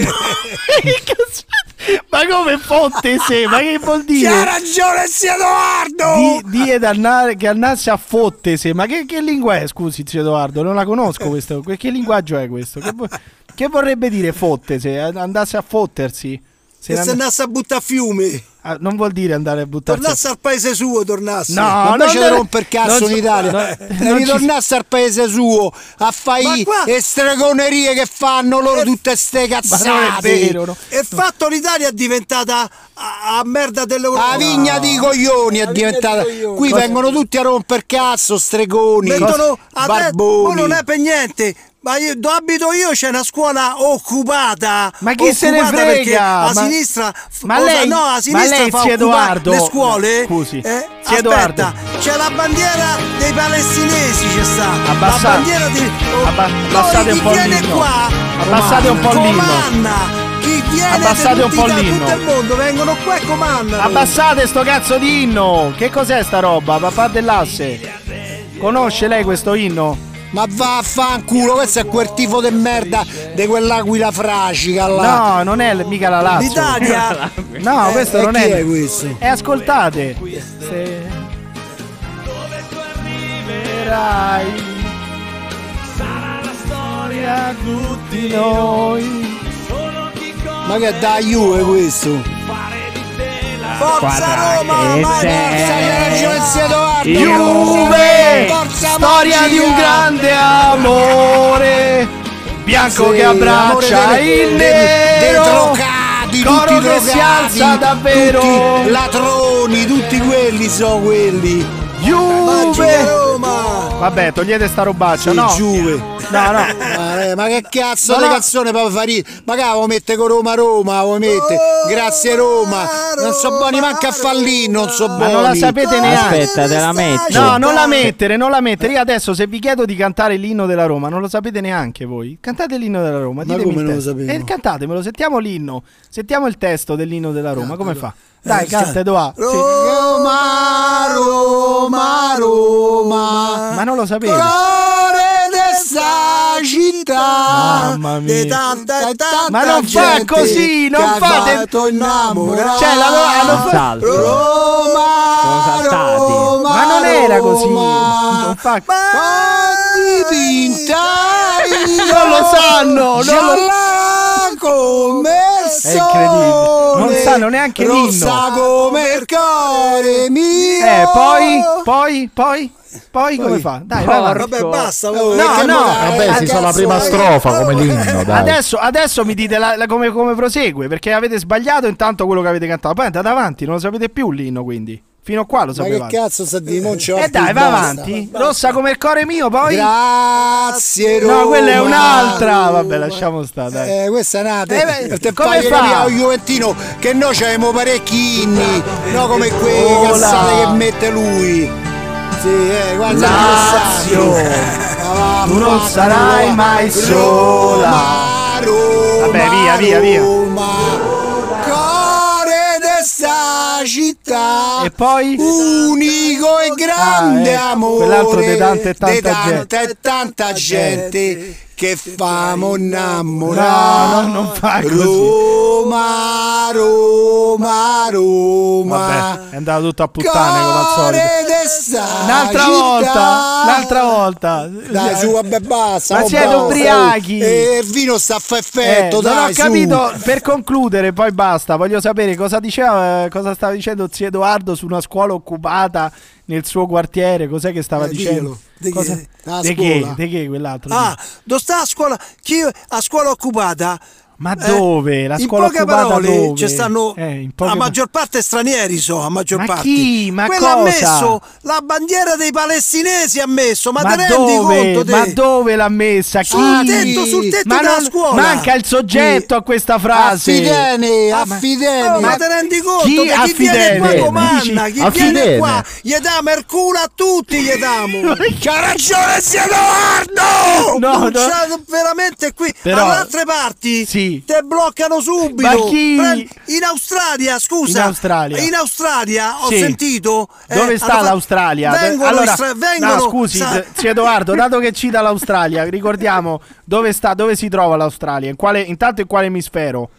[SPEAKER 3] Ma come fotte se? Ma che vuol dire?
[SPEAKER 16] C'ha ragione zio Edoardo!
[SPEAKER 3] Di, di ed annare- che andasse a fottese. Ma che, che lingua è? Scusi, zio Edoardo, non la conosco questo. Que- Che linguaggio è questo? Che, vu- Che vorrebbe dire fotte se andasse a fottersi?
[SPEAKER 16] Se se andasse a buttare a fiume.
[SPEAKER 3] Ah, non vuol dire andare a buttare
[SPEAKER 16] Tornasse al paese suo, tornasse.
[SPEAKER 3] No,
[SPEAKER 16] ma
[SPEAKER 3] non
[SPEAKER 16] invece
[SPEAKER 3] deve-
[SPEAKER 16] deve romper cazzo
[SPEAKER 3] non
[SPEAKER 16] in
[SPEAKER 3] so-
[SPEAKER 16] Italia.
[SPEAKER 3] no,
[SPEAKER 16] Devi non ci- tornasse al paese suo a fai Ma qua- e stregonerie che fanno loro
[SPEAKER 3] Eh,
[SPEAKER 16] tutte ste cazzate. Cazzate. E fatto l'Italia è diventata a, a merda dell'Europa. La vigna di coglioni è diventata. Qui vengono tutti a romper cazzo, stregoni, Mettono a barboni. non è per niente. Ma io, dove abito io c'è una scuola occupata.
[SPEAKER 3] Ma chi se ne
[SPEAKER 16] occupata perché
[SPEAKER 3] frega?
[SPEAKER 16] A
[SPEAKER 3] Ma-
[SPEAKER 16] sinistra.
[SPEAKER 3] Ma
[SPEAKER 16] osa-
[SPEAKER 3] lei-
[SPEAKER 16] no, a
[SPEAKER 3] ma
[SPEAKER 16] sinistra
[SPEAKER 3] lei,
[SPEAKER 16] fa occupare
[SPEAKER 3] zio Edoardo-
[SPEAKER 16] le scuole.
[SPEAKER 3] Scusi,
[SPEAKER 16] Eh,
[SPEAKER 3] zio Edoardo.
[SPEAKER 16] aspetta, c'è la bandiera dei palestinesi, c'è sta.
[SPEAKER 3] Abbassate.
[SPEAKER 16] La bandiera di. oh,
[SPEAKER 3] Abba-
[SPEAKER 16] noi
[SPEAKER 3] abbassate un
[SPEAKER 16] chi
[SPEAKER 3] po' il
[SPEAKER 16] viene
[SPEAKER 3] l'inno.
[SPEAKER 16] qua.
[SPEAKER 3] Abbassate un po' il l'inno.
[SPEAKER 16] Comanna. Chi viene
[SPEAKER 3] Abbassate
[SPEAKER 16] da
[SPEAKER 3] un
[SPEAKER 16] tutti-
[SPEAKER 3] po'
[SPEAKER 16] da
[SPEAKER 3] l'inno.
[SPEAKER 16] tutto il mondo, vengono qua e comandano.
[SPEAKER 3] Abbassate sto cazzo di inno! Che cos'è sta roba? Papà dell'asse. Conosce lei questo inno?
[SPEAKER 16] Ma vaffanculo, questo è quel tifo di merda di quell'aquila fracica là.
[SPEAKER 3] No, non è l- mica la Lazio.
[SPEAKER 16] L'Italia?
[SPEAKER 3] No,
[SPEAKER 16] Eh,
[SPEAKER 3] questo
[SPEAKER 16] e
[SPEAKER 3] non
[SPEAKER 16] chi
[SPEAKER 3] è.
[SPEAKER 16] è questo?
[SPEAKER 3] E ascoltate. Se... Arriverai.
[SPEAKER 25] Sarà la storia
[SPEAKER 3] tutti noi.
[SPEAKER 16] Ma che da Juve questo?
[SPEAKER 25] Forza
[SPEAKER 3] eh,
[SPEAKER 16] Roma,
[SPEAKER 25] ma
[SPEAKER 16] forza, c'è ragione zio Edoardo.
[SPEAKER 3] Juve!
[SPEAKER 16] Forza
[SPEAKER 3] Storia
[SPEAKER 16] Mongia.
[SPEAKER 3] di un grande amore. Bianco
[SPEAKER 16] Sì,
[SPEAKER 3] che abbraccia
[SPEAKER 16] amore delle-
[SPEAKER 3] il
[SPEAKER 16] dei- dei
[SPEAKER 3] nero.
[SPEAKER 16] drogati,
[SPEAKER 3] Coro
[SPEAKER 16] tutti
[SPEAKER 3] che
[SPEAKER 16] drogati,
[SPEAKER 3] si alza davvero.
[SPEAKER 16] tutti latroni, tutti quelli sono quelli.
[SPEAKER 3] Juve!
[SPEAKER 16] Roma!
[SPEAKER 3] Vabbè, togliete sta robaccia,
[SPEAKER 16] Sì,
[SPEAKER 3] no?
[SPEAKER 16] Juve.
[SPEAKER 3] No, no.
[SPEAKER 16] Ma, eh, ma che cazzo
[SPEAKER 3] No,
[SPEAKER 16] di
[SPEAKER 3] no.
[SPEAKER 16] canzone Papa Farì? Ma che lo mette con Roma Roma, lo mette.
[SPEAKER 3] Oh,
[SPEAKER 16] Grazie Roma. Non so buoni manca a fallì, non so buoni.
[SPEAKER 3] Ma non la sapete neanche.
[SPEAKER 26] Aspetta, te la metto.
[SPEAKER 3] No, non la mettere, non la mettere. Io adesso se vi chiedo di cantare l'inno della Roma, non lo sapete neanche voi. Cantate l'inno della Roma, ditemi
[SPEAKER 16] come
[SPEAKER 3] il
[SPEAKER 16] non lo
[SPEAKER 3] testo.
[SPEAKER 16] sapevo?
[SPEAKER 3] Eh, cantatemelo, sentiamo l'inno. Sentiamo il testo dell'inno della Roma, come fa? Dai,
[SPEAKER 16] Eh,
[SPEAKER 3] canta Edoardo. Sì.
[SPEAKER 16] Roma, Roma, Roma.
[SPEAKER 3] Ma non lo sapevo.
[SPEAKER 16] Cuore de sta città.
[SPEAKER 3] Mamma mia.
[SPEAKER 16] Ah, De tanta e tanta
[SPEAKER 3] Ma non fa
[SPEAKER 16] gente
[SPEAKER 3] così, non
[SPEAKER 16] che
[SPEAKER 3] fate-
[SPEAKER 16] ha fatto innamorare.
[SPEAKER 3] Cioè, la Roma- non fa- Salto.
[SPEAKER 16] Oh, Roma,
[SPEAKER 3] Sono saltati.
[SPEAKER 16] Roma,
[SPEAKER 3] Ma non era così.
[SPEAKER 16] Roma.
[SPEAKER 3] Non fa-
[SPEAKER 16] Ma diventa
[SPEAKER 3] Non lo sanno, non lo-
[SPEAKER 16] gialla come il
[SPEAKER 3] È incredibile. Non
[SPEAKER 16] sole,
[SPEAKER 3] sanno neanche l'inno.
[SPEAKER 16] rossa come il cuore mio.
[SPEAKER 3] Eh, poi, poi, poi, poi come fa? Dai, vai avanti.
[SPEAKER 16] Vabbè, basta. vabbè,
[SPEAKER 3] No,
[SPEAKER 16] che
[SPEAKER 3] no.
[SPEAKER 16] morale,
[SPEAKER 3] Vabbè,
[SPEAKER 5] si
[SPEAKER 16] eh,
[SPEAKER 5] sa la
[SPEAKER 16] cazzo,
[SPEAKER 5] prima
[SPEAKER 16] eh.
[SPEAKER 5] strofa come l'inno, dai.
[SPEAKER 3] Adesso, adesso mi dite la- la- come, come prosegue, perché avete sbagliato intanto quello che avete cantato. Poi andate avanti, non lo sapete più l'inno, quindi. Fino a qua lo
[SPEAKER 16] Ma che
[SPEAKER 3] sapevate.
[SPEAKER 16] cazzo sta di non c'ho
[SPEAKER 3] E
[SPEAKER 16] più,
[SPEAKER 3] Eh, dai, va
[SPEAKER 16] basta.
[SPEAKER 3] avanti. Rossa come il cuore mio, poi.
[SPEAKER 16] Grazie, Roma.
[SPEAKER 3] No, quella è un'altra. Vabbè, lasciamo stare. Dai.
[SPEAKER 16] Eh, questa è nata.
[SPEAKER 3] Eh, beh,
[SPEAKER 16] Te
[SPEAKER 3] come
[SPEAKER 16] fai
[SPEAKER 3] fa?
[SPEAKER 16] capire al Juventino che noi c'avevamo parecchi inni, no come quei
[SPEAKER 3] Ola.
[SPEAKER 16] cazzate che mette lui. Sì, eh, guarda
[SPEAKER 3] Lazio,
[SPEAKER 16] Ah,
[SPEAKER 3] tu non
[SPEAKER 16] vaffanculo.
[SPEAKER 3] sarai mai sola.
[SPEAKER 16] Roma, Roma,
[SPEAKER 3] Vabbè, via, via, via.
[SPEAKER 16] Roma, cuore di sta città.
[SPEAKER 3] E poi.
[SPEAKER 16] Unico e grande
[SPEAKER 3] Ah, ecco,
[SPEAKER 16] amore
[SPEAKER 3] quell'altro de tanta e tanta
[SPEAKER 16] de tanta e tanta gente che famo innamorare
[SPEAKER 3] No, no, non fa così.
[SPEAKER 16] Roma, Roma, Roma
[SPEAKER 3] Vabbè, è andato tutto a puttane come al
[SPEAKER 16] Cuore
[SPEAKER 3] solito.
[SPEAKER 16] de sta
[SPEAKER 3] Un'altra
[SPEAKER 16] città.
[SPEAKER 3] volta, un'altra volta.
[SPEAKER 16] Dai su, vabbè basta
[SPEAKER 3] Ma
[SPEAKER 16] oh,
[SPEAKER 3] siete
[SPEAKER 16] basta,
[SPEAKER 3] ubriachi.
[SPEAKER 16] oh. Eh, il vino sta a fa
[SPEAKER 3] Eh,
[SPEAKER 16] effetto,
[SPEAKER 3] non
[SPEAKER 16] dai
[SPEAKER 3] ho
[SPEAKER 16] su.
[SPEAKER 3] capito, per concludere, poi basta. Voglio sapere cosa diceva, eh, cosa stava dicendo zio Edoardo su una scuola occupata nel suo quartiere. Cos'è che stava
[SPEAKER 16] Eh,
[SPEAKER 3] dicendo?
[SPEAKER 16] dillo. De che?
[SPEAKER 3] Cosa-
[SPEAKER 16] Ah,
[SPEAKER 3] De che?
[SPEAKER 16] scuola.
[SPEAKER 3] De che quell'altro?
[SPEAKER 16] Ah, dove sta la scuola? Chi a scuola occupata? Eh,
[SPEAKER 3] Ma dove? La
[SPEAKER 16] in
[SPEAKER 3] scuola
[SPEAKER 16] poche
[SPEAKER 3] occupata
[SPEAKER 16] parole
[SPEAKER 3] dove?
[SPEAKER 16] ci stanno
[SPEAKER 3] Eh, in poche
[SPEAKER 16] la
[SPEAKER 3] par-
[SPEAKER 16] maggior parte stranieri so, a maggior
[SPEAKER 3] Ma
[SPEAKER 16] parte.
[SPEAKER 3] chi? Ma
[SPEAKER 16] Quella
[SPEAKER 3] cosa?
[SPEAKER 16] ha messo la bandiera dei palestinesi ha messo, ma, te ne rendi
[SPEAKER 3] dove?
[SPEAKER 16] conto te?
[SPEAKER 3] ma dove l'ha messa? Chi?
[SPEAKER 16] Sul tetto, sul tetto
[SPEAKER 3] ma
[SPEAKER 16] della
[SPEAKER 3] non-
[SPEAKER 16] scuola.
[SPEAKER 3] Manca il soggetto a questa frase.
[SPEAKER 16] Affidene,
[SPEAKER 3] Ah, ma-
[SPEAKER 16] affidene.
[SPEAKER 3] Oh,
[SPEAKER 16] ma,
[SPEAKER 3] ma
[SPEAKER 16] te rendi conto
[SPEAKER 3] chi
[SPEAKER 16] che chi viene
[SPEAKER 3] affidene?
[SPEAKER 16] qua comanda,
[SPEAKER 3] Dici,
[SPEAKER 16] chi
[SPEAKER 3] affidene.
[SPEAKER 16] viene qua gli dà il culo a tutti, gli damo. C'ha ragione zio
[SPEAKER 2] Oh,
[SPEAKER 16] Edoardo!
[SPEAKER 3] No,
[SPEAKER 16] Non
[SPEAKER 3] no.
[SPEAKER 16] c'ha- veramente qui,
[SPEAKER 3] Però-
[SPEAKER 16] alle altre parti
[SPEAKER 3] Sì.
[SPEAKER 16] te bloccano subito.
[SPEAKER 3] Ma chi?
[SPEAKER 16] Prendi- In Australia, scusa.
[SPEAKER 3] In Australia.
[SPEAKER 16] in Australia ho
[SPEAKER 3] Sì.
[SPEAKER 16] sentito... eh,
[SPEAKER 3] Dove
[SPEAKER 16] hanno
[SPEAKER 3] sta
[SPEAKER 16] fatto-
[SPEAKER 3] l'Australia?
[SPEAKER 16] Vengono,
[SPEAKER 3] allora,
[SPEAKER 16] istra-
[SPEAKER 3] no,
[SPEAKER 16] vengono
[SPEAKER 3] scusi,
[SPEAKER 16] sa-
[SPEAKER 3] z- zio Edoardo, dato che cita l'Australia, ricordiamo dove sta, dove si trova l'Australia, in quale, intanto in quale emisfero?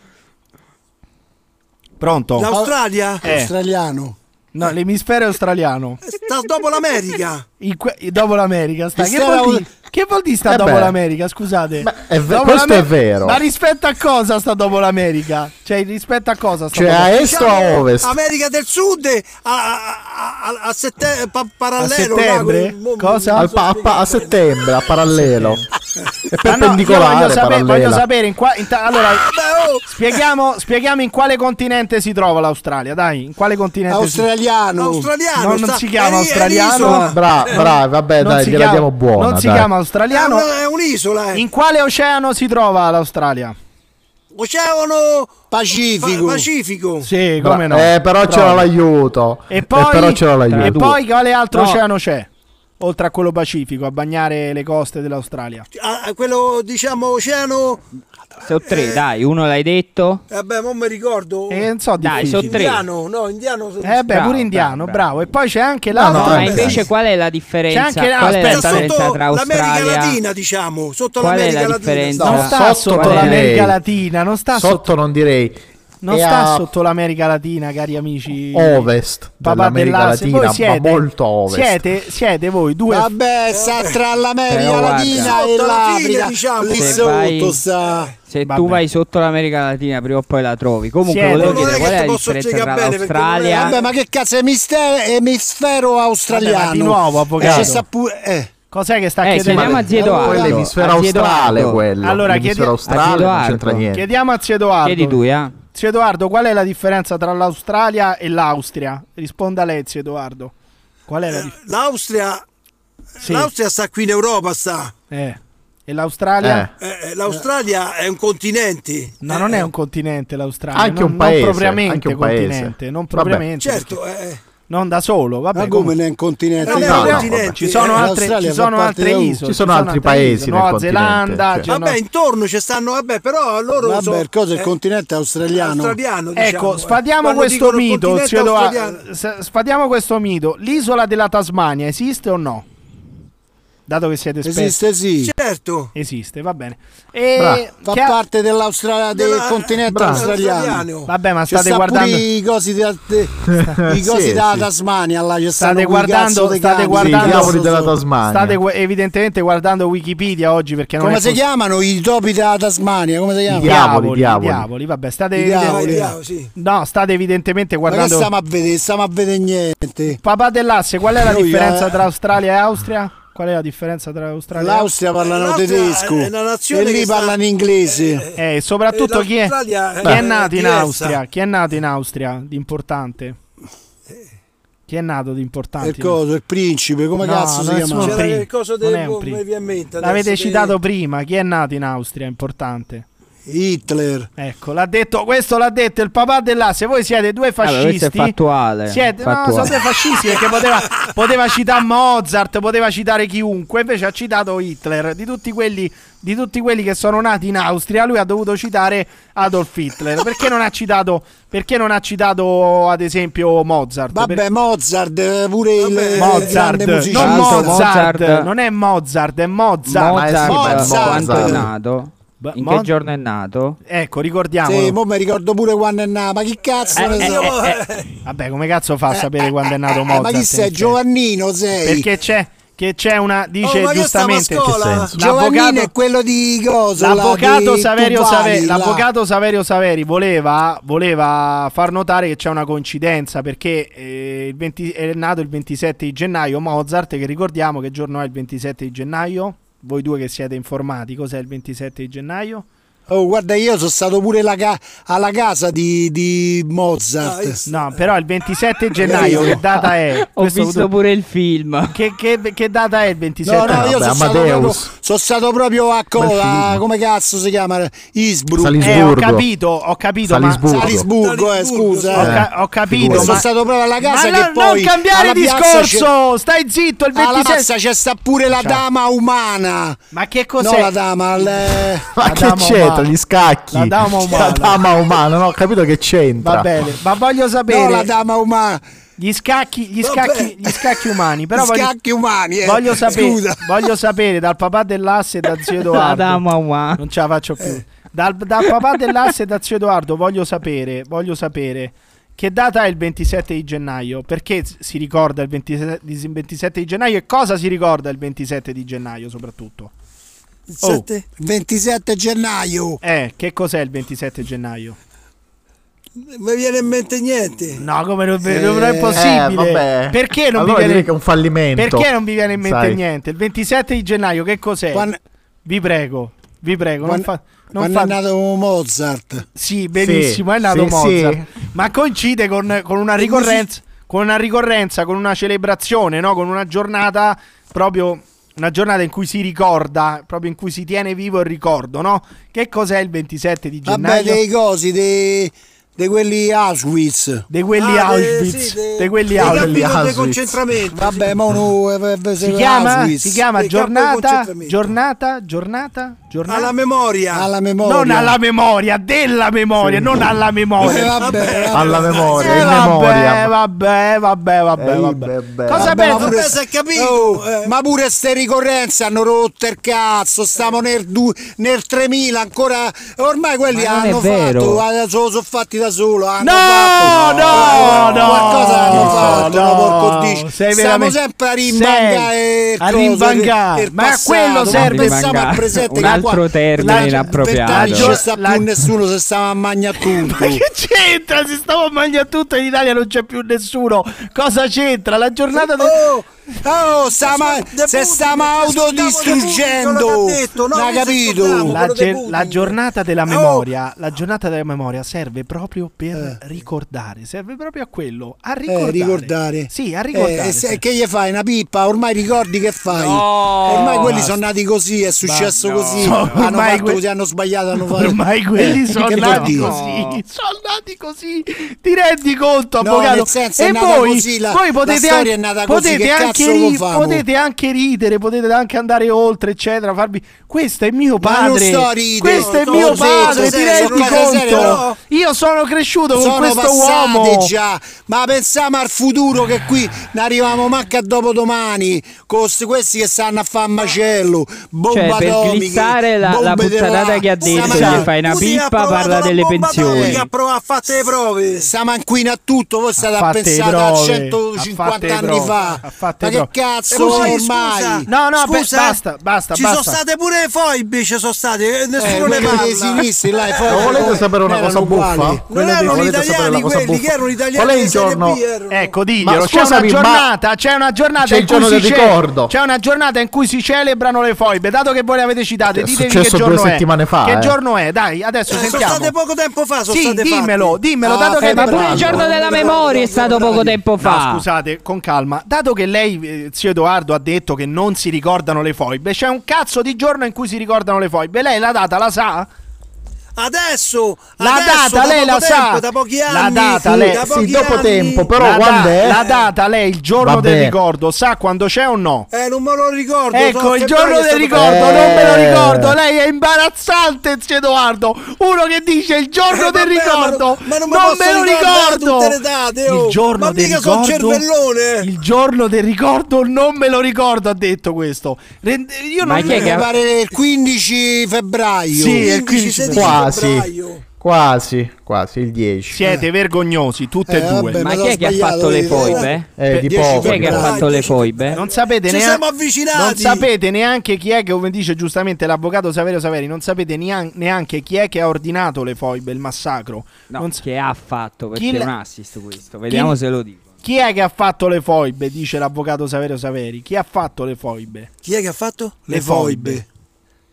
[SPEAKER 3] Pronto?
[SPEAKER 16] L'Australia?
[SPEAKER 3] Oh. Eh.
[SPEAKER 16] Australiano.
[SPEAKER 3] No, l'emisfero australiano.
[SPEAKER 2] Eh,
[SPEAKER 16] Sta dopo l'America.
[SPEAKER 3] In que- dopo l'America sta. Che
[SPEAKER 16] Questa era
[SPEAKER 3] vuol
[SPEAKER 16] un-
[SPEAKER 3] dire? Che vuol dire sta
[SPEAKER 5] Eh
[SPEAKER 3] dopo
[SPEAKER 5] beh.
[SPEAKER 3] l'America? Scusate.
[SPEAKER 5] è ve-
[SPEAKER 3] Dopo
[SPEAKER 5] questo è
[SPEAKER 3] l'Amer-
[SPEAKER 5] vero.
[SPEAKER 3] Ma rispetto a cosa sta dopo l'America? Cioè, rispetto a cosa sta
[SPEAKER 5] Cioè,
[SPEAKER 3] dopo
[SPEAKER 5] a
[SPEAKER 3] l'America? Diciamo
[SPEAKER 5] est o a ovest?
[SPEAKER 2] America del Sud eh, a, a- a- a sette- pa-
[SPEAKER 5] A
[SPEAKER 2] parallelo là,
[SPEAKER 5] settembre?
[SPEAKER 2] con- mo-
[SPEAKER 5] Cosa? Al pa- a, pa- a settembre, a parallelo. È
[SPEAKER 3] Ma Ah, no, io
[SPEAKER 5] perpendicolare,
[SPEAKER 3] voglio, sapere,
[SPEAKER 5] parallela.
[SPEAKER 3] voglio sapere in qua- in ta- allora, spieghiamo, spieghiamo in quale continente si trova l'Australia, dai, in quale continente si-
[SPEAKER 16] Australiano.
[SPEAKER 3] No, non
[SPEAKER 16] sta-
[SPEAKER 3] si chiama
[SPEAKER 16] è ri- è
[SPEAKER 3] australiano.
[SPEAKER 16] l'isola.
[SPEAKER 5] Bra- bra- vabbè,
[SPEAKER 3] Non
[SPEAKER 5] dai,
[SPEAKER 3] si
[SPEAKER 5] gliela
[SPEAKER 3] chiama-
[SPEAKER 5] diamo buona,
[SPEAKER 3] Non si
[SPEAKER 5] dai.
[SPEAKER 3] chiama australiano.
[SPEAKER 2] È una- è un'isola, eh.
[SPEAKER 3] In quale oceano si trova l'Australia?
[SPEAKER 2] Oceano
[SPEAKER 16] Pacifico.
[SPEAKER 2] Pa- Pacifico.
[SPEAKER 3] Sì,
[SPEAKER 5] Bra-
[SPEAKER 3] come no?
[SPEAKER 5] Eh, però c'era
[SPEAKER 3] Prova.
[SPEAKER 5] l'aiuto.
[SPEAKER 3] E poi,
[SPEAKER 5] Eh, però c'era l'aiuto.
[SPEAKER 3] e poi quale altro
[SPEAKER 5] No.
[SPEAKER 3] oceano c'è? Oltre a quello Pacifico, a bagnare le coste dell'Australia.
[SPEAKER 2] Ah, quello diciamo oceano
[SPEAKER 6] Sono
[SPEAKER 3] Eh.
[SPEAKER 6] tre, dai, uno l'hai detto.
[SPEAKER 2] vabbè non mi ricordo
[SPEAKER 3] E non so
[SPEAKER 6] Dai,
[SPEAKER 3] difficile.
[SPEAKER 6] sono tre.
[SPEAKER 2] indiano no indiano
[SPEAKER 3] Eh beh, pure indiano, bravo, E poi c'è anche l'altro.
[SPEAKER 6] ma eh, invece qual è la differenza?
[SPEAKER 3] C'è anche- ah,
[SPEAKER 6] qual è la
[SPEAKER 3] aspetta,
[SPEAKER 6] differenza
[SPEAKER 3] sotto
[SPEAKER 6] tra
[SPEAKER 2] l'America
[SPEAKER 6] Australia?
[SPEAKER 2] Latina diciamo sotto
[SPEAKER 6] Qual è
[SPEAKER 2] l'America
[SPEAKER 6] la
[SPEAKER 2] Latina
[SPEAKER 6] differenza?
[SPEAKER 2] sta-
[SPEAKER 3] Non sta
[SPEAKER 5] Sotto
[SPEAKER 3] sotto
[SPEAKER 5] direi.
[SPEAKER 3] l'America Latina, non sta
[SPEAKER 5] sotto,
[SPEAKER 3] sotto,
[SPEAKER 5] non direi
[SPEAKER 3] non
[SPEAKER 5] è
[SPEAKER 3] sta
[SPEAKER 5] a
[SPEAKER 3] sotto l'America Latina, cari amici.
[SPEAKER 5] ovest
[SPEAKER 3] Papà
[SPEAKER 5] dell'America
[SPEAKER 3] dell'Asia.
[SPEAKER 5] Latina,
[SPEAKER 3] Voi siete-
[SPEAKER 5] ma molto a ovest.
[SPEAKER 3] Siete, siete voi due.
[SPEAKER 16] Vabbè, sta tra
[SPEAKER 6] Eh,
[SPEAKER 16] l'America
[SPEAKER 6] guarda.
[SPEAKER 16] Latina e
[SPEAKER 2] Sotto alla fine,
[SPEAKER 16] l'Africa.
[SPEAKER 2] diciamo.
[SPEAKER 16] Lì
[SPEAKER 6] Se
[SPEAKER 16] sotto
[SPEAKER 6] vai-
[SPEAKER 16] sta.
[SPEAKER 6] Se
[SPEAKER 16] Vabbè.
[SPEAKER 6] tu vai sotto l'America Latina, prima o poi la trovi. Comunque,
[SPEAKER 16] Siete-
[SPEAKER 6] volevo
[SPEAKER 16] Non è
[SPEAKER 6] dire,
[SPEAKER 16] che
[SPEAKER 6] qual è
[SPEAKER 16] ti
[SPEAKER 6] la
[SPEAKER 16] posso
[SPEAKER 6] differenza
[SPEAKER 16] spiegare
[SPEAKER 6] tra
[SPEAKER 16] bene, perché non è-
[SPEAKER 6] l'Australia?
[SPEAKER 16] Vabbè, ma che cazzo, emisfero, emisfero australiano.
[SPEAKER 3] Vabbè, ma di nuovo, avvocato.
[SPEAKER 16] Eh, ci sta pure- eh.
[SPEAKER 3] Cos'è che sta
[SPEAKER 16] Eh,
[SPEAKER 3] chiedendo?
[SPEAKER 16] chiediamo a Ziedoardo.
[SPEAKER 5] Quello è l'emisfero
[SPEAKER 3] A Ziedoardo.
[SPEAKER 5] australe, quello.
[SPEAKER 3] Allora,
[SPEAKER 5] L'emisfero
[SPEAKER 3] chiedi-
[SPEAKER 5] australe
[SPEAKER 3] a Ziedoardo.
[SPEAKER 5] non c'entra niente.
[SPEAKER 3] Chiediamo a Ziedoardo.
[SPEAKER 6] Chiedi tu, eh.
[SPEAKER 3] Ziedoardo, qual è la differenza tra l'Australia e l'Austria? Risponda lei, Ziedoardo. Qual è la differenza?
[SPEAKER 2] l'Austria l'Austria sta qui in Europa sta
[SPEAKER 3] Eh. E l'Australia?
[SPEAKER 2] Eh, eh, l'Australia è un continente
[SPEAKER 3] No, non è un continente l'Australia.
[SPEAKER 5] Anche
[SPEAKER 3] non,
[SPEAKER 5] un paese,
[SPEAKER 3] Non propriamente
[SPEAKER 5] anche un paese.
[SPEAKER 3] continente. Non
[SPEAKER 5] Vabbè.
[SPEAKER 3] propriamente.
[SPEAKER 2] certo eh,
[SPEAKER 3] Non da solo, vabbè.
[SPEAKER 16] Ma
[SPEAKER 3] comunque.
[SPEAKER 16] come ne è un continente?
[SPEAKER 3] Eh, no, vabbè. Ci sono altre, ci sono altre isole,
[SPEAKER 5] Ci sono altri
[SPEAKER 3] altre isole,
[SPEAKER 5] paesi nel
[SPEAKER 3] Nuova
[SPEAKER 5] continente,
[SPEAKER 3] Zelanda,
[SPEAKER 5] cioè.
[SPEAKER 3] ci sono-
[SPEAKER 2] vabbè intorno ci stanno vabbè però loro
[SPEAKER 16] Vabbè,
[SPEAKER 2] sono-
[SPEAKER 16] il coso è il
[SPEAKER 2] eh,
[SPEAKER 16] continente australiano.
[SPEAKER 2] australiano diciamo,
[SPEAKER 3] Ecco,
[SPEAKER 2] eh.
[SPEAKER 3] sfatiamo
[SPEAKER 2] Quando
[SPEAKER 3] questo
[SPEAKER 2] dicono
[SPEAKER 3] mito.
[SPEAKER 2] continente
[SPEAKER 3] zio Edoardo.
[SPEAKER 2] australiano-
[SPEAKER 3] S- sfatiamo questo mito. L'isola della Tasmania esiste o no? Dato che siete esperti.
[SPEAKER 16] Esiste, sì.
[SPEAKER 2] Certo.
[SPEAKER 3] Esiste, va bene.
[SPEAKER 16] Bra-
[SPEAKER 3] E
[SPEAKER 16] fa
[SPEAKER 3] chi ha-
[SPEAKER 16] parte dell'Australia del
[SPEAKER 3] Della-
[SPEAKER 16] continente
[SPEAKER 3] Bra-
[SPEAKER 16] australiano.
[SPEAKER 3] australiano. Vabbè, ma
[SPEAKER 16] Ci
[SPEAKER 3] state
[SPEAKER 16] sta pure
[SPEAKER 3] guardando-
[SPEAKER 16] i cosi, da, de- i cosi
[SPEAKER 5] Sì,
[SPEAKER 16] della
[SPEAKER 5] sì.
[SPEAKER 16] Tasmania. Là, ci stanno
[SPEAKER 3] State
[SPEAKER 16] quei cazzo
[SPEAKER 3] guardando,
[SPEAKER 16] dei
[SPEAKER 3] state
[SPEAKER 16] cani.
[SPEAKER 5] Sì, i
[SPEAKER 3] guardando,
[SPEAKER 5] diavoli della Tasmania.
[SPEAKER 3] state gu- evidentemente guardando Wikipedia oggi perché non
[SPEAKER 16] Come
[SPEAKER 3] è
[SPEAKER 16] si
[SPEAKER 3] poss-
[SPEAKER 16] chiamano i topi della Tasmania? Come si
[SPEAKER 3] I
[SPEAKER 16] chiamano?
[SPEAKER 3] diavoli, i diavoli, vabbè, state
[SPEAKER 16] I diavoli.
[SPEAKER 3] evidente-
[SPEAKER 16] I diavoli,
[SPEAKER 3] No, state evidentemente
[SPEAKER 16] Ma che
[SPEAKER 3] guardando
[SPEAKER 16] stiamo a vedere? Stiamo a vedere niente.
[SPEAKER 3] Papà dell'asse, qual è la
[SPEAKER 16] Noi,
[SPEAKER 3] differenza
[SPEAKER 16] eh.
[SPEAKER 3] tra Australia e Austria? Qual è la differenza tra Australia e
[SPEAKER 16] L'Austria parlano
[SPEAKER 2] Eh, L'Austria
[SPEAKER 16] tedesco
[SPEAKER 2] è una nazione
[SPEAKER 16] e lì
[SPEAKER 2] che sta-
[SPEAKER 16] parlano inglese.
[SPEAKER 3] Eh, soprattutto
[SPEAKER 2] Eh,
[SPEAKER 3] chi è,
[SPEAKER 2] l'Australia è-
[SPEAKER 3] chi è
[SPEAKER 2] eh,
[SPEAKER 3] nato in
[SPEAKER 2] diversa.
[SPEAKER 3] Austria? Chi è nato in Austria di importante?
[SPEAKER 2] Eh.
[SPEAKER 3] Chi è nato di importante?
[SPEAKER 16] Il coso, il principe, come
[SPEAKER 3] No,
[SPEAKER 16] cazzo si
[SPEAKER 3] non è
[SPEAKER 16] chiama?
[SPEAKER 3] solo
[SPEAKER 2] C'era
[SPEAKER 3] Pri.
[SPEAKER 2] il coso
[SPEAKER 3] Non è
[SPEAKER 2] del
[SPEAKER 3] un
[SPEAKER 2] boh,
[SPEAKER 3] pri.
[SPEAKER 2] mi viene in mente adesso,
[SPEAKER 3] L'avete
[SPEAKER 2] che-
[SPEAKER 3] citato prima, chi è nato in Austria? è Importante.
[SPEAKER 16] Hitler.
[SPEAKER 3] Ecco, l'ha detto, questo l'ha detto il papà dell'asse. Voi siete due
[SPEAKER 6] Vabbè, questo
[SPEAKER 3] fascisti.
[SPEAKER 6] è fattuale.
[SPEAKER 3] Siete,
[SPEAKER 6] Fattuale.
[SPEAKER 3] No, sono due fascisti perché poteva, poteva citare Mozart, poteva citare chiunque, invece ha citato Hitler. Di tutti, quelli, di tutti quelli che sono nati in Austria, lui ha dovuto citare Adolf Hitler. Perché non ha citato, perché non ha citato ad esempio Mozart?
[SPEAKER 16] Vabbè,
[SPEAKER 3] Per-
[SPEAKER 16] Mozart, eh, pure il
[SPEAKER 3] Mozart,
[SPEAKER 16] grande musicista.
[SPEAKER 3] non Mozart,
[SPEAKER 6] Mozart.
[SPEAKER 3] non è Mozart, è esatto. Mozart.
[SPEAKER 6] Mozart, quanto è nato?
[SPEAKER 3] Beh,
[SPEAKER 6] In
[SPEAKER 3] Mo-
[SPEAKER 6] che giorno è nato?
[SPEAKER 3] Ecco, ricordiamolo.
[SPEAKER 16] Sì, mo mi ricordo pure quando è nato. Ma chi cazzo
[SPEAKER 3] Eh,
[SPEAKER 16] ne
[SPEAKER 3] eh,
[SPEAKER 16] so?
[SPEAKER 3] eh, eh. Vabbè, come cazzo fa a
[SPEAKER 16] eh,
[SPEAKER 3] sapere quando è nato Mozart?
[SPEAKER 16] ma chi sei?
[SPEAKER 3] in
[SPEAKER 16] Giovannino sei?
[SPEAKER 3] effetti? Perché c'è, che c'è una. Dice
[SPEAKER 16] Oh, ma che
[SPEAKER 3] giustamente.
[SPEAKER 16] stiamo a scuola?
[SPEAKER 3] Che senso?
[SPEAKER 16] Giovannino è quello di cosa?
[SPEAKER 3] l'avvocato Saverio, Saveri, l'avvocato Saverio Saveri voleva, voleva far notare che c'è una coincidenza perché eh, il 20 è nato il 27 di gennaio Mozart, che ricordiamo che giorno è il 27 di gennaio? Voi due che siete informati, cos'è il 27 di gennaio?
[SPEAKER 16] Oh, guarda, io sono stato pure la ca- alla casa di, di Mozart.
[SPEAKER 3] No, però il 27 gennaio che data è?
[SPEAKER 6] Ho
[SPEAKER 3] Questo-
[SPEAKER 6] visto pure il film.
[SPEAKER 3] Che, che- che data è il 27?
[SPEAKER 16] No, no, io sono stato, proprio,
[SPEAKER 3] Amadeus.
[SPEAKER 16] sono stato proprio a co-
[SPEAKER 3] Bel
[SPEAKER 16] a-
[SPEAKER 3] film.
[SPEAKER 16] come cazzo si chiama? Isbru.
[SPEAKER 3] Eh, ho capito, ho capito, ma
[SPEAKER 16] Salisburgo, eh, scusa.
[SPEAKER 3] Ho, ca-
[SPEAKER 16] eh.
[SPEAKER 3] ho capito,
[SPEAKER 16] Sono
[SPEAKER 3] ma-
[SPEAKER 16] stato proprio alla casa
[SPEAKER 3] Ma
[SPEAKER 16] che
[SPEAKER 3] no,
[SPEAKER 16] poi
[SPEAKER 3] non cambiare
[SPEAKER 16] alla piazza
[SPEAKER 3] discorso, stai zitto, il
[SPEAKER 16] c'è- Alla
[SPEAKER 3] 26
[SPEAKER 16] piazza c'è sta pure la
[SPEAKER 3] Ciao.
[SPEAKER 16] dama umana.
[SPEAKER 3] Ma che
[SPEAKER 16] No,
[SPEAKER 3] cos'è?
[SPEAKER 16] la dama, il-
[SPEAKER 5] Ma che c'entra? Gli scacchi.
[SPEAKER 16] La dama umana.
[SPEAKER 5] La dama umana, no, ho capito che c'entra.
[SPEAKER 3] Va bene, ma voglio sapere
[SPEAKER 16] No, la dama umana.
[SPEAKER 3] gli scacchi, gli
[SPEAKER 16] Vabbè.
[SPEAKER 3] scacchi, gli scacchi umani, però
[SPEAKER 16] Gli
[SPEAKER 3] voglio,
[SPEAKER 16] scacchi umani, eh.
[SPEAKER 3] voglio sapere,
[SPEAKER 16] Scusa.
[SPEAKER 3] voglio sapere dal papà dell'asse e da zio Edoardo.
[SPEAKER 6] La dama umana.
[SPEAKER 3] Non ce la faccio più. Dal, dal papà dell'asse e da zio Edoardo voglio sapere, voglio sapere Che data è il 27 di gennaio? Perché si ricorda il 27, il 27 di gennaio e cosa si ricorda il 27 di gennaio soprattutto?
[SPEAKER 16] Oh. 7, 27 gennaio.
[SPEAKER 3] Eh, che cos'è il 27 gennaio?
[SPEAKER 16] mi viene in mente niente.
[SPEAKER 3] No, come non, eh, non è possibile.
[SPEAKER 5] Eh,
[SPEAKER 3] perché non
[SPEAKER 5] allora
[SPEAKER 3] vi viene
[SPEAKER 5] direi che è un fallimento.
[SPEAKER 3] Perché non vi viene in mente
[SPEAKER 5] Sai.
[SPEAKER 3] niente? Il 27 di gennaio che cos'è?
[SPEAKER 16] Quan-
[SPEAKER 3] Vi prego, vi prego, non
[SPEAKER 16] Quan-
[SPEAKER 3] fa- non
[SPEAKER 16] Quando
[SPEAKER 3] fa-
[SPEAKER 16] è nato Mozart.
[SPEAKER 3] Sì, benissimo, è nato
[SPEAKER 16] sì,
[SPEAKER 3] Mozart.
[SPEAKER 16] sì.
[SPEAKER 3] Ma coincide con, con una ricorrenza, con una ricorrenza, con una celebrazione, no? Con una giornata proprio una giornata in cui si ricorda, proprio in cui si tiene vivo il ricordo, no? Che cos'è il 27 di gennaio?
[SPEAKER 16] Vabbè, dei cosi, dei, dei quelli Auschwitz.
[SPEAKER 3] Di quelli
[SPEAKER 16] Ah, de-
[SPEAKER 3] Auschwitz,
[SPEAKER 16] sì, de-
[SPEAKER 3] di quelli
[SPEAKER 16] dei campi
[SPEAKER 3] Auschwitz.
[SPEAKER 16] con dei concentramenti. Vabbè, ma uno eh,
[SPEAKER 3] Si chiama, si chiama giornata, giornata, giornata, giornata.
[SPEAKER 16] Alla memoria. Alla memoria.
[SPEAKER 3] Non alla memoria, della memoria, non alla memoria.
[SPEAKER 16] Eh, vabbè,
[SPEAKER 5] Alla memoria,
[SPEAKER 3] Eh,
[SPEAKER 5] in
[SPEAKER 3] vabbè,
[SPEAKER 5] memoria.
[SPEAKER 3] vabbè, vabbè, vabbè, vabbè.
[SPEAKER 16] Vabbè,
[SPEAKER 3] Cosa pensa-
[SPEAKER 16] ma pure se capito,
[SPEAKER 3] Eh.
[SPEAKER 16] ma pure ste ricorrenze hanno rotto il cazzo. Stiamo nel, du- nel 3000 ancora. Ormai quelli
[SPEAKER 6] Ma non è
[SPEAKER 16] hanno
[SPEAKER 6] vero.
[SPEAKER 16] fatto, ah, se lo sono fatti da solo. Hanno
[SPEAKER 3] No,
[SPEAKER 16] fatto,
[SPEAKER 3] no, no,
[SPEAKER 16] qualcosa hanno
[SPEAKER 3] no,
[SPEAKER 16] fatto.
[SPEAKER 3] no,
[SPEAKER 16] no, porco dici.
[SPEAKER 3] sei
[SPEAKER 16] Stiamo
[SPEAKER 3] veramente-
[SPEAKER 16] sempre a
[SPEAKER 3] sei
[SPEAKER 16] rimbangare, il
[SPEAKER 3] a
[SPEAKER 16] coso, il-
[SPEAKER 3] rimbangare.
[SPEAKER 16] il
[SPEAKER 3] Ma
[SPEAKER 16] passato, ma
[SPEAKER 3] quello serve-
[SPEAKER 16] Pensiamo al
[SPEAKER 6] Rimbangare.
[SPEAKER 16] presente
[SPEAKER 6] Un
[SPEAKER 16] che
[SPEAKER 6] altro
[SPEAKER 16] qua-
[SPEAKER 6] termine
[SPEAKER 16] la-
[SPEAKER 6] inappropriato.
[SPEAKER 16] per tanti
[SPEAKER 6] La-
[SPEAKER 16] Non ci sta più nessuno, se stava a magna tutto.
[SPEAKER 3] Ma che c'entra? Si stava mangiando tutto in Italia non c'è più nessuno. Cosa c'entra? La giornata del...
[SPEAKER 16] Oh, oh, stiamo, se stiamo autodistruggendo, non ha capito?
[SPEAKER 3] La, ge- la giornata della memoria, la giornata della memoria serve proprio per ricordare, serve proprio a quello, a ricordare.
[SPEAKER 16] Eh, ricordare.
[SPEAKER 3] Sì, a ricordare.
[SPEAKER 16] Eh, se-
[SPEAKER 3] serve.
[SPEAKER 16] che gli fai una pippa? Ormai ricordi che fai? ormai quelli sono nati così, è successo
[SPEAKER 3] no.
[SPEAKER 16] così.
[SPEAKER 3] Sono
[SPEAKER 16] hanno
[SPEAKER 3] ormai
[SPEAKER 16] fatto
[SPEAKER 3] que-
[SPEAKER 16] così, hanno sbagliato, hanno fatto.
[SPEAKER 3] Ormai quelli
[SPEAKER 16] Eh,
[SPEAKER 3] sono
[SPEAKER 16] che vuol
[SPEAKER 3] nati
[SPEAKER 16] dire?
[SPEAKER 3] così, sono nati così, ti rendi conto,
[SPEAKER 16] No,
[SPEAKER 3] avvocato?
[SPEAKER 16] nel senso, è
[SPEAKER 3] e
[SPEAKER 16] nata
[SPEAKER 3] voi,
[SPEAKER 16] così, la-
[SPEAKER 3] voi
[SPEAKER 16] la
[SPEAKER 3] potete,
[SPEAKER 16] storia
[SPEAKER 3] anche,
[SPEAKER 16] è nata così,
[SPEAKER 3] potete
[SPEAKER 16] che
[SPEAKER 3] anche
[SPEAKER 16] cazzo lo
[SPEAKER 3] ri-
[SPEAKER 16] famo?
[SPEAKER 3] potete anche ridere, potete anche andare oltre, eccetera, farvi... Questo è mio
[SPEAKER 16] Ma
[SPEAKER 3] padre,
[SPEAKER 16] non sto a ridere,
[SPEAKER 3] questo è
[SPEAKER 16] sto
[SPEAKER 3] mio
[SPEAKER 16] serio,
[SPEAKER 3] padre, ti
[SPEAKER 16] serio,
[SPEAKER 3] rendi
[SPEAKER 16] sono
[SPEAKER 3] conto?
[SPEAKER 16] serio, no?
[SPEAKER 3] Io sono cresciuto con
[SPEAKER 16] Sono
[SPEAKER 3] questo
[SPEAKER 16] passate
[SPEAKER 3] uomo.
[SPEAKER 16] già, ma pensiamo al futuro che qui ne arriviamo manca dopo domani. Con st- questi che stanno a fare macello, bomba
[SPEAKER 6] Cioè, per
[SPEAKER 16] atomiche,
[SPEAKER 6] glizzare la- la
[SPEAKER 16] bombe
[SPEAKER 6] puttanata
[SPEAKER 16] terra-
[SPEAKER 6] che ha detto,
[SPEAKER 16] Stamattina-
[SPEAKER 6] gli fai una
[SPEAKER 16] Putin ha
[SPEAKER 6] pippa,
[SPEAKER 16] provato
[SPEAKER 6] parla
[SPEAKER 16] la
[SPEAKER 6] delle
[SPEAKER 16] bomba
[SPEAKER 6] pensioni.
[SPEAKER 16] atomica, Ha provato, ha fatto le prove. Sta manquina a tutto, voi state a
[SPEAKER 3] fatte le
[SPEAKER 16] pensare a
[SPEAKER 3] prove,
[SPEAKER 16] 150
[SPEAKER 3] ha fatte le
[SPEAKER 16] anni
[SPEAKER 3] prove,
[SPEAKER 16] fa.
[SPEAKER 3] ha
[SPEAKER 16] Ma
[SPEAKER 3] fatte le
[SPEAKER 16] che
[SPEAKER 3] prove.
[SPEAKER 16] cazzo
[SPEAKER 3] E poi,
[SPEAKER 16] ormai?
[SPEAKER 3] scusa, No, no, beh,
[SPEAKER 23] scusa,
[SPEAKER 3] basta, basta,
[SPEAKER 23] Ci
[SPEAKER 3] basta.
[SPEAKER 23] sono state pure le foibe, ci sono state, eh,
[SPEAKER 16] Eh,
[SPEAKER 23] nessuno ne
[SPEAKER 16] quelli
[SPEAKER 23] parla.
[SPEAKER 16] dei sinistri
[SPEAKER 2] Eh,
[SPEAKER 16] là, i
[SPEAKER 5] Ma
[SPEAKER 16] forti,
[SPEAKER 5] volete sapere una
[SPEAKER 16] erano
[SPEAKER 5] cosa
[SPEAKER 16] uguali.
[SPEAKER 5] buffa?
[SPEAKER 16] Non erano gli
[SPEAKER 5] Volete sapere
[SPEAKER 16] italiani
[SPEAKER 5] una cosa
[SPEAKER 16] quelli,
[SPEAKER 5] buffa?
[SPEAKER 16] che erano gli italiani
[SPEAKER 5] Qual è
[SPEAKER 16] di
[SPEAKER 5] il
[SPEAKER 16] Serie
[SPEAKER 5] giorno?
[SPEAKER 16] B erano.
[SPEAKER 3] Ecco, diglielo,
[SPEAKER 5] Ma
[SPEAKER 3] c'è una
[SPEAKER 5] scusami, ma-
[SPEAKER 3] giornata, c'è una giornata
[SPEAKER 5] C'è il
[SPEAKER 3] in cui
[SPEAKER 5] giorno
[SPEAKER 3] si
[SPEAKER 5] del
[SPEAKER 3] ce-
[SPEAKER 5] ricordo.
[SPEAKER 3] C'è una giornata in cui si celebrano le foibe, dato che voi le avete citate,
[SPEAKER 5] È
[SPEAKER 3] ditemi che
[SPEAKER 5] successo due
[SPEAKER 3] giorno è.
[SPEAKER 5] settimane fa,
[SPEAKER 3] Che
[SPEAKER 5] eh.
[SPEAKER 3] giorno è? Dai, adesso
[SPEAKER 23] Eh, sono
[SPEAKER 3] sentiamo.
[SPEAKER 23] state poco tempo fa, sono
[SPEAKER 3] sì,
[SPEAKER 23] state fatte. eh,
[SPEAKER 3] dimmelo, dimmelo,
[SPEAKER 16] Ah,
[SPEAKER 3] dato che
[SPEAKER 16] fate
[SPEAKER 6] Ma pure
[SPEAKER 16] bravo.
[SPEAKER 6] il giorno della memoria è stato poco tempo fa.
[SPEAKER 3] No, scusate, con calma. Dato che lei, eh, zio Edoardo, ha detto che non si ricordano le foibe, c'è un cazzo di giorno in cui si ricordano le foibe. Lei la data la sa?
[SPEAKER 23] Adesso,
[SPEAKER 3] La
[SPEAKER 23] adesso,
[SPEAKER 3] data
[SPEAKER 23] da
[SPEAKER 3] lei la
[SPEAKER 23] poco tempo,
[SPEAKER 3] sa.
[SPEAKER 23] Da pochi
[SPEAKER 3] La
[SPEAKER 23] anni.
[SPEAKER 3] data
[SPEAKER 23] da
[SPEAKER 3] lei-
[SPEAKER 23] pochi
[SPEAKER 5] Sì, dopo
[SPEAKER 23] anni.
[SPEAKER 5] tempo, però
[SPEAKER 3] la,
[SPEAKER 5] quando è?
[SPEAKER 3] la data lei il giorno del
[SPEAKER 5] Vabbè.
[SPEAKER 3] ricordo, sa quando c'è o no?
[SPEAKER 23] Eh, non me lo ricordo.
[SPEAKER 3] Ecco,
[SPEAKER 23] so,
[SPEAKER 3] il
[SPEAKER 23] febbraio
[SPEAKER 3] giorno
[SPEAKER 23] è
[SPEAKER 3] del
[SPEAKER 23] stato-
[SPEAKER 3] ricordo, non me lo
[SPEAKER 5] Eh.
[SPEAKER 3] ricordo. Lei è imbarazzante, zio Edoardo. Uno che dice il giorno
[SPEAKER 23] Eh,
[SPEAKER 3] del
[SPEAKER 23] vabbè, ma
[SPEAKER 3] ricordo,
[SPEAKER 23] non- ma non mi
[SPEAKER 3] non
[SPEAKER 23] posso
[SPEAKER 3] me lo
[SPEAKER 23] ricordare
[SPEAKER 3] ricordo.
[SPEAKER 23] tutte le date, oh.
[SPEAKER 3] Il giorno
[SPEAKER 23] Ma
[SPEAKER 3] del
[SPEAKER 23] mica sono
[SPEAKER 3] ricordo,
[SPEAKER 23] cervellone.
[SPEAKER 3] il giorno del ricordo, non me lo ricordo. Ha detto questo. Rende- Io
[SPEAKER 6] Ma
[SPEAKER 3] non
[SPEAKER 6] chi è
[SPEAKER 3] mi
[SPEAKER 6] che
[SPEAKER 16] Mi
[SPEAKER 6] ha-
[SPEAKER 16] pare il 15 febbraio.
[SPEAKER 3] Sì, è il
[SPEAKER 23] 15,
[SPEAKER 3] 15
[SPEAKER 16] febbraio.
[SPEAKER 5] Quasi, quasi, quasi, il Eh. 10.
[SPEAKER 3] Siete vergognosi, tutte
[SPEAKER 16] Eh,
[SPEAKER 3] e due.
[SPEAKER 16] vabbè,
[SPEAKER 6] Ma
[SPEAKER 16] me
[SPEAKER 6] chi è
[SPEAKER 16] l'ho
[SPEAKER 6] che ha
[SPEAKER 16] sbagliato,
[SPEAKER 6] fatto le
[SPEAKER 16] vedi,
[SPEAKER 6] foibe?
[SPEAKER 5] Eh, di
[SPEAKER 6] Chi
[SPEAKER 5] poco.
[SPEAKER 6] è che ha
[SPEAKER 5] però.
[SPEAKER 6] fatto le foibe?
[SPEAKER 3] Non sapete,
[SPEAKER 23] Ci
[SPEAKER 3] neanche,
[SPEAKER 23] siamo avvicinati.
[SPEAKER 3] non sapete neanche chi è che, come dice giustamente l'avvocato Saverio Saveri, non sapete nean- neanche chi è che ha ordinato le foibe, il massacro.
[SPEAKER 6] No,
[SPEAKER 3] Non sa-
[SPEAKER 6] che ha fatto perché
[SPEAKER 3] Chi
[SPEAKER 6] è
[SPEAKER 3] le-
[SPEAKER 6] un assist questo. Vediamo
[SPEAKER 3] Chi-
[SPEAKER 6] se lo dico.
[SPEAKER 3] Chi è che ha fatto le foibe? Dice l'avvocato Saverio Saveri. Chi ha fatto le foibe?
[SPEAKER 23] Chi è che ha fatto?
[SPEAKER 3] Le foibe.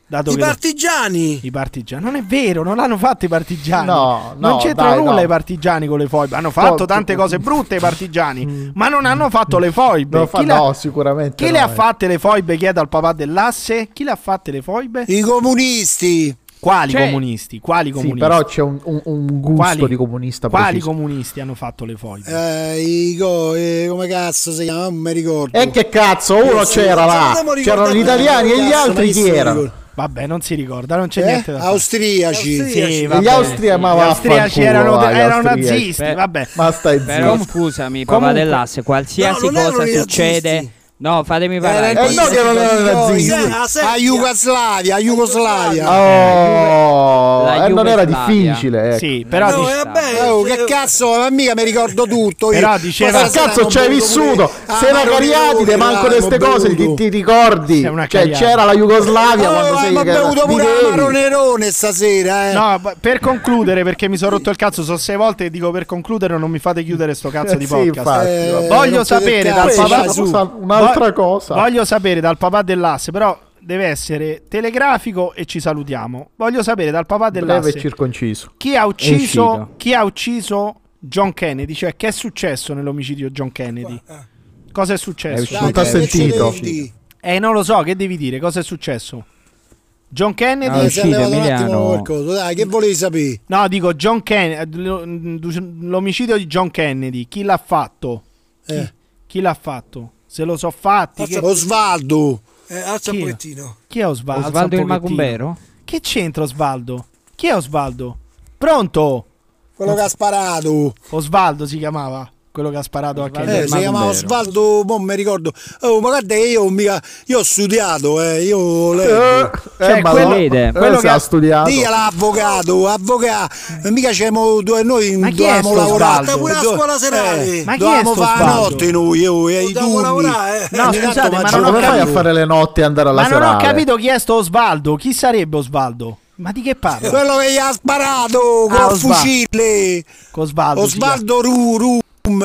[SPEAKER 3] Dato
[SPEAKER 23] I
[SPEAKER 3] che lo-
[SPEAKER 23] partigiani.
[SPEAKER 3] I partigiani. Non è vero, non l'hanno fatto i partigiani.
[SPEAKER 5] No,
[SPEAKER 3] non
[SPEAKER 5] no,
[SPEAKER 3] c'entra
[SPEAKER 5] dai,
[SPEAKER 3] nulla
[SPEAKER 5] no.
[SPEAKER 3] i partigiani con le foibe. Hanno fatto
[SPEAKER 5] No,
[SPEAKER 3] tante
[SPEAKER 5] tu-
[SPEAKER 3] cose brutte i partigiani, ma non hanno fatto le foibe.
[SPEAKER 5] Mm. No, fa-
[SPEAKER 3] Chi le ha-
[SPEAKER 5] no, sicuramente.
[SPEAKER 3] chi
[SPEAKER 5] no,
[SPEAKER 3] le ha
[SPEAKER 5] eh.
[SPEAKER 3] fatte le foibe? Chiede al papà dell'asse. Chi le ha fatte le foibe?
[SPEAKER 16] I comunisti.
[SPEAKER 3] Quali
[SPEAKER 6] Cioè-
[SPEAKER 3] comunisti? Quali
[SPEAKER 5] Sì,
[SPEAKER 3] comunisti?
[SPEAKER 5] però c'è un, un- un gusto
[SPEAKER 3] Quali-
[SPEAKER 5] di comunista
[SPEAKER 3] Quali
[SPEAKER 5] preciso.
[SPEAKER 3] comunisti hanno fatto le foibe?
[SPEAKER 16] Eh, i go- eh, come cazzo si chiama? Non mi ricordo.
[SPEAKER 5] E che cazzo, uno
[SPEAKER 16] Io sì,
[SPEAKER 5] c'era
[SPEAKER 16] non
[SPEAKER 5] là,
[SPEAKER 16] devo ricordare
[SPEAKER 5] c'erano gli italiani e
[SPEAKER 16] cazzo,
[SPEAKER 5] gli
[SPEAKER 16] ma
[SPEAKER 5] altri
[SPEAKER 16] io
[SPEAKER 5] chi
[SPEAKER 16] sto
[SPEAKER 5] erano? Ah,
[SPEAKER 16] ricordando.
[SPEAKER 3] Vabbè, non si ricorda, non c'è
[SPEAKER 16] Eh?
[SPEAKER 3] niente da fare.
[SPEAKER 16] Austriaci.
[SPEAKER 3] Sì,
[SPEAKER 5] Gli
[SPEAKER 3] vabbè.
[SPEAKER 5] austria- ma
[SPEAKER 3] gli austriaci
[SPEAKER 5] vaffanculo,
[SPEAKER 3] erano,
[SPEAKER 5] vai,
[SPEAKER 3] erano
[SPEAKER 5] austriaci.
[SPEAKER 3] nazisti,
[SPEAKER 6] Beh,
[SPEAKER 3] vabbè.
[SPEAKER 5] Ma stai zitto.
[SPEAKER 6] eh, Però scusami, papà
[SPEAKER 3] Comunque-
[SPEAKER 6] dell'asse, qualsiasi
[SPEAKER 23] No, non erano
[SPEAKER 6] cosa
[SPEAKER 23] i nazisti.
[SPEAKER 6] succede No, fatemi parlare.
[SPEAKER 5] Eh, no, che non erano nazisti.
[SPEAKER 16] A Ah, Jugoslavia, a Jugoslavia.
[SPEAKER 5] Oh,
[SPEAKER 6] La
[SPEAKER 5] eh, non
[SPEAKER 6] Jugoslavia.
[SPEAKER 5] era difficile. Ecco.
[SPEAKER 3] Sì,
[SPEAKER 16] No, eh, vabbè, oh, che cazzo, ma mica mi ricordo tutto. io.
[SPEAKER 5] Però diceva-
[SPEAKER 16] Questa sera
[SPEAKER 5] Ma cazzo,
[SPEAKER 16] non
[SPEAKER 5] c'hai
[SPEAKER 16] bevuto
[SPEAKER 5] vissuto,
[SPEAKER 16] pure-
[SPEAKER 5] sei una
[SPEAKER 16] Ah, non
[SPEAKER 5] cariatide,
[SPEAKER 16] bevuto,
[SPEAKER 5] manco
[SPEAKER 16] ah,
[SPEAKER 5] di ste
[SPEAKER 16] non
[SPEAKER 5] cose,
[SPEAKER 16] bevuto.
[SPEAKER 5] ti, ti ricordi?
[SPEAKER 16] una
[SPEAKER 5] Cioè,
[SPEAKER 16] cariatide.
[SPEAKER 5] c'era la Jugoslavia
[SPEAKER 16] Oh,
[SPEAKER 5] quando
[SPEAKER 16] ma
[SPEAKER 5] sei
[SPEAKER 16] ho
[SPEAKER 5] che-
[SPEAKER 16] bevuto pure
[SPEAKER 5] vivevi.
[SPEAKER 16] Amaronerone stasera, eh.
[SPEAKER 3] No, ma per concludere, perché mi sono rotto il cazzo, sono sei volte che dico per concludere non mi fate chiudere sto cazzo di
[SPEAKER 5] Eh, Sì,
[SPEAKER 3] podcast.
[SPEAKER 5] infatti,
[SPEAKER 16] Eh,
[SPEAKER 5] vabbè.
[SPEAKER 3] voglio
[SPEAKER 5] Non
[SPEAKER 3] sapere
[SPEAKER 5] chiudete
[SPEAKER 3] dal
[SPEAKER 5] il
[SPEAKER 3] papà
[SPEAKER 5] cazzo, sa- un'altra
[SPEAKER 3] Vo-
[SPEAKER 5] cosa.
[SPEAKER 3] Voglio sapere dal papà dell'asse, però deve essere telegrafico e ci salutiamo. Voglio sapere dal papà
[SPEAKER 5] Breve e
[SPEAKER 3] dell'asse
[SPEAKER 5] circonciso.
[SPEAKER 3] chi ha
[SPEAKER 5] È uscito.
[SPEAKER 3] ucciso chi ha ucciso John Kennedy, cioè che è successo nell'omicidio John Kennedy?
[SPEAKER 16] eh.
[SPEAKER 3] Cosa è
[SPEAKER 5] È
[SPEAKER 3] successo?
[SPEAKER 5] uscito. Non t'ha sentito.
[SPEAKER 3] Eh, non lo so, che devi dire? Cosa è successo? John Kennedy
[SPEAKER 16] Dai, sei arrivato un attimo qualcosa, dai, che volevi sapere?
[SPEAKER 3] No, dico John Kennedy, l'omicidio di John Kennedy, chi l'ha fatto?
[SPEAKER 16] Eh.
[SPEAKER 3] Chi, Chi l'ha fatto? Se lo so fatti.
[SPEAKER 16] Alza- Osvaldo.
[SPEAKER 2] Eh, alza
[SPEAKER 3] Chi
[SPEAKER 2] un
[SPEAKER 3] è?
[SPEAKER 2] pochettino.
[SPEAKER 3] Chi è Osvaldo? Alza
[SPEAKER 6] Osvaldo
[SPEAKER 3] un
[SPEAKER 6] il
[SPEAKER 3] pochettino.
[SPEAKER 6] macumbero?
[SPEAKER 3] Che c'entra Osvaldo? Chi è Osvaldo? Pronto?
[SPEAKER 16] Quello che ha sparato.
[SPEAKER 3] Osvaldo si chiamava, quello che ha sparato a Kennedy.
[SPEAKER 16] Eh, si chiamava Osvaldo, non mi ricordo. Oh, ma guarda che io mica, io ho studiato, eh, io leggo.
[SPEAKER 5] Cioè, eh, ma quello- vede, eh, quello se che- ha studiato.
[SPEAKER 16] Dì l'avvocato, avvocato. Mica c'eramo due, noi
[SPEAKER 3] Ma chi è
[SPEAKER 16] dovevamo
[SPEAKER 3] sto
[SPEAKER 16] lavorare.
[SPEAKER 3] Osvaldo?
[SPEAKER 16] Dove-
[SPEAKER 2] Pure la scuola serale.
[SPEAKER 16] Eh,
[SPEAKER 2] Ma chi è
[SPEAKER 16] dovevamo
[SPEAKER 2] sto
[SPEAKER 16] fare la
[SPEAKER 2] Osvaldo?
[SPEAKER 16] notte noi, io, eh, i
[SPEAKER 2] Dobbiamo
[SPEAKER 16] turni.
[SPEAKER 2] lavorare, eh.
[SPEAKER 3] No,
[SPEAKER 16] Ogni
[SPEAKER 3] scusate,
[SPEAKER 16] tanto
[SPEAKER 3] ma
[SPEAKER 16] faccio-
[SPEAKER 3] non ho
[SPEAKER 5] Come fai a
[SPEAKER 3] capito.
[SPEAKER 5] fare le notte e andare alla
[SPEAKER 3] Ma non ho
[SPEAKER 5] serale?
[SPEAKER 3] capito chi è sto Osvaldo, chi sarebbe Osvaldo? Ma di che parla?
[SPEAKER 16] Quello che gli ha sparato
[SPEAKER 3] Ah,
[SPEAKER 16] con il
[SPEAKER 3] Osvaldo.
[SPEAKER 16] fucile.
[SPEAKER 3] Con Osvaldo.
[SPEAKER 16] Osvaldo Ru, Rum,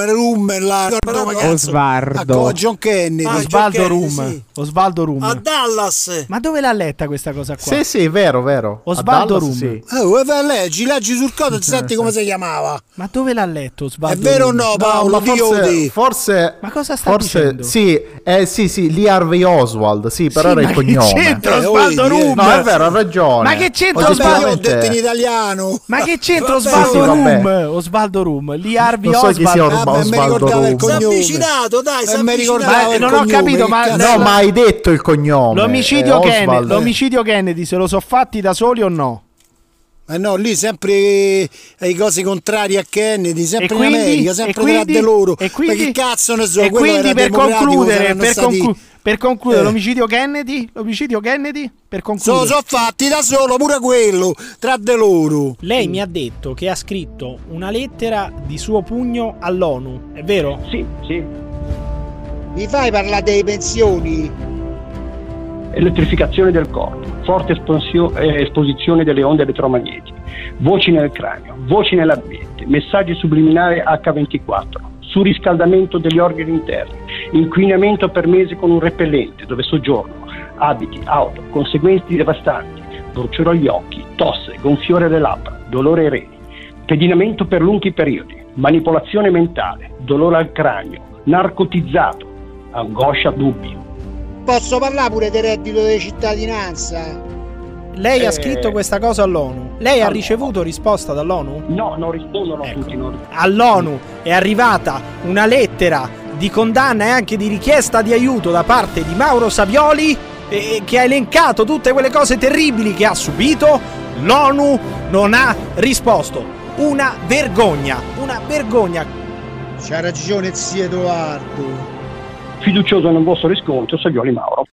[SPEAKER 16] Rum, la ricordo, ma cazzo. Ah, con John Kennedy.
[SPEAKER 3] Ah, Osvaldo Rum. Osvaldo Rum. A Dallas. Ma dove l'ha letta questa cosa qua?
[SPEAKER 5] Sì, sì, vero, vero. A
[SPEAKER 3] Osvaldo
[SPEAKER 5] Dallas,
[SPEAKER 3] Rum.
[SPEAKER 5] sì.
[SPEAKER 16] Oh, eh, leggi, leggi sul codice, senti come si chiamava.
[SPEAKER 3] Ma dove l'ha letto Osvaldo?
[SPEAKER 16] È vero o
[SPEAKER 3] Rum?
[SPEAKER 16] no,
[SPEAKER 5] No,
[SPEAKER 16] Paolo?
[SPEAKER 5] ma
[SPEAKER 16] Dio
[SPEAKER 5] forse,
[SPEAKER 16] di.
[SPEAKER 5] forse,
[SPEAKER 3] Ma cosa sta
[SPEAKER 5] forse
[SPEAKER 3] dicendo?
[SPEAKER 5] sì, eh, sì, sì, Lee Harvey Oswald, sì, però
[SPEAKER 3] Sì,
[SPEAKER 5] era
[SPEAKER 3] ma
[SPEAKER 5] il
[SPEAKER 3] che
[SPEAKER 5] cognome.
[SPEAKER 3] c'entra
[SPEAKER 16] Eh,
[SPEAKER 3] Osvaldo
[SPEAKER 16] oh,
[SPEAKER 3] Rum?
[SPEAKER 5] No, è vero, ha ragione.
[SPEAKER 3] Ma che c'entra
[SPEAKER 5] Ho
[SPEAKER 3] Osvaldo?
[SPEAKER 16] Io ho
[SPEAKER 5] sicuramente-
[SPEAKER 16] detto in italiano.
[SPEAKER 3] Ma che c'entra
[SPEAKER 16] Vabbè,
[SPEAKER 3] Osvaldo
[SPEAKER 5] sì, vabbè.
[SPEAKER 3] Rum? Osvaldo Rum, Lee Harvey
[SPEAKER 5] Non so chi sia
[SPEAKER 3] Oswald.
[SPEAKER 5] Osvaldo,
[SPEAKER 2] Eh,
[SPEAKER 16] Vabbè, Ah, mi ricordavo il
[SPEAKER 5] Rum.
[SPEAKER 16] cognome.
[SPEAKER 2] Si è avvicinato, dai, si è
[SPEAKER 16] Eh, mi
[SPEAKER 2] avvicinato.
[SPEAKER 16] ricordavo
[SPEAKER 3] Ma
[SPEAKER 16] il
[SPEAKER 3] non ho
[SPEAKER 16] cognome,
[SPEAKER 3] capito,
[SPEAKER 16] che
[SPEAKER 3] ma-
[SPEAKER 16] cazzo-
[SPEAKER 5] No, ma hai detto il cognome.
[SPEAKER 3] L'omicidio,
[SPEAKER 5] eh,
[SPEAKER 3] Kennedy-
[SPEAKER 5] Oswald.
[SPEAKER 3] l'omicidio Kennedy, se lo so fatti da soli o no?
[SPEAKER 16] Eh no, lì sempre eh, le cose contrarie a Kennedy, sempre
[SPEAKER 3] E quindi-
[SPEAKER 16] in America,
[SPEAKER 3] e
[SPEAKER 16] sempre
[SPEAKER 3] quindi-
[SPEAKER 16] tra di loro.
[SPEAKER 3] e quindi-
[SPEAKER 16] ma che cazzo ne so,
[SPEAKER 3] e
[SPEAKER 16] quello
[SPEAKER 3] quindi
[SPEAKER 16] era
[SPEAKER 3] per
[SPEAKER 16] democratico,
[SPEAKER 3] concludere,
[SPEAKER 16] saranno
[SPEAKER 3] per,
[SPEAKER 16] stati-
[SPEAKER 3] conclu- per concludere
[SPEAKER 16] Eh.
[SPEAKER 3] l'omicidio Kennedy, l'omicidio Kennedy, per
[SPEAKER 16] Se lo
[SPEAKER 3] concludere.
[SPEAKER 16] sono fatti da solo, pure quello, tra di loro.
[SPEAKER 7] Lei mi ha detto che ha scritto una lettera di suo pugno all'ONU, è vero? Sì, sì.
[SPEAKER 9] Mi fai parlare dei pensioni?
[SPEAKER 10] elettrificazione del corpo, forte espansio- eh, esposizione delle onde elettromagnetiche, voci nel cranio, voci nell'ambiente, messaggi subliminali H24, surriscaldamento degli organi interni, inquinamento per mesi con un repellente dove soggiorno, abiti, auto, conseguenze devastanti, bruciore agli occhi, tosse, gonfiore alle labbra, dolore ai reni, pedinamento per lunghi periodi, manipolazione mentale, dolore al cranio, narcotizzato, angoscia, dubbi,
[SPEAKER 9] Posso parlare pure del reddito di cittadinanza?
[SPEAKER 7] Lei
[SPEAKER 9] Eh.
[SPEAKER 7] ha scritto questa cosa all'ONU. Lei ha
[SPEAKER 9] All'ONU.
[SPEAKER 7] ricevuto risposta dall'ONU?
[SPEAKER 10] No, non rispondono
[SPEAKER 9] Ecco.
[SPEAKER 10] tutti.
[SPEAKER 7] All'ONU è arrivata una lettera di condanna e anche di richiesta di aiuto da parte di Mauro Savioli eh, che ha elencato tutte quelle cose terribili che ha subito. L'ONU non ha risposto. Una vergogna, una vergogna.
[SPEAKER 9] C'ha ragione zio Edoardo.
[SPEAKER 10] Fiducioso nel vostro riscontro, Saglioli Mauro.